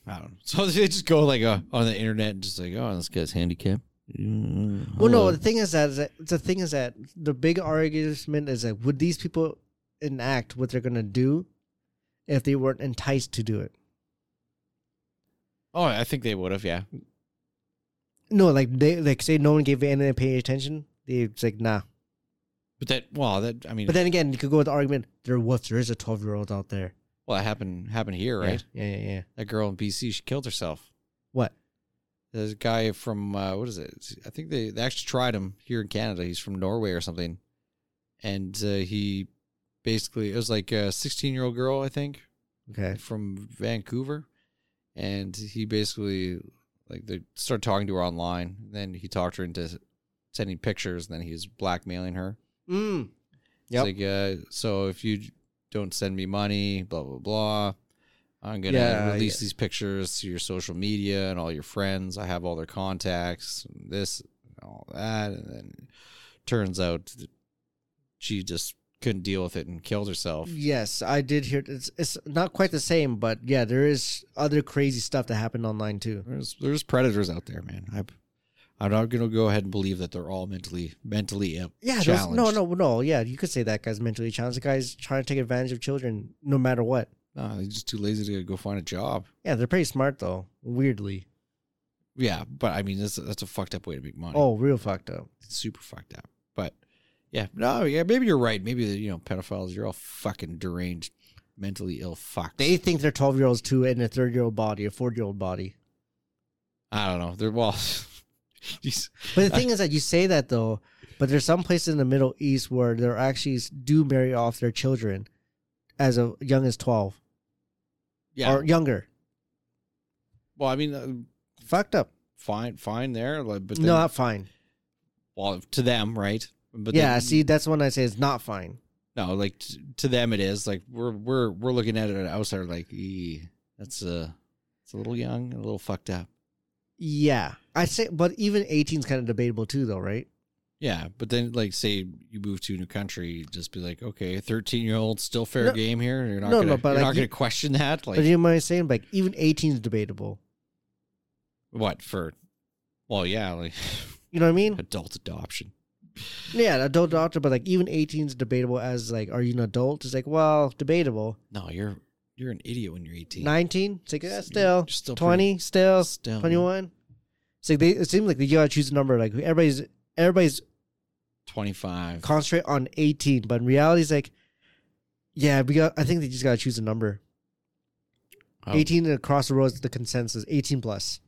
B: I don't know. So they just go like uh, on the internet and just like oh this guy's handicapped. Mm,
A: Well, no.
B: hello.
A: The thing is that, is that the thing is that the big argument is that would these people enact what they're gonna do if they weren't enticed to do it?
B: oh I think they would have yeah.
A: No, like they like say no one gave any pay attention. They it's like nah.
B: But that well that I mean
A: But then again, you could go with the argument there what there is a twelve year old out there,
B: well that happened happened here right.
A: Yeah, yeah, yeah. yeah.
B: That girl in BC she killed herself.
A: What?
B: There's a guy from uh, what is it? I think they, they actually tried him here in Canada. He's from Norway or something, and uh, he basically it was like a 16 year old girl I think
A: Okay.
B: from Vancouver, and he basically like they started talking to her online. Then he talked her into sending pictures, and then he was blackmailing her.
A: Mm.
B: It's
A: Yep.
B: Like, uh, so if you don't send me money, blah blah blah, I'm gonna
A: Yeah,
B: release these pictures to your social media and all your friends. I have all their contacts, and this, and all that, and then turns out that she just couldn't deal with it and killed herself.
A: Yes, I did hear. It's it's not quite the same, but yeah, there is other crazy stuff that happened online too.
B: There's there's predators out there, man. I, I'm not gonna go ahead and believe that they're all mentally mentally ill.
A: Yeah, those, no,
B: Challenged.
A: no, no. Yeah, you could say that guy's mentally challenged. The guy's trying to take advantage of children, no matter what.
B: No, they're just too lazy to go find a job.
A: Yeah, they're pretty smart though. Weirdly,
B: Yeah, but I mean that's that's a fucked up way to make money.
A: oh, real fucked up.
B: super fucked up. But yeah, no, yeah, maybe you're right. Maybe you know, pedophiles, you're all fucking deranged, mentally ill fucks.
A: They think they're twelve year olds too, in a third year old body, a four year old body.
B: I don't know. They're well, geez.
A: But the thing is that you say that though, but there's some places in the Middle East where they're actually s- do marry off their children as of young as twelve
B: yeah.
A: or younger.
B: well, I mean, uh,
A: Fucked up.
B: fine, fine there, like, but then,
A: No, not fine.
B: well, to them, right? But
A: yeah,
B: then-
A: see, that's when I say it's not fine.
B: no, like t- to them, it is like we're we're we're looking at it an outsider, like "Ee, that's a it's a little young, and a little fucked up.
A: Yeah, I say, but even 18 is kind of debatable too, though, right?
B: Yeah, but then like say you move to a new country, just be like, okay, thirteen year old still fair
A: No-
B: game here. You're not
A: no,
B: gonna,
A: no, but,
B: you're
A: like,
B: not
A: you-
B: gonna question that. Like
A: but you know what I'm saying? Like even 18 is debatable.
B: what for? Well, yeah, like
A: You know what I mean?
B: adult adoption.
A: Yeah, adult doctor, but like even 18 is debatable. As like, are you an adult? It's like, well, debatable.
B: No, you're you're an idiot when you're eighteen.
A: 19, it's like yeah,
B: You're-
A: still
B: you're still pretty-
A: 20, still
B: still
A: 21. It's like they. It seems like they gotta choose a number. Like everybody's everybody's
B: twenty five.
A: concentrate on 18, but in reality, it's like, yeah, we got. I think they just gotta choose a number.
B: Oh,
A: 18 across the road is the consensus. 18 plus.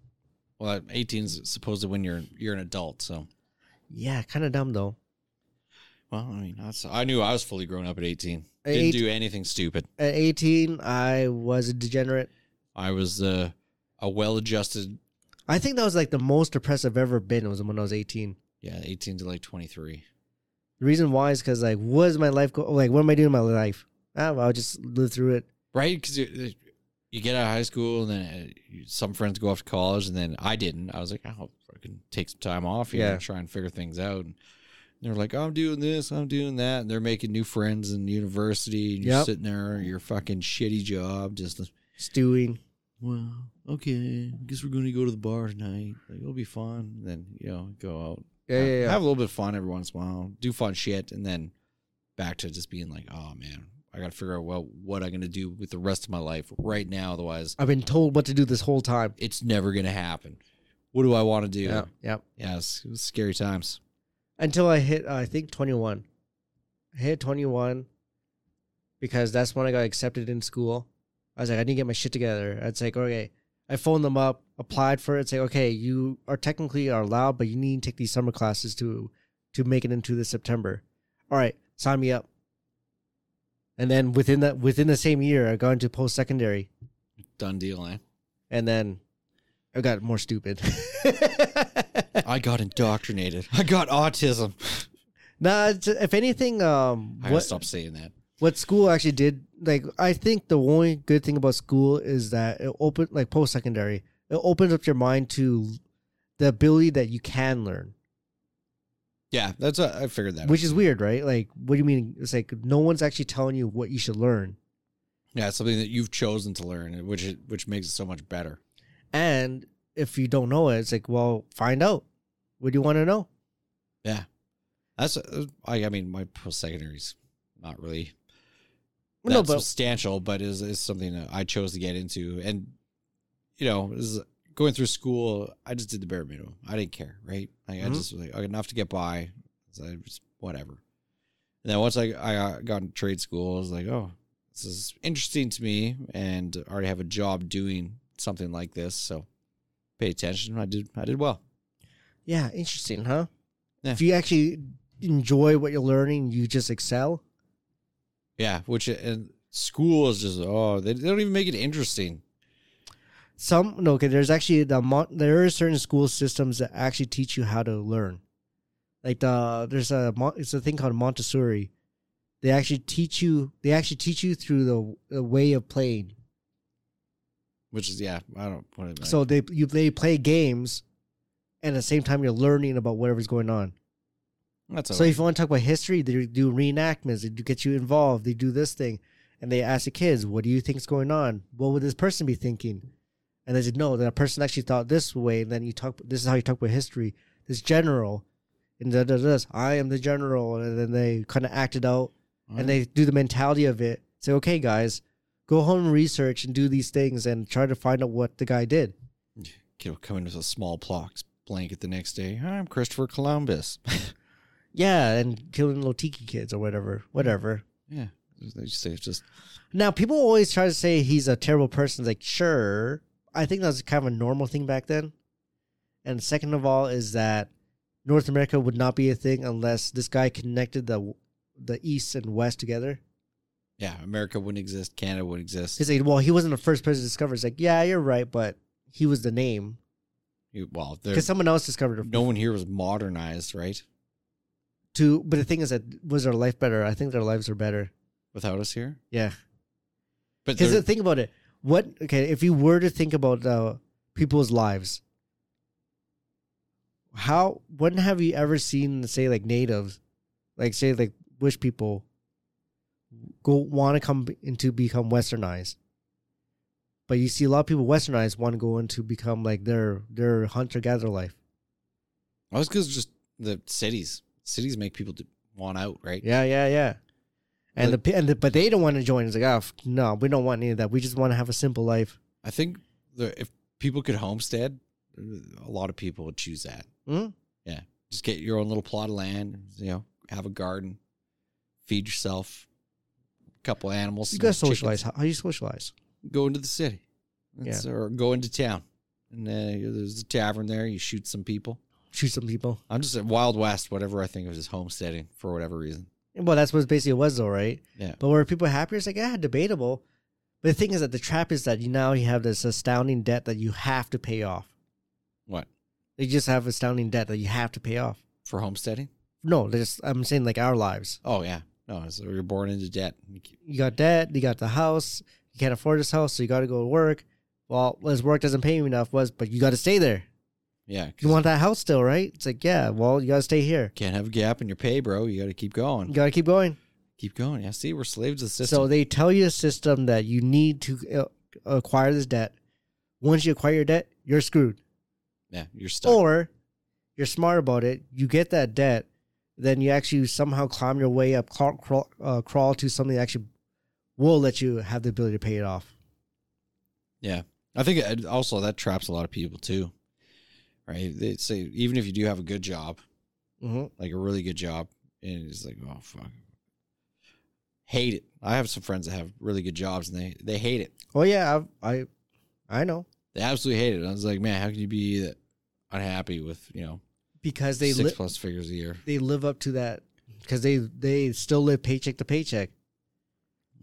B: Well, eighteen's supposed to when you're you're an adult. So
A: Yeah, kind of dumb though.
B: well, I mean, that's, I knew I was fully grown up at eighteen.
A: At
B: Didn't
A: eight-
B: do anything stupid.
A: At 18, I was a degenerate.
B: I was uh, a well adjusted.
A: I think that was like the most depressed I've ever been was when I was 18.
B: Yeah, eighteen to like twenty three.
A: The reason why is because like, what is my life? Go- like, what am I doing in my life? Ah, well, I'll just live through it.
B: right? Because you, you get out of high school, and then uh, you- some friends go off to college, and then I didn't. I was like, I'll fucking take some time off, you yeah,
A: Yeah.
B: know, try and figure things out. And they're like, I'm doing this, I'm doing that, and they're making new friends in university, and you're
A: Yep.
B: sitting there, your fucking shitty job, just
A: Stewing.
B: well, okay, I guess we're going to go to the bar tonight. Like, it'll be fun. And then you know, go out,
A: Yeah, yeah, yeah.
B: have a little bit of fun every once in a while, do fun shit, and then back to just being like, oh man, I got to figure out well what I'm going to do with the rest of my life right now. Otherwise,
A: I've been told what to do this whole time.
B: it's never going to happen. What do I want to do?
A: Yeah. Yeah.
B: Yeah, it's, it was scary times.
A: Until I hit, uh, I think, 21. I hit 21 because that's when I got accepted in school. I was like, I need to get my shit together. It's like, okay. I phoned them up, applied for it. It's like, okay, you are technically are allowed, but you need to take these summer classes to to make it into the September. All right, sign me up. And then within that within the same year, I got into post secondary.
B: Done deal, eh?
A: and then I got more stupid.
B: I got indoctrinated. I got autism.
A: nah, it's, if anything, um,
B: I gotta
A: what
B: stop saying that.
A: what school actually did, like, I think the only good thing about school is that it opened, like, post secondary, it opens up your mind to the ability that you can learn,
B: Yeah, that's a, I figured that.
A: which
B: out.
A: is weird, right? Like, what do you mean? It's like no one's actually telling you what you should learn,
B: yeah, it's something that you've chosen to learn, which it, which makes it so much better.
A: and if you don't know it, it's like, well, find out. What do you want to know?
B: Yeah, that's uh, I, I mean my post secondary's not really that
A: No, but
B: substantial, but is is something that I chose to get into, and you know is going through school. I just did the bare minimum. I didn't care, right? Like, I
A: Mhm.
B: just was like "Okay, enough to get by. So I just, whatever. And then once I I uh, got in trade school, I was like, oh, this is interesting to me, and I already have a job doing something like this, so pay attention. I did I did well.
A: Yeah, interesting, huh?
B: Yeah.
A: If you actually enjoy what you're learning, you just excel.
B: Yeah, which and school is just oh they, they don't even make it interesting.
A: Some no, okay. There's actually the mo- there are certain school systems that actually teach you how to learn. Like the there's a Mon- it's a thing called Montessori. They actually teach you. They actually teach you through the, the way of playing.
B: Which is yeah, I don't. What it-
A: So they you they play games, and at the same time you're learning about whatever's going on.
B: that's
A: So if you want to talk about history, they do reenactments. They do get you involved. They do this thing, and they ask the kids, "What do you think's going on? What would this person be thinking?" And they said, "No, that person actually thought this way." And then you talk. This is how you talk about history. This general, and da da da. I am the general, and then they kind of act it out, and they do the mentality of it. Say, "Okay, guys, go home and research and do these things, and try to find out what the guy did."
B: kid will come in with a small plox blanket the next day. I'm Christopher Columbus.
A: Yeah, and killing little tiki kids or whatever, whatever.
B: yeah, they just, they just
A: Now, people always try to say he's a terrible person. It's Like, sure. I think that was kind of a normal thing back then. And second of all, is that North America would not be a thing unless this guy connected the the East and West together.
B: yeah, America wouldn't exist, Canada wouldn't exist.
A: He's like, well, he wasn't the first person to discover. It's like, yeah, you're right, but he was the name
B: You- well, there,
A: because someone else discovered it
B: no one here was modernized, right?
A: too. But the thing is that was their life better? I think their lives are better.
B: Without us here,
A: Yeah.
B: but
A: Because
B: there-
A: the think about it, what okay, if you were to think about uh, people's lives, how when have you ever seen say like natives, like say like bush people, go want to come b- into become westernized, but you see a lot of people westernized want to go into become like their their hunter gatherer life.
B: I was because just the cities, cities make people do, want out, right?
A: Yeah, yeah, yeah. And the, pe- and the, but they don't want to join. It's like, oh, f- no, we don't want any of that. We just want to have a simple life.
B: I think the, if people could homestead, a lot of people would choose that.
A: Mm?
B: Just get your own little plot of land, you know, have a garden, feed yourself, a couple animals.
A: You
B: some
A: gotta
B: chickens.
A: socialize. How, how you socialize?
B: go into the city That's- or go into town. And uh, there's a tavern there. You shoot some people.
A: Shoot some people.
B: I'm just at Wild West, whatever I think of as homesteading for whatever reason.
A: Well, that's what basically it was, though, right?
B: Yeah.
A: But were people happier? It's like, yeah, debatable. But the thing is that the trap is that you now you have this astounding debt that you have to pay off.
B: What?
A: They just have astounding debt that you have to pay off.
B: For homesteading?
A: No, there's I'm saying like our lives.
B: Oh, yeah. No, so you're born into debt.
A: You got debt, you got the house, you can't afford this house, so you got to go to work. Well, this work doesn't pay you enough, was but you got to stay there.
B: Yeah. 'cause
A: You want that house still, right? It's like, yeah, well, you got to stay here.
B: you can't have a gap in your pay, bro. You got to keep going.
A: You got to keep going.
B: Keep going. Yeah. See, we're slaves to the system.
A: So they tell you a system that you need to uh, acquire this debt. Once you acquire your debt, you're screwed.
B: yeah. You're stuck.
A: Or you're smart about it. You get that debt, then you actually somehow climb your way up, crawl, crawl, uh, crawl to something that actually we'll let you have the ability to pay it off.
B: Yeah. I think it, also that traps a lot of people too, right? They say even if you do have a good job,
A: Mm-hmm.
B: like a really good job, and it's like, oh fuck, hate it. I have some friends that have really good jobs and they they hate it.
A: Oh yeah, I, I I know
B: They absolutely hate it. And I was like, man, how can you be that unhappy with you know
A: because they
B: six
A: li-
B: plus figures a year?
A: they live up to that because they they still live paycheck to paycheck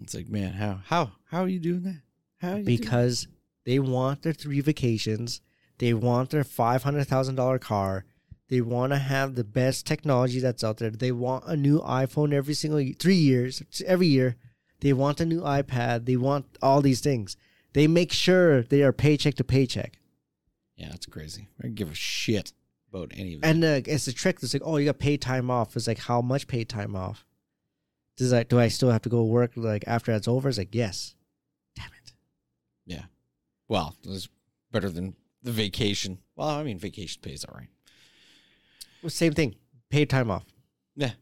B: It's like, man, how how how are you doing that? How are you doing
A: because they want their three vacations, they want their five hundred thousand dollar car, they want to have the best technology that's out there. They want a new iPhone every single ye- three years, every year. They want a new iPad. They want all these things. They make sure they are paycheck to paycheck.
B: Yeah, that's crazy. I don't give a shit about any of that.
A: And uh, it's a trick. It's like, oh, you got paid time off. It's like, how much paid time off? Does like, do I still have to go work like after that's over? It's like, yes. Damn it.
B: yeah. Well, it's better than the vacation. Well, I mean, vacation pays all right.
A: Well, same thing. Paid time off.
B: Yeah.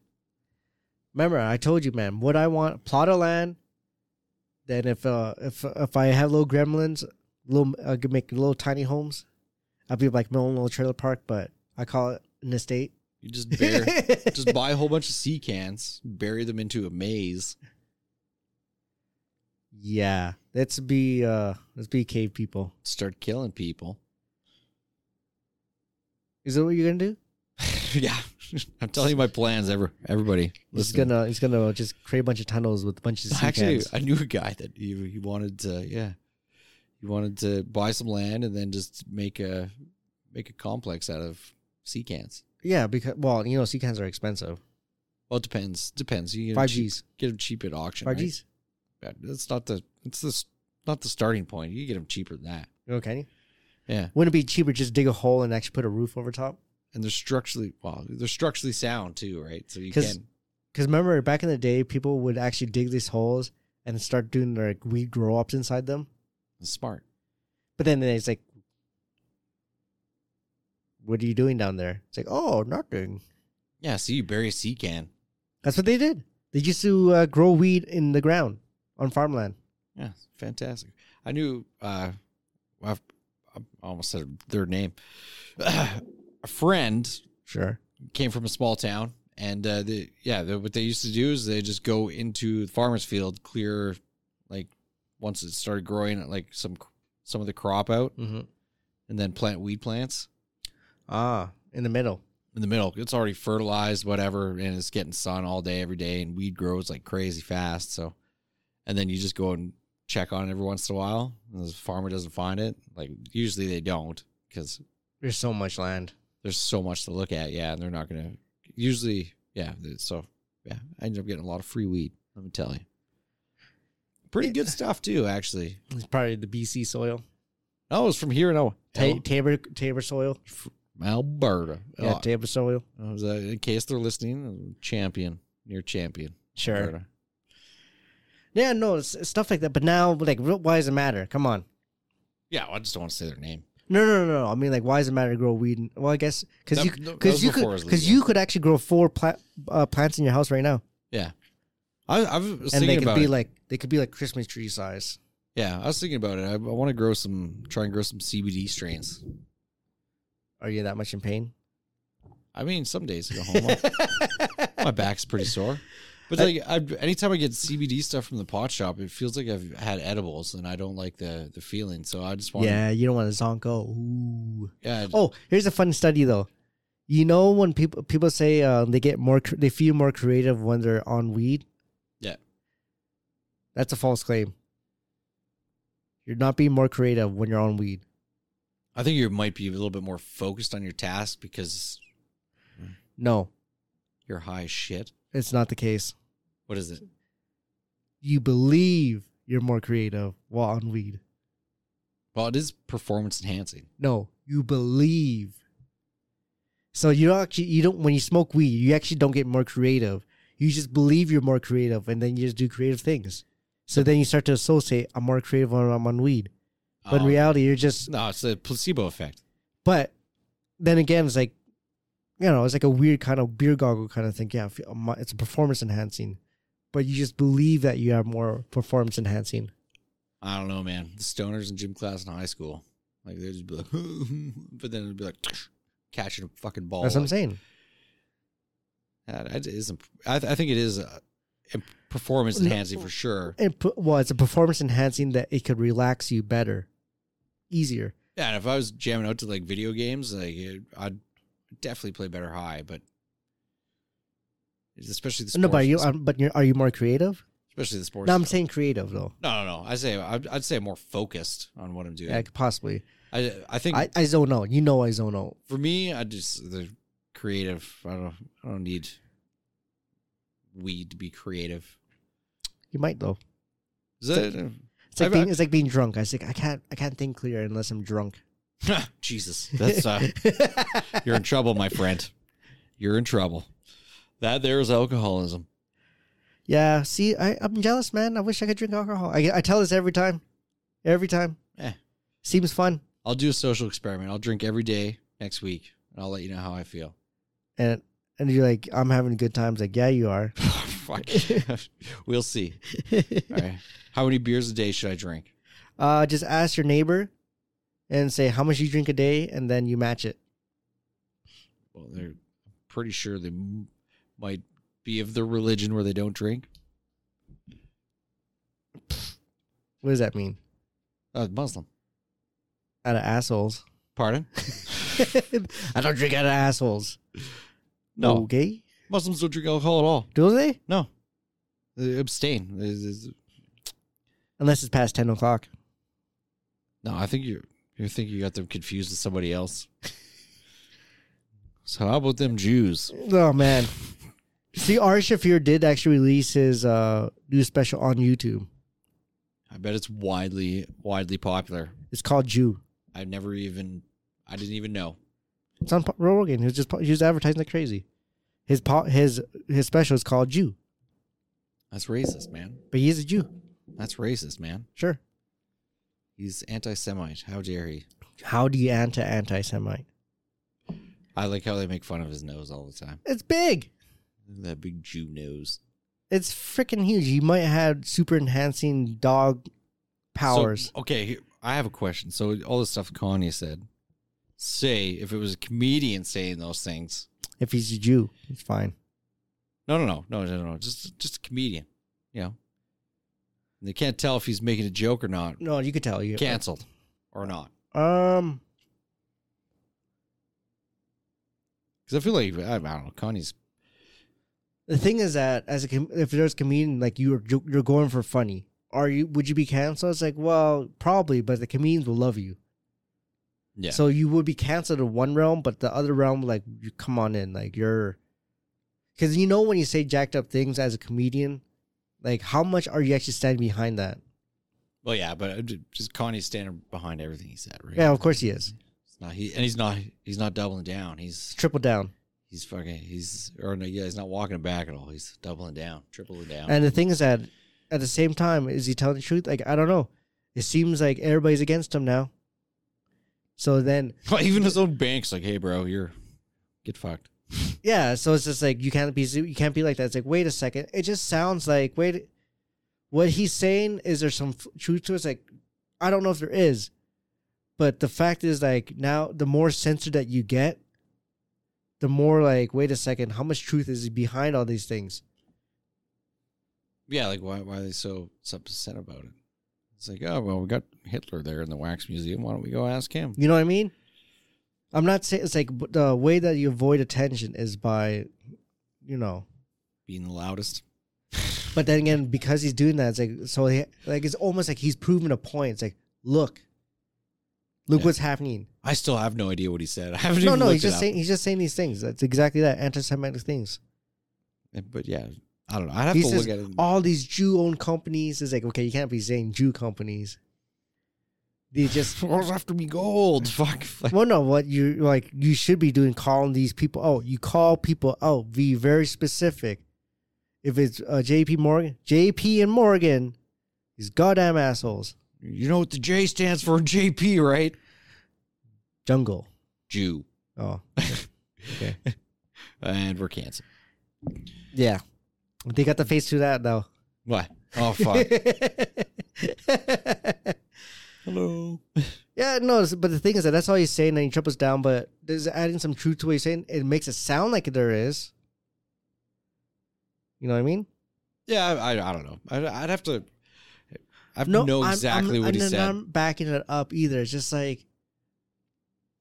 A: Remember, I told you, man. What I want, plot of land. Then if uh if if I have little gremlins, little I could make little tiny homes. I'd be like my own little trailer park, but I call it an estate.
B: You just bear, just buy a whole bunch of sea cans, bury them into a maze.
A: yeah, let's be uh let's be cave people.
B: start killing people.
A: Is that what you're gonna do?
B: yeah, I'm telling you my plans. Ever everybody,
A: He's
B: listen.
A: gonna he's gonna just create a bunch of tunnels with a bunch of sea
B: Actually,
A: cans.
B: I knew a guy that he, he wanted to. Yeah, he wanted to buy some land and then just make a make a complex out of sea cans.
A: yeah, because well, you know, sea cans are expensive.
B: Well, it depends. Depends. You can
A: Five
B: cheap-
A: Gs,
B: Get them cheap at auction.
A: five
B: right?
A: Gs.
B: Yeah, That's not the. It's this not the starting point. You can get them cheaper than that.
A: You know, can you?
B: Yeah,
A: Wouldn't it be cheaper just dig a hole and actually put a roof over top?
B: and they're structurally well. They're structurally sound too, right? So you
A: 'Cause-
B: can.
A: Because remember, back in the day, people would actually dig these holes and start doing their like, weed grow ups inside them.
B: It's smart.
A: But then it's like, what are you doing down there? It's like, oh, nothing.
B: Yeah. So you bury a sea can.
A: That's what they did. They used to uh, grow weed in the ground on farmland.
B: Yeah, it's fantastic. I knew. Uh, I've, I almost said their name. a friend
A: Sure.
B: came from a small town, and uh, the yeah, the, what they used to do is they just go into the farmer's field, clear like once it started growing, like some some of the crop out,
A: Mm-hmm.
B: and then plant weed plants
A: Ah, in the middle.
B: in the middle. It's already fertilized, whatever, and it's getting sun all day, every day, and weed grows like crazy fast. So, and then you just go and check on it every once in a while. And the farmer doesn't find it. Like usually they don't because
A: There's so much land.
B: there's so much to look at. Yeah, and they're not gonna usually. Yeah, th- so yeah, I ended up getting a lot of free weed. Let me tell you, pretty good stuff too, actually.
A: It's probably the BC soil,
B: Oh, it's from here in Al-
A: Ta- Tabor Tabor soil.
B: Alberta.
A: Yeah,
B: Oh,
A: Tabor soil.
B: I was, uh, in case they're listening, uh, champion near champion.
A: Sure.
B: Alberta.
A: Yeah, no, it's, it's stuff like that. But now, like, real- why does it matter? Come on.
B: Yeah, well, I just don't want to say their name.
A: No, no, no, no. I mean, like, why does it matter to grow weed? And, well, I guess because
B: That-
A: you
B: that
A: because
B: was
A: you
B: before it
A: could
B: was
A: because
B: legal.
A: you could actually grow four pla- uh, plants in your house right now,
B: Yeah, I, I was
A: and they
B: thinking
A: could
B: about
A: be
B: it.
A: like they could be like Christmas tree size.
B: yeah, I was thinking about it. I, I want to grow some, try and grow some CBD strains.
A: Are you that much in pain?
B: I mean, some days I go home, my- my back's pretty sore. But
A: I-
B: like, I, anytime I get CBD stuff from the pot shop, it feels like I've had edibles, and I don't like the the feeling. So I just want,
A: yeah, you don't want to zonko. Ooh.
B: yeah,
A: Oh, here's a fun study though. You know when people people say uh, they get more cr- they feel more creative when they're on weed.
B: Yeah.
A: That's a false claim. You're not being more creative when you're on weed.
B: I think you might be a little bit more focused on your task because
A: No,
B: you're high as shit.
A: it's not the case.
B: What is it?
A: You believe you're more creative while on weed.
B: Well, it is performance enhancing.
A: No, you believe. So you don't actually you don't when you smoke weed, you actually don't get more creative. You just believe you're more creative and then you just do creative things. So then you start to associate I'm more creative when I'm on weed. But in
B: Um,
A: reality you're just
B: no, it's a placebo effect.
A: but then again it's like you know, it's like a weird kind of beer goggle kind of thing. Yeah, I feel- I'm- it's performance enhancing. but you just believe that you have more performance enhancing.
B: I don't know, man. The stoners in gym class in high school, like they'd just be like, but then it'd be like catching a fucking ball.
A: That's what I'm
B: Like,
A: saying.
B: that- It is. imp- I, th- I think it is uh, imp- performance
A: No.
B: enhancing for sure.
A: It pu- well, it's a performance enhancing that it could relax you better, easier.
B: Yeah, and if I was jamming out to like video games, like it, I'd definitely play better high, but especially the sports,
A: no, but you, um, but you're, are you more creative?
B: especially the sports.
A: No, I'm
B: stuff.
A: saying creative though.
B: no, no, no. I say I'd, I'd say I'm more focused on what I'm doing.
A: Yeah, I could possibly.
B: I I think
A: I, I zone out. You know, I zone out.
B: for me, I just the creative. I don't I don't need weed to be creative.
A: You might though.
B: Is that
A: It's like
B: I've- uh,
A: being,
B: I've-
A: it's like being drunk. I was like, I can't, I can't think clear unless I'm drunk.
B: uh, Jesus? That's uh, you're in trouble, my friend. You're in trouble. That there is alcoholism.
A: yeah. See, I, I'm jealous, man. I wish I could drink alcohol. I, I tell this every time, every time.
B: Eh.
A: Seems fun,
B: I'll do a social experiment. I'll drink every day next week, and I'll let you know how I feel.
A: and and you're like, I'm having good times. Like, yeah, you are.
B: Fuck. we'll see. All right. How many beers a day should I drink?
A: Uh, just ask your neighbor, and say how much you drink a day, and then you match it.
B: Well, they're pretty sure they m- might be of the religion where they don't drink.
A: What does that mean?
B: Uh, Muslim.
A: Out of assholes.
B: Pardon?
A: I don't drink out of assholes.
B: No.
A: Okay.
B: Muslims don't drink alcohol at all.
A: Do they?
B: No. They abstain. Is- is-
A: Unless it's past ten o'clock.
B: No, I think you're you're thinking you got them confused with somebody else. so how about them Jews?
A: Oh man. See, Ari Shafir did actually release his uh, new special on YouTube.
B: I bet it's widely widely popular.
A: It's called Jew.
B: I've never even I didn't even know.
A: It's on Roe Rogan. He was just he was advertising like crazy. His po- his his special is called Jew,
B: That's racist, man.
A: but he is a Jew.
B: That's racist, man.
A: Sure.
B: He's anti-Semite. How dare he?
A: How do you anti anti semite?
B: I like how they make fun of his nose all the time.
A: It's big.
B: That big Jew nose.
A: It's freaking huge. You might have super enhancing dog powers.
B: So, okay, here- I have a question. So all the stuff Kanye said. Say if it was a comedian saying those things.
A: if he's a Jew, it's fine.
B: No, no, no, no, no, no. Just, just a comedian. You know, and they can't tell if he's making a joke or not.
A: No, you could tell you
B: Cancelled or not?
A: Um,
B: Because I feel like I, I don't know. Kanye's
A: the thing is that as a com- if there's a comedian like you're you're going for funny, are you would you be canceled? It's like well probably, but the comedians will love you.
B: yeah.
A: So you would be canceled in one realm, but the other realm like you come on in like you're, because you know when you say jacked up things as a comedian, like how much are you actually standing behind that?
B: well, yeah, but I ju- just Kanye's standing behind everything he said, right?
A: Yeah, of course he is.
B: It's not he, and he's not he's not doubling down. He's
A: Triple down.
B: he's fucking he's or no, yeah, he's not walking it back at all. He's doubling down, tripling down.
A: And the thing is that at the same time, is he telling the truth? Like, I don't know. It seems like everybody's against him now. So then,
B: Even his own bank's like, hey, bro, you're get fucked.
A: yeah. So it's just like you can't be you can't be like that. It's like wait a second. It just sounds like wait. What he's saying is there some f- truth to it? It's like I don't know if there is, but the fact is like now the more censored that you get, the more like wait a second, how much truth is behind all these things?
B: Yeah, like why why are they so upset about it? It's like, oh well, we got Hitler there in the wax museum. Why don't we go ask him?
A: You know what I mean? I'm not saying it's like b- the way that you avoid attention is by, you know.
B: Being the loudest.
A: But then again, because he's doing that, it's like so. He, like it's almost like he's proving a point. It's like, look, look
B: Yeah.
A: what's happening.
B: I still have no idea what he said. I haven't
A: No,
B: even
A: no,
B: looked
A: he's
B: it
A: just
B: up.
A: saying he's just saying these things. That's exactly that anti-Semitic things.
B: But yeah, I don't know. I have
A: He
B: to
A: says "Oh,
B: look at it.
A: all these Jew-owned companies is like okay, you can't be saying Jew companies. They just
B: World's after me gold. Fuck. Like,
A: Well, no, what you like, you should be doing calling these people out. You call people out, be very specific. If it's uh, JP Morgan, JP and Morgan, these goddamn assholes.
B: you know what the J stands for? in JP, right?
A: Jungle.
B: Jew.
A: Oh,
B: And we're canceled.
A: yeah. They got the face to that now.
B: What? Oh fuck. Hello.
A: yeah, no, it's- but the thing is that that's all he's saying, and he triples down. But there's adding some truth to what he's saying. It makes it sound like there is. You know what I mean?
B: Yeah, I, I, I don't know. I, I'd have to. I have to know
A: I'm-
B: exactly
A: I'm,
B: what he
A: and
B: said.
A: I'm not backing it up either. It's just like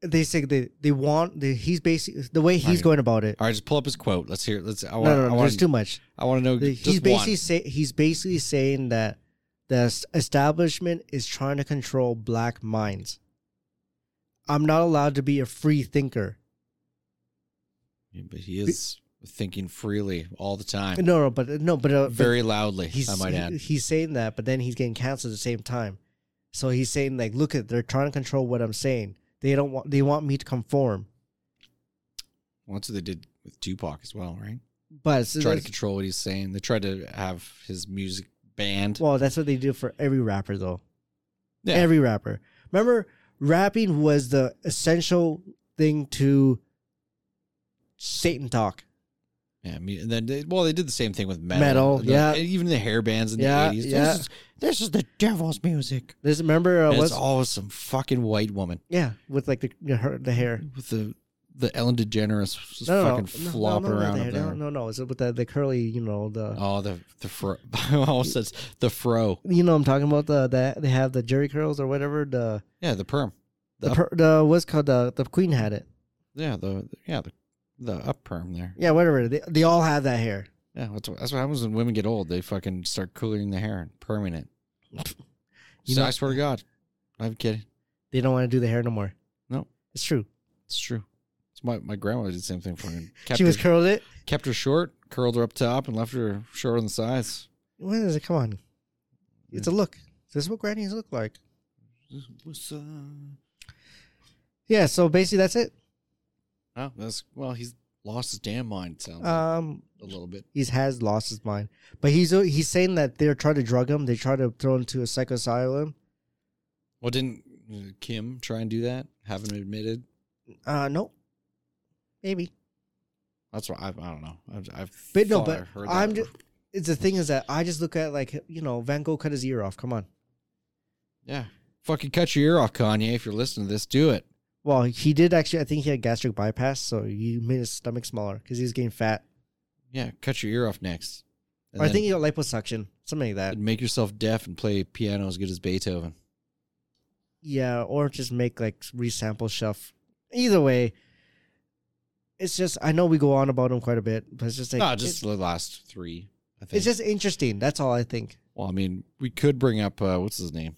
A: they say they they want. They, he's basically the way he's
B: Right.
A: going about it.
B: All right, just pull up his quote. Let's hear. Let's. I
A: no,
B: want.
A: no, no,
B: I want.
A: there's too much.
B: I want to know.
A: The-
B: just
A: he's basically say, he's basically saying that the s- establishment is trying to control black minds. I'm not allowed to be a free thinker.
B: one. But he is thinking freely all the time,
A: No, no, but no, but uh, but
B: very loudly.
A: he's
B: I might
A: he-
B: add.
A: he's saying that, but then he's getting canceled at the same time. So he's saying like, look at they're trying to control what I'm saying. They don't want they want me to conform,
B: Well, that's what they did with Tupac as well, right?
A: but it's,
B: Try to control what he's saying. They tried to have his music banned.
A: well, that's what they do for every rapper though.
B: Yeah.
A: Every rapper. Remember, rapping was the essential thing to Satan talk.
B: yeah, I mean, and then they, well, they did the same thing with metal.
A: Metal,
B: The-
A: yeah.
B: and even the hair bands in
A: Yeah,
B: the eighties.
A: yeah.
B: This, is, this is the devil's music.
A: There's remember uh,
B: And it's
A: what's
B: always some fucking white woman
A: yeah with like the her, the hair.
B: with the the Ellen DeGeneres just fucking flopping
A: no, no,
B: around
A: the
B: up
A: hair.
B: there.
A: No, no, no. It's with the, the curly, you know, the
B: Oh, the the fro. I almost says the fro.
A: you know, what I'm talking about the that they have the jerry curls or whatever. The
B: Yeah, the perm.
A: the,
B: The-
A: per, the what's called the the queen had it.
B: Yeah, the yeah the the up perm there.
A: Yeah, whatever. They they all have that hair.
B: Yeah, that's what, that's what happens when women get old. They fucking start cooling their hair and perming it.
A: You
B: so
A: know-
B: I swear to God, I'm kidding.
A: They don't want to do the hair no more.
B: No.
A: it's true.
B: It's true. It's my my grandma did the same thing for me. Kept
A: she was
B: her,
A: curled it.
B: kept her short, curled her up top, and left her short on the sides.
A: When is it? Come on, it's a look. This is what grannies look like.
B: What's uh?
A: Yeah. So basically, that's it.
B: Oh, that's well, he's lost his damn mind. it Sounds like,
A: Um,
B: a little bit.
A: he has lost his mind. But he's uh, he's saying that they're trying to drug him. They try to throw him to a psych asylum.
B: Well, didn't uh, Kim try and do that? Have him admitted.
A: Uh, no, maybe.
B: That's what I, I don't know. I've, I've
A: But no,
B: thought I
A: but
B: heard
A: I'm
B: that.
A: just. It's the thing is that I just look at like you know Van Gogh cut his ear off. Come on.
B: yeah. Fucking cut your ear off, Kanye. If you're listening to this, do it.
A: Well, he did actually. I think he had gastric bypass, so he made his stomach smaller because he was getting fat.
B: Yeah, cut your ear off next. And
A: Or I
B: then
A: think he got liposuction, something like that.
B: and make yourself deaf and play piano as good as Beethoven.
A: Yeah, or just make like resample shelf. Either way, it's just I know we go on about him quite a bit, but it's just like
B: no, just
A: it-
B: the last three. I think.
A: it's just interesting. That's all I think.
B: well, I mean, we could bring up uh, what's his name.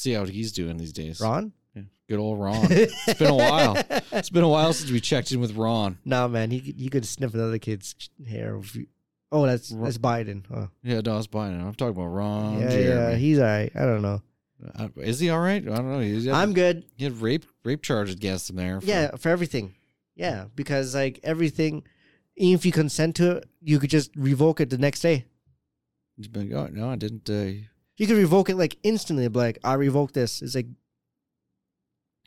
B: See how he's doing these days.
A: Ron?
B: Yeah, Good old Ron. it's been a while. It's been a while since we checked in with Ron.
A: nah, man, he could- he could sniff another kid's hair. if you- Oh, that's
B: Ro-
A: that's Biden. Huh.
B: Yeah, no, it's Biden. I'm talking about Ron.
A: yeah, yeah,
B: Jeremy.
A: he's all right. I don't know.
B: Uh, is he all right? I don't know. He's,
A: I'm good.
B: he had rape rape charges against him there. for-
A: Yeah, for everything. Yeah, because like everything, even if you consent to it, you could just revoke it the next day.
B: He's been oh no, I didn't. Uh,
A: You could revoke it like instantly. be Like I revoke this. It's like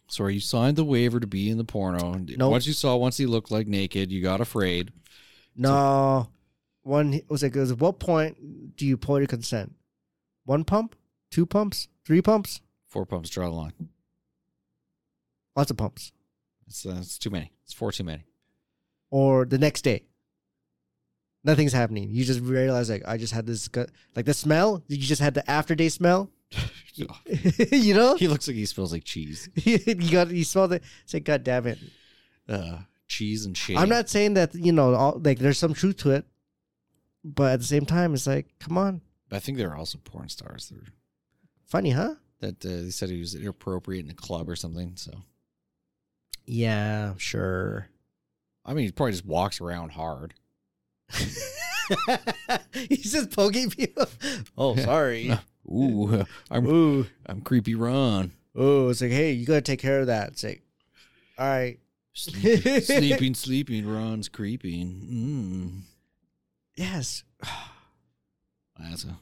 B: sorry, you signed the waiver to be in the porno. And
A: Nope.
B: Once you saw, once he looked like naked, you got afraid.
A: No. One it was like, it was, at what point do you pull your consent? One pump? Two pumps? Three pumps?
B: Four pumps, draw the line.
A: Lots of pumps.
B: It's, uh, it's too many. It's four too many.
A: Or the next day. Nothing's happening. You just realize, like, I just had this, gut- like, the smell. You just had the after day smell. you know?
B: he looks like he smells like cheese.
A: you got, you smell it. It's like, God damn it.
B: Uh, cheese and shit.
A: I'm not saying that, you know, all, like, there's some truth to it. But at the same time, it's like, come on.
B: I think there are also porn stars that, were-
A: Funny, huh?
B: that uh, they said he was inappropriate in a club or something. So
A: Yeah, sure.
B: I mean, he probably just walks around hard.
A: He's just poking people. Oh,
B: Yeah.
A: sorry.
B: Ooh, I'm
A: Ooh,
B: I'm creepy Ron.
A: ooh. It's like, hey, you gotta take care of that. It's like, all right.
B: Sleeping, sleeping, sleeping. Ron's creeping.
A: Yes.
B: Mm. That's a,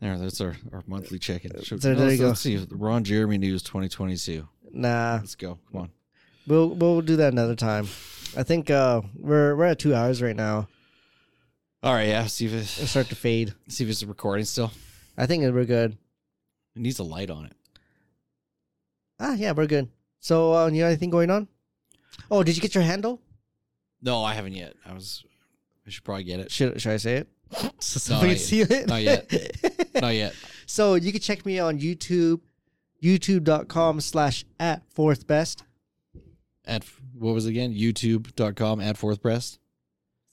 B: there, that's our, our monthly check-in. Should-
A: So there
B: let's,
A: you go.
B: let's see. Ron Jeremy News 2022.
A: Nah,
B: Let's go. Come on.
A: we'll we'll do that another time. I think uh, we're we're at two hours right now.
B: All right, yeah. See if it,
A: It'll start to fade.
B: see if it's recording still.
A: I think we're good.
B: It needs a light on it.
A: Ah, yeah, we're good. So, uh, you got anything going on? Oh, did you get your handle?
B: No, I haven't yet. I was. I should probably get it.
A: Should should I say it? So
B: No,
A: we
B: not
A: can
B: yet.
A: see it.
B: Not Not yet.
A: so you can check me on YouTube, youtube.com slash at fourth best.
B: At what was it again? YouTube.com at fourth breast.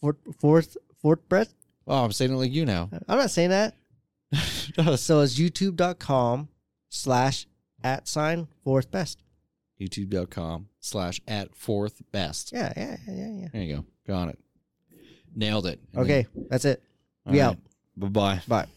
A: Fourth fourth fourth breast?
B: Oh, I'm saying it like you now.
A: I'm not saying that. So it's youtube.com slash at sign fourth best.
B: YouTube.com slash at fourth best.
A: Yeah, yeah, yeah, yeah.
B: There you go. Got it. Nailed it.
A: yeah. Okay, that's it. We out.
B: Bye bye.
A: Bye.